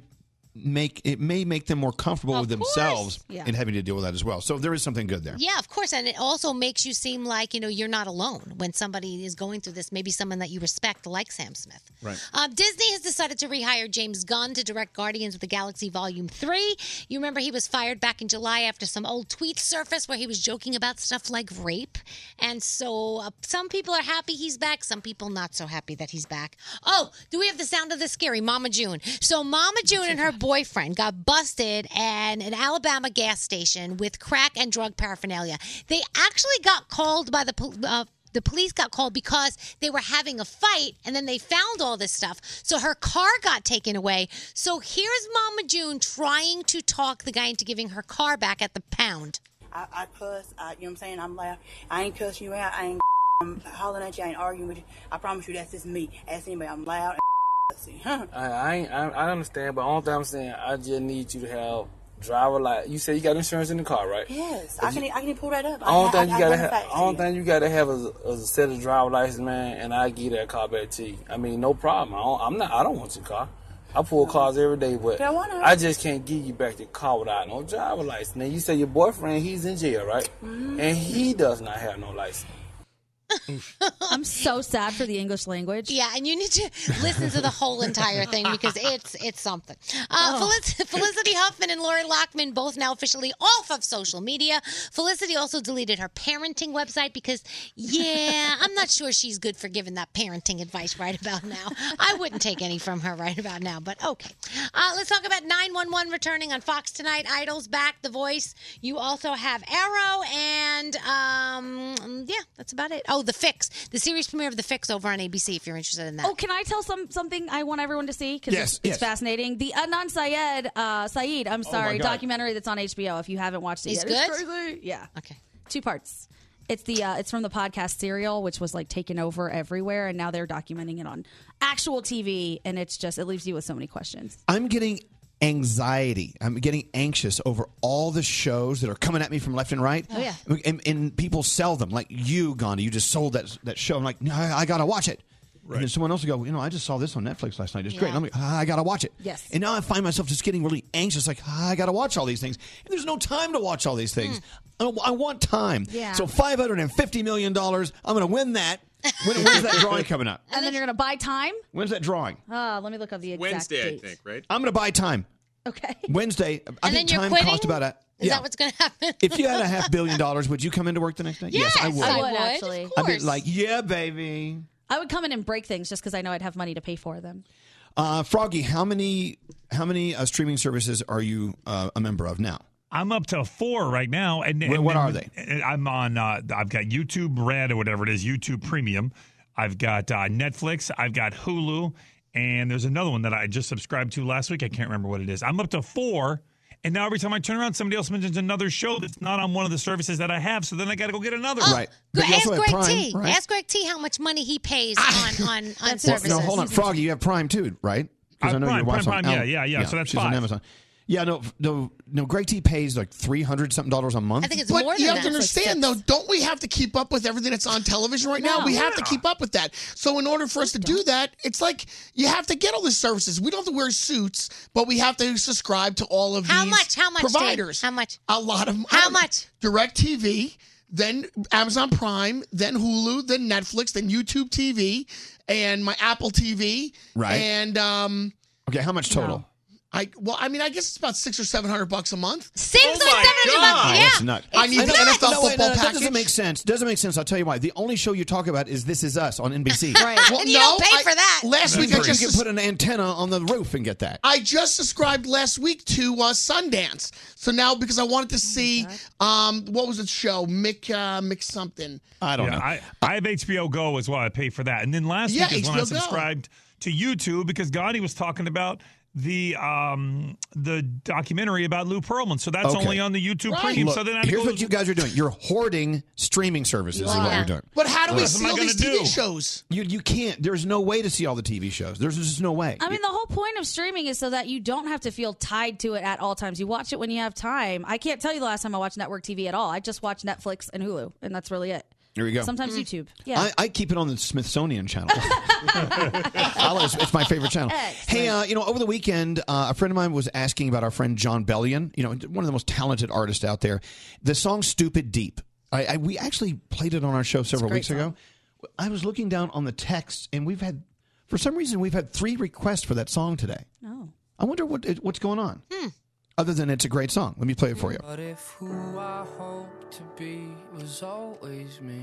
make it may make them more comfortable with themselves Yeah. in having to deal with that as well. So there is something good there. Yeah, of course. And it also makes you seem like, you know, you're not alone when somebody is going through this, maybe someone that you respect, like Sam Smith. Right. Um, Disney has decided to rehire James Gunn to direct Guardians of the Galaxy Volume 3. You remember he was fired back in July after some old tweets surfaced where he was joking about stuff like rape. And so uh, some people are happy he's back, some people not so happy that he's back. Oh, do we have the sound of the scary Mama June? So Mama June and her boyfriend got busted at an Alabama gas station with crack and drug paraphernalia. They actually got called by the pol- uh, the police got called because they were having a fight and then they found all this stuff. So her car got taken away. So here's Mama June trying to talk the guy into giving her car back at the pound. I, I cuss. I, you know what I'm saying? I'm loud. I ain't cussing you out. I ain't I'm hollering at you. I ain't arguing with you. I promise you, that's just me. Ask anybody. I'm loud and cussy. Huh? I, I, ain't- I I understand, but only thing I'm saying, I just need you to have driver like you said you got insurance in the car, right? Yes, I can. I can pull that up. I don't think you gotta have. have. I don't think you gotta have a, a set of driver license, man. And I give that car back to you. I mean, no problem. I don't, I'm not. I don't want your car. I pull cars every day, but Don't wanna. I just can't give you back the car without no driver license. Now you say your boyfriend, he's in jail, right? Mhm. And he does not have no license. I'm so sad for the English language. Yeah, and you need to listen to the whole entire thing because it's it's something. Uh, Felic- Felicity Huffman and Lori Lockman both now officially off of social media. Felicity also deleted her parenting website because, yeah, I'm not sure she's good for giving that parenting advice right about now. I wouldn't take any from her right about now, but okay. Uh, let's talk about 911 returning on Fox tonight. Idols back, The Voice. You also have Arrow, and um, yeah, that's about it. Oh, The Fix, the series premiere of The Fix over on ABC. If you're interested in that. Oh, can I tell some something I want everyone to see? Because Yes, it's, it's yes. fascinating. The Adnan Syed, uh, Saeed, I'm Oh, my sorry, God. documentary that's on HBO. If you haven't watched it He's yet, It's good? crazy. Yeah. Okay. Two parts. It's the uh, it's from the podcast Serial, which was like taken over everywhere, and now they're documenting it on actual TV, and it's just it leaves you with so many questions. I'm getting anxiety. I'm getting anxious over all the shows that are coming at me from left and right. Oh, yeah. And, and people sell them. Like you, Gandhi, you just sold that that show. I'm like, no, I, got to watch it. And then someone else will go, you know, I just saw this on Netflix last night. It's great. And Yeah. I'm like, "Ah, I got to watch it. Yes. And now I find myself just getting really anxious. Like, "Ah, I got to watch all these things. And there's no time to watch all these things. I, I want time. Hmm. Yeah. So $550 million, I'm going to win that. When, when's that drawing coming up? And then you're gonna buy time. When's that drawing? Uh, let me look up the exact date. right? I'm going to buy time. Okay. Wednesday. I And think then you're time quitting? cost about a. Is yeah. that what's going to happen? if you had a half billion dollars, would you come into work the next day? Yes, I would. I would, actually. Of I'd be course. like, yeah, baby. I would come in and break things just because I know I'd have money to pay for them. Uh, Froggy, how many how many uh, streaming services are you uh, a member of now? I'm up to four right now. And, Wh- and what then- are they? and I'm on. Uh, I've got YouTube Red or whatever it is, YouTube Premium. I've got uh, Netflix. I've got Hulu, and there's another one that I just subscribed to last week. I can't remember what it is. I'm up to four. And now every time I turn around, somebody else mentions another show that's not on one of the services that I have. So then I got to go get another. one. right. But you ask also have Oh, Greg Prime, T. right? Ask Greg T. How much money he pays on on on Ah, Well, services. no, hold on, Froggy, you have Prime too, right? Because Uh, I know your Prime, wife's Prime, on. Prime, Al- yeah, yeah, yeah. So that's she's on five. Amazon. Yeah, no, no, no. Greg T pays like three hundred something dollars a month. but you have to understand though don't we have to keep up with everything that's on television right now No. we have to Yeah. keep up with that so in order for us to do that it's like you have to get all the services we don't have to wear suits but we have to subscribe to all of How these much? How much, Dave? providers How much? a lot of How much? direct tv then amazon prime then hulu then netflix then youtube tv and my apple tv Right. and um Okay, how much total? I well, I mean, I guess it's about six or seven hundred bucks a month. Six or 700 bucks, God. yeah. That's nuts. I need I the know- NFL no, football wait, no, no, package. That doesn't make sense. Doesn't make sense. I'll tell you why. The only show you talk about is This Is Us on NBC. Well, you don't no, pay I- for that. Last week I you just can put an antenna on the roof and get that. I just subscribed last week to uh, Sundance. So now because I Oh wanted to see um what was the show? Mick uh, Mick something. I don't know. I, I have HBO Go as well. I pay for that. And then last Yeah, week is when I HBO Go. subscribed to YouTube because Gotti was talking about the um the documentary about Lou Pearlman. So that's Okay. only on the YouTube premium. Look, so then I have to here's go- what you guys are doing. You're hoarding streaming services is what Yeah. you're doing. But how do we Right. see What am I all these gonna TV do? shows? You you can't. There's no way to see all the TV shows. There's just no way. I mean, the whole point of streaming is so that you don't have to feel tied to it at all times. You watch it when you have time. I can't tell you the last time I watched network TV at all. I just watch Netflix and Hulu, and that's really it. there you go. Sometimes YouTube. Yeah. I, I keep it on the Smithsonian channel. I love it. it's my favorite channel. Hey, uh, you know, over the weekend, uh, a friend of mine was asking about our friend John Bellion. You know, one of the most talented artists out there. The song "Stupid Deep." I, I we actually played it on our show several great weeks ago. I was looking down on the text, and we've had, for some reason, we've had three requests for that song today. Oh. I wonder what it- what's going on. Other than it's a great song. Let me play it for you. But if who I hoped to be was always me.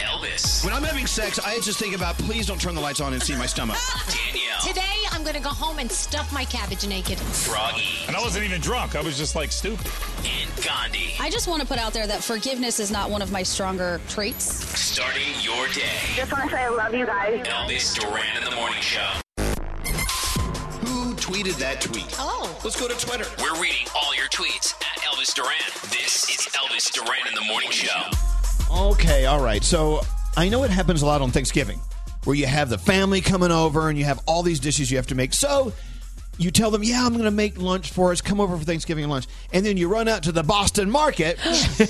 Elvis, When I'm having sex, I just think about please don't turn the lights on and see my stomach. Danielle, Today, I'm going to go home and stuff my cabbage naked. Froggy, And I wasn't even drunk. I was just like stupid. and Gandhi. I just want to put out there that forgiveness is not one of my stronger traits. Starting your day. Just want to say I love you guys. Elvis Duran in the Morning Show. Who tweeted that tweet? Oh. Let's go to Twitter. We're reading all your tweets at Elvis Duran. This is Elvis Duran in the Morning Show. Okay, all right. So I know it happens a lot on Thanksgiving where you have the family coming over and you have all these dishes you have to make. So you tell them, yeah, I'm going to make lunch for us. Come over for Thanksgiving lunch. And then you run out to the Boston market.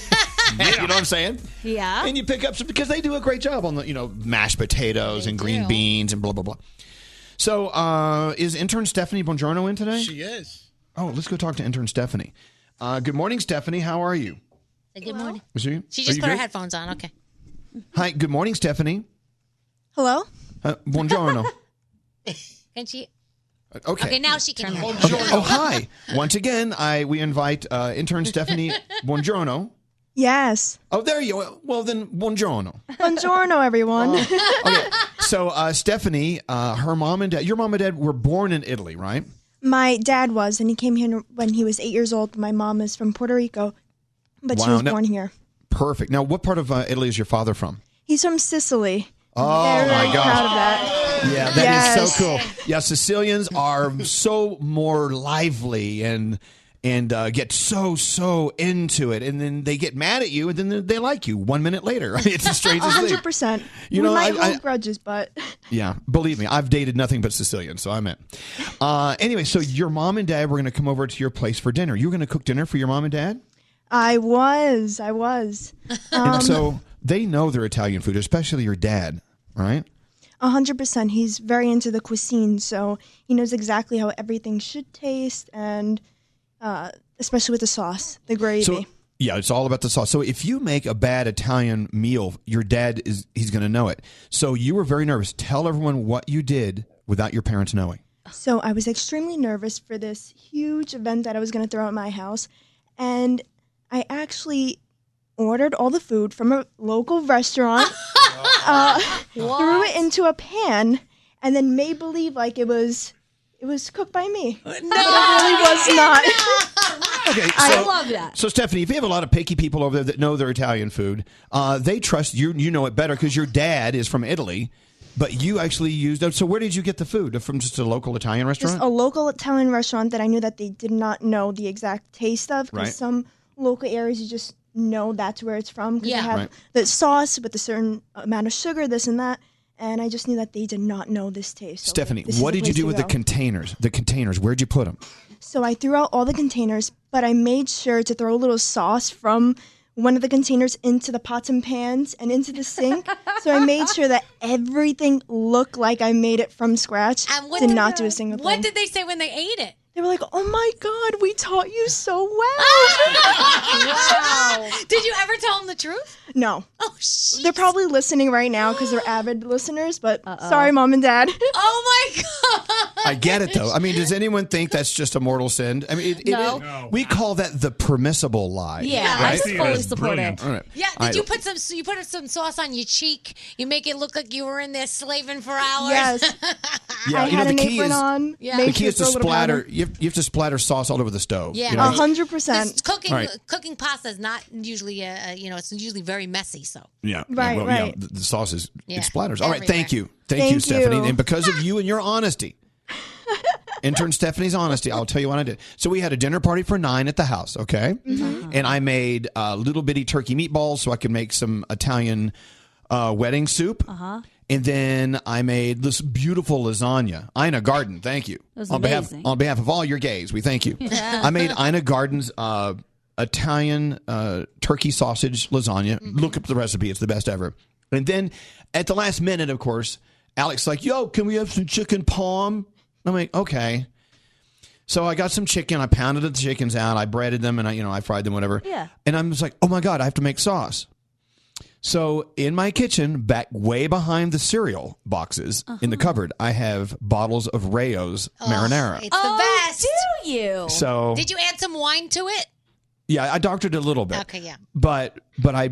You know what I'm saying? Yeah. And you pick up some because they do a great job on the, you know, mashed potatoes and green beans and blah, blah, blah. So uh, is intern Stephanie Bongiorno in today? She is. Oh, let's go talk to intern Stephanie. Uh, good morning, Stephanie. How are you? Say good morning. Is she, She are just you put her good? headphones on. Okay. Hi, good morning, Stephanie. Hello? Uh, buongiorno. Can she? Okay. Okay, now she can. hear. Okay. Oh, hi. Once again, I we invite uh, intern Stephanie Buongiorno. Yes. Oh, there you are. Well, then, buongiorno. Buongiorno, everyone. So, uh, Stephanie, uh, her mom and dad, your mom and dad were born in Italy, right? my dad was, and he came here when he was eight years old. My mom is from Puerto Rico, but she Wow, was now- born here. Perfect. Now, what part of uh, Italy is your father from? He's from Sicily. Oh, Very my proud gosh. of that. Yeah, that is Yes. so cool. Yeah, Sicilians are so more lively and and uh, get so so into it, and then they get mad at you, and then they- they like you one minute later. I mean, it's the strangest thing. 100%. You we know, might I- hold I- grudges, but Yeah, believe me, I've dated nothing but Sicilians, so I'm in. Uh, anyway, so your mom and dad were going to come over to your place for dinner. You were going to cook dinner for your mom and dad, I was. I was. Um, and so they know their Italian food, especially your dad, right? 100%. He's very into the cuisine, so he knows exactly how everything should taste, and uh, especially with the sauce, the gravy. So yeah, it's all about the sauce. So if you make a bad Italian meal, your dad is he's going to know it. So you were very nervous. Tell everyone what you did without your parents knowing. So I was extremely nervous for this huge event that I was going to throw at my house. And I actually ordered all the food from a local restaurant, uh, threw it into a pan, and then made believe like it was. It was cooked by me. No, but it really was not. Okay, so, I love that. So Stephanie, if you have a lot of picky people over there that know their Italian food, uh, they trust you. You know it better because your dad is from Italy, but you actually used. So where did you get the food from? Just a local Italian Just restaurant. a local Italian restaurant that I knew that they did not know the exact taste of. Because Right. some local areas you just know that's where it's from. Because Yeah. they have Right. the sauce with a certain amount of sugar, this and that. And I just knew that they did not know this taste. So I was like, Stephanie, "This is what the did you place do to with the go." containers? The containers. Where'd you put them? So I threw out all the containers, but I made sure to throw a little sauce from one of the containers into the pots and pans and into the sink. so I made sure that everything looked like I made it from scratch. And what did did not the- do a single What thing. did they say when they ate it? They were like, "Oh my god, we taught you so well." wow. Did you ever tell them the truth? no. Oh shit. They're probably listening right now because they're avid listeners. But sorry, mom and dad. Oh my I get it though. I mean, does anyone think that's just a mortal sin? I mean, it, it is- No. No. we call that the permissible lie. Yeah, I right? fully That's support brilliant. it. All right. Yeah, did All right. you put some you put some sauce on your cheek? You make it look like you were in there slaving for hours. Yes. Yeah, I you know, had the an key apron is- on. Yeah. The made key sure is to throw a little splatter. powder. You have, you have to splatter sauce all over the stove. Yeah, you know? A hundred percent. Cooking All right. cooking pasta is not usually a, a- you know it's usually very messy. So Yeah. Right, well, right. Yeah, the, the sauce is Yeah, it splatters. All right. Thank you. everywhere. Thank, you, Thank Stephanie. you. And because of you and your honesty, intern Stephanie's honesty, I'll tell you what I did. So we had a dinner party for nine at the house. Okay. And I made uh, little bitty turkey meatballs so I could make some Italian uh, wedding soup. Uh-huh. And then I made this beautiful lasagna, Ina Garden. Thank you That was on amazing. behalf on behalf of all your gays. We thank you. Yeah. I made Ina Garden's uh, Italian uh, turkey sausage lasagna. Mm-hmm. Look up the recipe; it's the best ever. And then at the last minute, of course, Alex like, "Yo, can we have some chicken palm?" I'm like, "Okay." So I got some chicken. I pounded the chickens out. I breaded them, and I you know I fried them, whatever. Yeah. And I'm just like, "Oh my god, I have to make sauce." So in my kitchen, back way behind the cereal boxes in the cupboard, I have bottles of Rayo's marinara. It's the Oh, best. Do you? So- did you add some wine to it? Yeah, I doctored it a little bit, Okay, yeah. but but I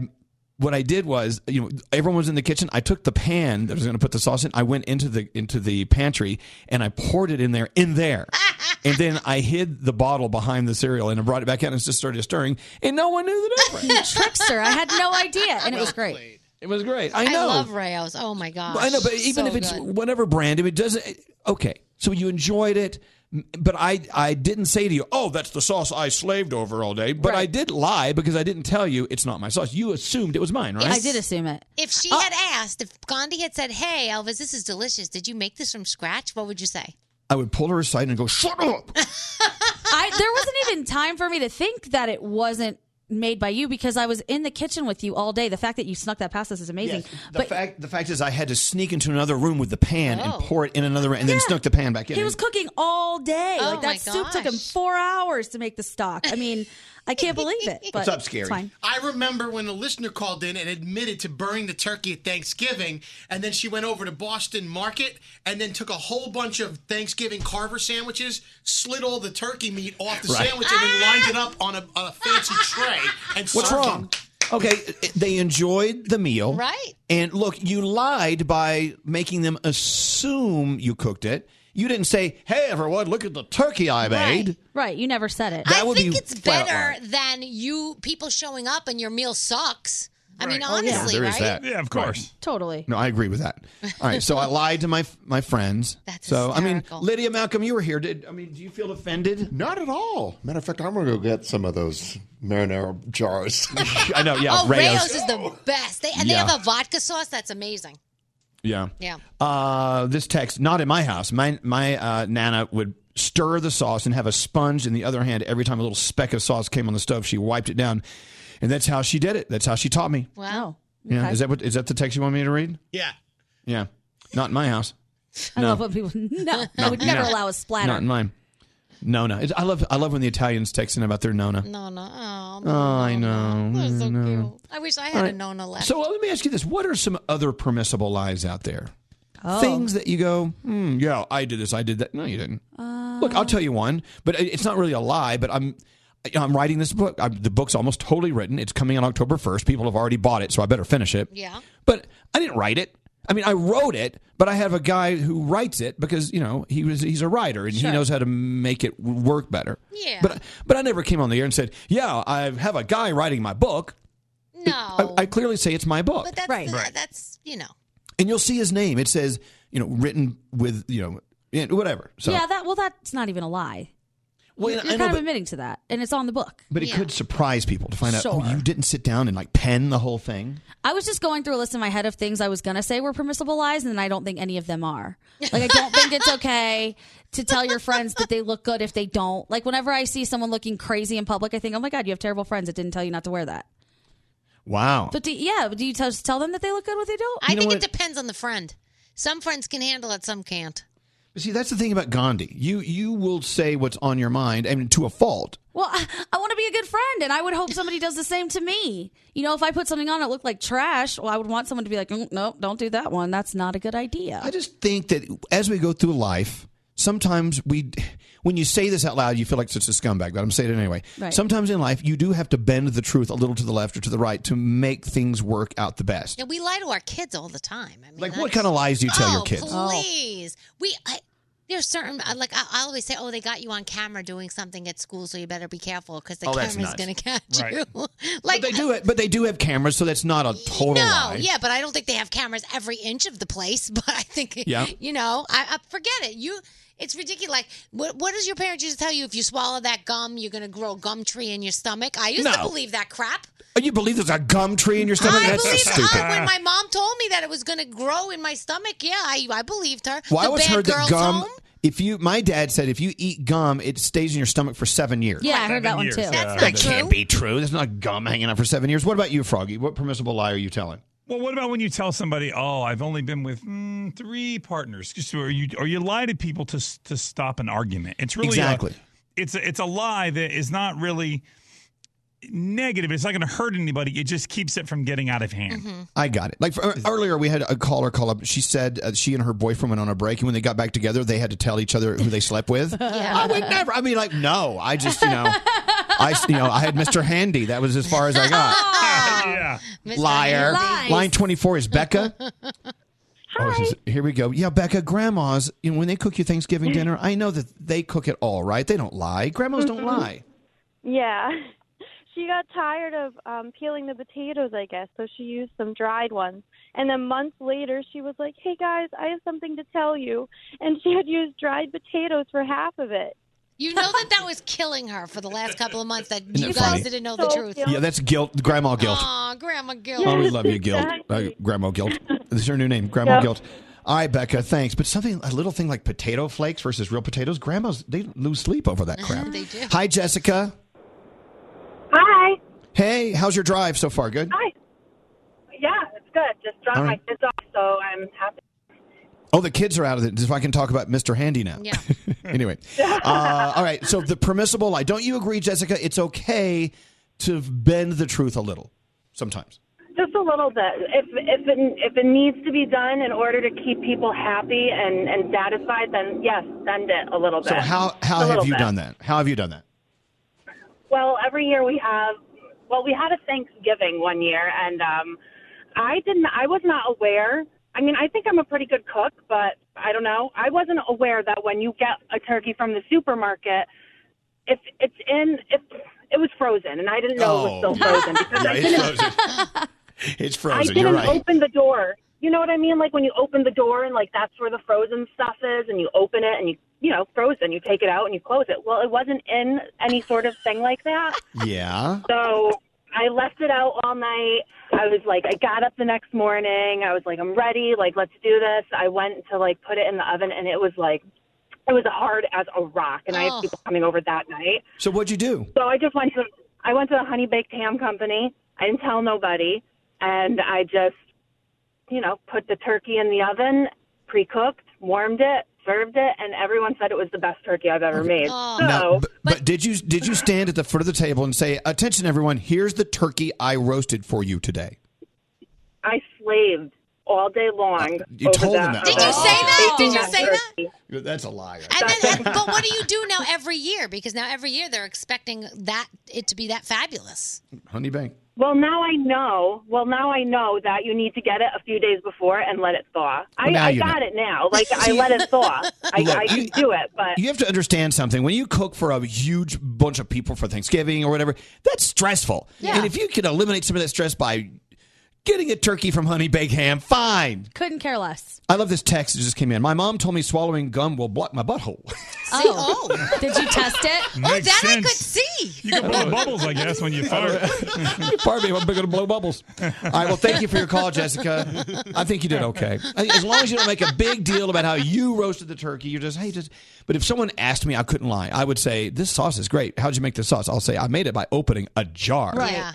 what I did was, you know, everyone was in the kitchen. I took the pan that was going to put the sauce in. I went into the into the pantry and I poured it in there, in there, and then I hid the bottle behind the cereal and I brought it back out and just started stirring. And no one knew the difference. Trickster. I had no idea, and it was great. It was great. I know. love Rayo's. Oh my gosh. Well, I know, but even So if it's good. whatever brand, if it doesn't, okay. So you enjoyed it, m- but I I didn't say to you, oh, that's the sauce I slaved over all day. But I did lie because I didn't tell you it's not my sauce. You assumed it was mine, right? I did assume it. If she had asked, if Gandhi had said, "Hey, Elvis, this is delicious. Did you make this from scratch?" What would you say? I would pull her aside and go, shut up. I there wasn't even time for me to think that it wasn't made by you because I was in the kitchen with you all day. The fact that you snuck that past us is amazing. The fact the fact is, I had to sneak into another room with the pan and pour it in another room, and then snuck the pan back in. Oh. He was cooking all day. Oh like that my soup took him four hours to make the stock. I mean, I can't believe it. But It's fine. I remember when a listener called in and admitted to burning the turkey at Thanksgiving, and then she went over to Boston Market and then took a whole bunch of Thanksgiving carver sandwiches, slid all the turkey meat off the Right. sandwich, and then lined it up on a, on a fancy tray. And What's served wrong? it. Okay, they enjoyed the meal. Right. And look, you lied by making them assume you cooked it. You didn't say, hey, everyone, look at the turkey I made. Right, you never said it. That would be It's flat out better lying. than you people showing up and your meal sucks. I mean, Oh, honestly, yeah. There is right? that. Yeah, of course. Right. Totally. No, I agree with that. All right, so I lied to my my friends. That's so. I mean, Lydia Malcolm, you were here. Did I mean? Do you feel offended? Not at all. Matter of fact, I'm going to go get some of those marinara jars. I know. oh, Rayo's. is the best. They and Yeah. they have a vodka sauce that's amazing. Yeah. Yeah. Uh, this text, not in my house. My my uh, nana would stir the sauce and have a sponge in the other hand. Every time a little speck of sauce came on the stove, she wiped it down, and that's how she did it. That's how she taught me. Wow. Yeah. Is that what? Is that the text you want me to read? Yeah. Yeah. Not in my house. I no. love when people no, I would never no. allow a splatter. Not in mine. Nona. It's, I love I love when the Italians text in about their Nona. Nona. Oh, Oh, I know. They're so I know. cute. I wish I had All a right. Nona left. So uh, let me ask you this: What are some other permissible lies out there? Oh. Things that you go, hmm, yeah, I did this, I did that. No, you didn't. Look, I'll tell you one, but it- it's not really a lie. But I'm, I'm writing this book. I, the book's almost totally written. It's coming out October first. People have already bought it, so I better finish it. Yeah. But I didn't write it. I mean, I wrote it, but I have a guy who writes it because you know he was he's a writer and he knows how to make it work better. Yeah. But but I never came on the air and said, yeah, I have a guy writing my book. No. I, I clearly say it's my book. but that's right. that's you know. And you'll see his name. It says, you know, written with, you know, and whatever. So, yeah, that well, that's not even a lie. Well, you're I you're know, kind but- of admitting to that, and it's on the book. but it could surprise people to find out, oh, Sure. you didn't sit down and like pen the whole thing. I was just going through a list in my head of things I was gonna say were permissible lies, and I don't think any of them are. Like I don't think it's okay to tell your friends that they look good if they don't. Like whenever I see someone looking crazy in public, I think, oh my god, you have terrible friends that didn't tell you not to wear that. Wow. But do, yeah, but do you tell, tell them that they look good when they don't? I think it depends on the friend. Some friends can handle it, some can't. But see, that's the thing about Gandhi. You you will say what's on your mind, I mean, to a fault. Well, I, I want to be a good friend, and I would hope somebody does the same to me. You know, if I put something on that looked like trash, well, I would want someone to be like, "Mm, "No, don't do that one. That's not a good idea." I just think that as we go through life, sometimes we, when you say this out loud, you feel like such a scumbag, but I'm saying it anyway. Right. Sometimes in life, you do have to bend the truth a little to the left or to the right to make things work out the best. Yeah, we lie to our kids all the time. I mean, Like, what that's- kind of lies do you tell your Oh, kids? Please, we. I, there's certain I- like I, I always say, oh, they got you on camera doing something at school, so you better be careful because the Oh, that's camera's nuts. going to catch Right. you. Like they do it, but they do have cameras, so that's not a total no, lie. yeah, but I don't think they have cameras every inch of the place. But I think, Yeah. you know, I, I forget it. You, it's ridiculous. Like, what, what does your parents used to tell you? If you swallow that gum, you're going to grow a gum tree in your stomach. I used to No. believe that crap. Oh, you believe there's a gum tree in your stomach? I that's believed so stupid. uh, when my mom told me that it was going to grow in my stomach. Yeah, I, I believed her. well, I the always bad heard that girls gum. home. If you, my dad said, if you eat gum, it stays in your stomach for seven years. Yeah, I heard Seven that one, years, too. yeah. That's that not can't be true. There's not gum hanging out for seven years. What about you, Froggy? What permissible lie are you telling? Well, what about when you tell somebody, "Oh, I've only been with mm, three partners," Just- or you or you lie to people to s- to stop an argument? It's really a- Exactly. it's a, it's a lie that is not really negative. It's not going to hurt anybody. It just keeps it from getting out of hand. I got it. Like for, uh, earlier, we had a caller call up. She said uh, she and her boyfriend went on a break, and when they got back together, they had to tell each other who they slept with. I would never. I mean, like, no. I just, you know, I, you know, I had Mr. Handy. That was as far as I got. Yeah. Liar. Line 24 is Becca. Oh, this is- here we go. Yeah, Becca, grandmas, you know, when they cook you Thanksgiving dinner, I know that they cook it all right. They don't lie. Grandmas don't Mhm. lie. Yeah. She got tired of um, peeling the potatoes, I guess, so she used some dried ones. And then months later, she was like, hey guys, I have something to tell you. And she had used dried potatoes for half of it. You know that that was killing her for the last couple of months that Isn't you it guys funny? didn't know the truth. Yeah, that's guilt, grandma guilt. Aw, Grandma Guilt. Oh, we love you, Guilt. Uh, Grandma Guilt. This is her new name, Grandma Yep. Guilt. All right, Becca, thanks. But something, a little thing like potato flakes versus real potatoes, grandmas, they lose sleep over that crap. They do. Hi, Jessica. Hi. Hey, how's your drive so far? Good? Hi. Yeah, it's good. Just dropped All my right. kids off, so I'm happy. Oh, the kids are out of it. If I can talk about Mr. Handy now. Yeah. anyway. Uh, all right. So the permissible lie. Don't you agree, Jessica? It's okay to bend the truth a little sometimes. Just a little bit. If if it, if it needs to be done in order to keep people happy and and satisfied, then yes, send it a little bit. So how how A have little you bit. done that? How have you done that? Well, every year we have. Well, we had a Thanksgiving one year, and um, I didn't. I was not aware. I mean, I think I'm a pretty good cook, but I don't know. I wasn't aware that when you get a turkey from the supermarket, if it's in, if it was frozen, and I didn't know it Oh. was still frozen because I didn't. It's I didn't open the door. You know what I mean? Like when you open the door and like that's where the frozen stuff is, and you open it and you you know frozen. You take it out and you close it. Well, it wasn't in any sort of thing like that. Yeah. So I left it out all night. I was like, I got up the next morning. I was like, I'm ready. Like, let's do this. I went to like put it in the oven, and it was like, it was hard as a rock. And I Oh. had people coming over that night. So what'd you do? So I just went to, I went to the honey baked ham company. I didn't tell nobody, and I just, you know, put the turkey in the oven, pre cooked, warmed it, served it, and everyone said it was the best turkey I've ever made. So. Now, but, but did you did you stand at the foot of the table and say, "Attention, everyone! Here's the turkey I roasted for you today." I slaved all day long. Uh, You over told them that. Did you about say that? baking Did you say that? turkey. That's a lie. But what do you do now every year? Because now every year they're expecting that it to be that fabulous. Honey bank. Well, now I know. Well, now I know that you need to get it a few days before and let it thaw. I, Well, now I you got know. it now. Like I let it thaw. I, Look, I you- can do it, but You have to understand something. When you cook for a huge bunch of people for Thanksgiving or whatever, that's stressful. Yeah. And if you can eliminate some of that stress by getting a turkey from Honey Baked Ham, fine. Couldn't care less. I love this text that just came in. My mom told me swallowing gum will block my butthole. Oh. Did you test it? Makes that I sense. could see. You can blow bubbles, I guess, when you fart. Pardon me, I'm going to blow bubbles. All right, well, thank you for your call, Jessica. I think you did okay. I think As long as you don't make a big deal about how you roasted the turkey, you're just, hey, just. But if someone asked me, I couldn't lie. I would say, this sauce is great. How'd you make this sauce? I'll say, I made it by opening a jar. Yeah.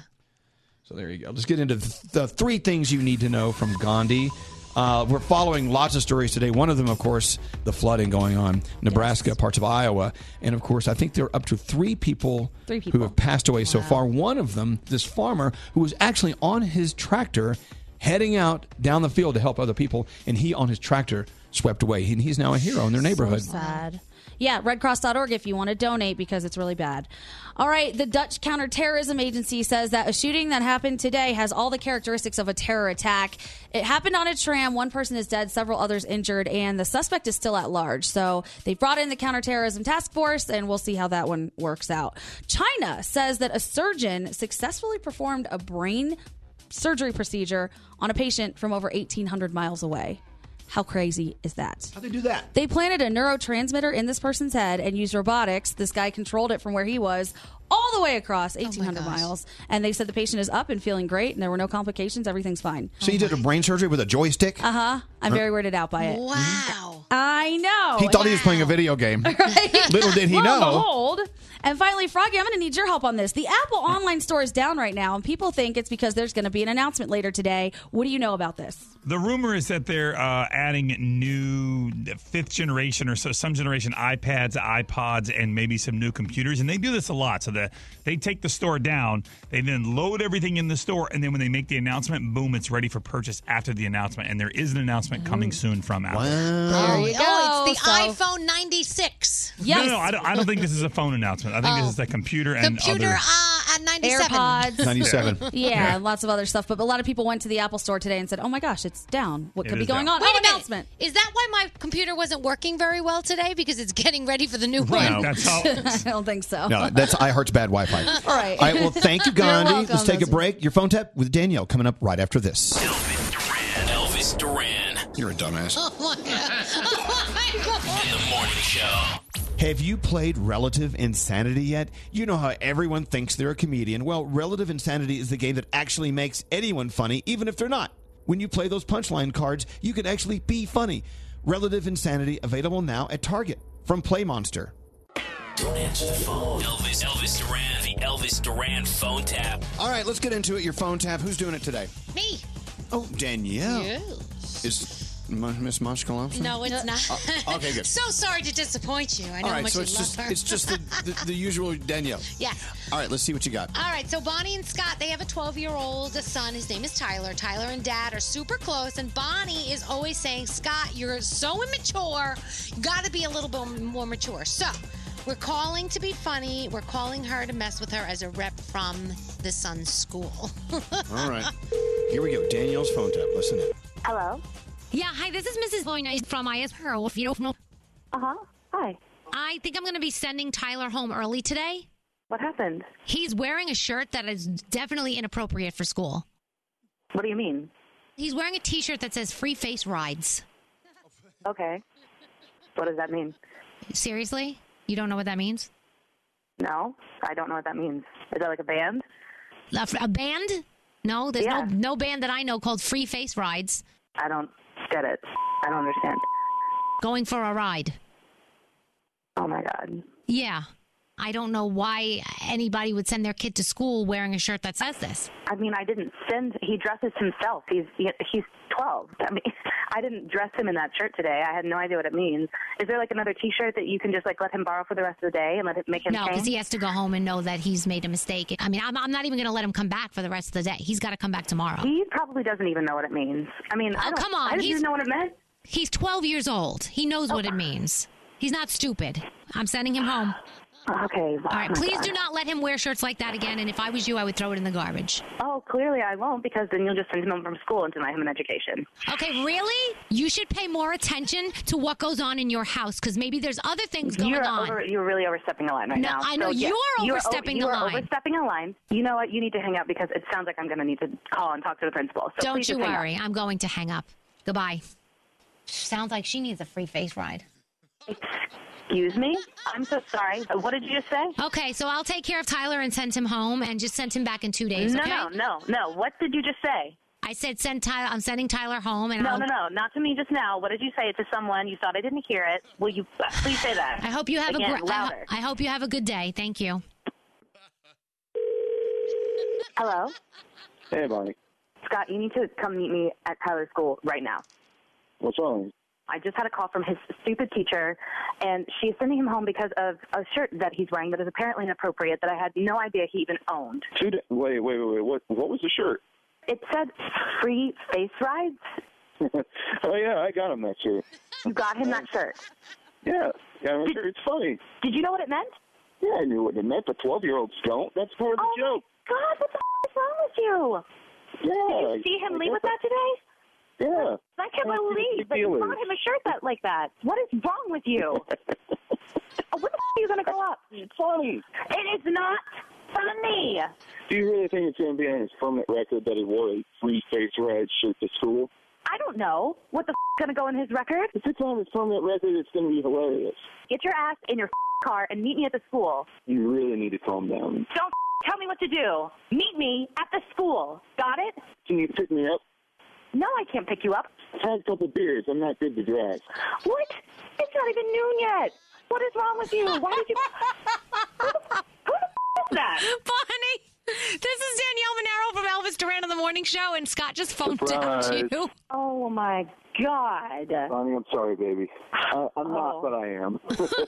So there you go. Let's get into th- the three things you need to know from Gandhi. Uh, we're following lots of stories today. One of them, of course, the flooding going on, Nebraska, parts of Iowa, and of course, I think there are up to three people, Three people. who have passed away so far. One of them, this farmer, who was actually on his tractor, heading out down the field to help other people, and he on his tractor swept away, and he's now a hero in their neighborhood. Sad. Yeah, redcross.org if you want to donate because it's really bad. All right, the Dutch counterterrorism agency says that a shooting that happened today has all the characteristics of a terror attack. It happened on a tram. One person is dead, several others injured, and the suspect is still at large. So they brought in the counterterrorism task force, and we'll see how that one works out. China says that a surgeon successfully performed a brain surgery procedure on a patient from over 1,800 miles away. How crazy is that? How they do that? They planted a neurotransmitter in this person's head and used robotics. This guy controlled it from where he was all the way across 1,800 miles. And they said the patient is up and feeling great, and there were no complications. Everything's fine. So you did a brain surgery with a joystick. Uh huh. I'm very weirded out by it. Wow. I know. He thought he was playing a video game. Little did he Lo and know. Behold. And finally, Froggy, I'm going to need your help on this. The Apple online store is down right now, and people think it's because there's going to be an announcement later today. What do you know about this? The rumor is that they're uh, adding new fifth generation or so some generation iPads, iPods, and maybe some new computers. And they do this a lot. So that they take the store down, they then load everything in the store, and then when they make the announcement, boom, it's ready for purchase after the announcement. And there is an announcement coming soon from Apple. oh, oh, it's the so- iPhone 96. No, no, I don't, I don't think this is a phone announcement. I think Oh. this is the computer and Computer other. uh, at 97. AirPods. 97. yeah, lots of other stuff. But a lot of people went to the Apple store today and said, oh my gosh, it's down. What It could be is going down. on? Wait Oh, a minute. Is that why my computer wasn't working very well today? Because it's getting ready for the new Right, one. that's how- I don't think so. No, that's iHeart's bad Wi Fi. All right. All right, well, thank you, You're Gandhi. welcome. Let's take a break. Your phone tap with Danielle coming up right after this. Elvis Duran. You're a dumbass. Oh my god. Oh The morning show. Have you played Relative Insanity yet? You know how everyone thinks they're a comedian. Well, Relative Insanity is the game that actually makes anyone funny, even if they're not. When you play those punchline cards, you can actually be funny. Relative Insanity available now at Target from Play Monster. Don't answer the phone. Elvis, Elvis Duran, the Elvis Duran phone tap. All right, let's get into it. Your phone tap. Who's doing it today? Me. Oh, Danielle. Is M- Miss Moshkalov? No, it's not. Uh, okay, good. so sorry to disappoint you. I know All how right, much so you it's love just her. it's just the, the, the usual Danielle. yeah. All right, let's see what you got. All right, so Bonnie and Scott, they have a 12 year old son. His name is Tyler. Tyler and dad are super close, and Bonnie is always saying, Scott, you're so immature. You got to be a little bit more mature. So we're calling to be funny. We're calling her to mess with her as a rep from the son's school. All right, here we go. Danielle's phone tap. Listen in. Hello. Yeah, hi, this is Mrs. Boyne from IS Pearl, if you don't know. Uh Uh-huh, huh. Hi. I think I'm going to be sending Tyler home early today. What happened? He's wearing a shirt that is definitely inappropriate for school. What do you mean? He's wearing a t shirt that says Free Face Rides. Okay. What does that mean? Seriously? You don't know what that means? No, I don't know what that means. Is that like a band? A, a band? No, there's no, no band that I know called Free Face Rides. I don't get it. I don't understand. Going for a ride. Oh my god. Yeah. I don't know why anybody would send their kid to school wearing a shirt that says this. I mean, I didn't send. He dresses himself. He's he, he's twelve. I mean, I didn't dress him in that shirt today. I had no idea what it means. Is there like another T-shirt that you can just like let him borrow for the rest of the day and let it make him No, because change? he has to go home and know that he's made a mistake. I mean, I'm, I'm not even going to let him come back for the rest of the day. He's got to come back tomorrow. He probably doesn't even know what it means. I mean, I oh, don't, come on. I didn't he's, even know what it meant. Oh, He's 12 years old. He knows what it means. He's not stupid. I'm sending him home. Okay. All right, my please God. do not let him wear shirts like that again. And if I was you, I would throw it in the garbage. Oh, clearly I won't because then you'll just send him home from school and deny him an education. Okay, really? You should pay more attention to what goes on in your house because maybe there's other things going you're on. Over, you're really overstepping the line right No, now. I know. So, yeah, You're o- overstepping you the are line. overstepping a line. You know what? You need to hang up because it sounds like I'm going to need to call and talk to the principal. So Don't please you just hang up. worry. I'm going to hang up. Goodbye. Sounds like she needs a free face ride. Excuse me? I'm so sorry. What did you just say? Okay, so I'll take care of Tyler and send him home and just send him back in two days. No, okay? no, no, no. What did you just say? I said send Tyler. I'm sending Tyler home and No, I'll, no, no. Not to me just now. What did you say to someone? You thought I didn't hear it. Will you uh, please say that? I hope you have Again, a gr- I, louder. ho- I hope you have a good day. Thank you. Hello? Hey, Bonnie. Scott, you need to come meet me at Tyler's school right now. What's wrong? I just had a call from his stupid teacher, and she's sending him home because of a shirt that he's wearing that is apparently inappropriate that I had no idea he even owned. Two da- wait, wait, wait, wait. What, what was the shirt? It said free face rides. oh, yeah, I got him that shirt. You got him that shirt. Yeah, yeah, I'm sure it's funny. Did you know what it meant? Yeah, I knew what it meant, but 12 year olds don't. That's part of the Oh joke. God, what the f- is wrong with you? Yeah. Did you see him I leave with guess that today? I- Yeah. I can't Well, it's believe big that you deal bought is- him a shirt that like that. What is wrong with you? Oh, when the f- are you gonna grow up? It's funny. It is not funny. Do you really think it's going to be on his permanent record that he wore a free face red shirt to school? I don't know what the f- is gonna go in his record. If it's on his permanent record, it's going to be hilarious. Get your ass in your f- car and meet me at the school. You really need to calm down. Don't f- tell me what to do. Meet me at the school. Got it? Can you pick me up? No, I can't pick you up. I've had a couple beers. I'm not good to drive. What? It's not even noon yet. What is wrong with you? Why did you? Who the f- who the f- is that? Bonnie, this is Danielle Monero from Elvis Duran on the Morning Show, and Scott just phoned Surprise. tapped you. Oh my God. Bonnie, I'm sorry, baby. I, I'm not, but I am.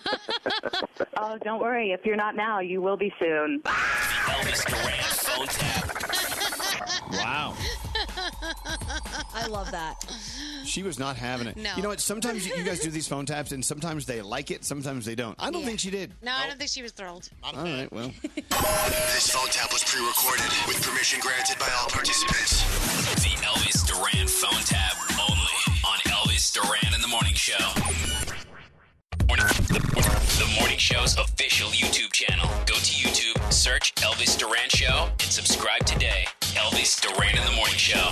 Oh, don't worry. If you're not now, you will be soon. Elvis Duran phone tap. Wow. I love that. She was not having it. No. You know what? Sometimes you you guys do these phone taps, and sometimes they like it, sometimes they don't. I don't Yeah. think she did. No, I don't think she was thrilled. All right, well. This phone tap was pre-recorded with permission granted by all participants. The Elvis Duran phone tab only on Elvis Duran in the Morning Show. Morning- The the Morning Show's official YouTube channel. Go to YouTube, search Elvis Duran Show, and subscribe today. Elvis Duran in the Morning Show.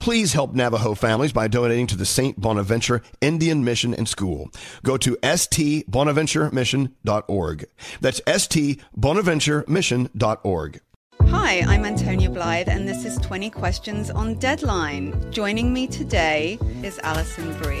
Please help Navajo families by donating to the St. Bonaventure Indian Mission and School. Go to stbonaventuremission.org. That's stbonaventuremission.org. Hi, I'm Antonia Blythe, and this is 20 Questions on Deadline. Joining me today is Alison Bree.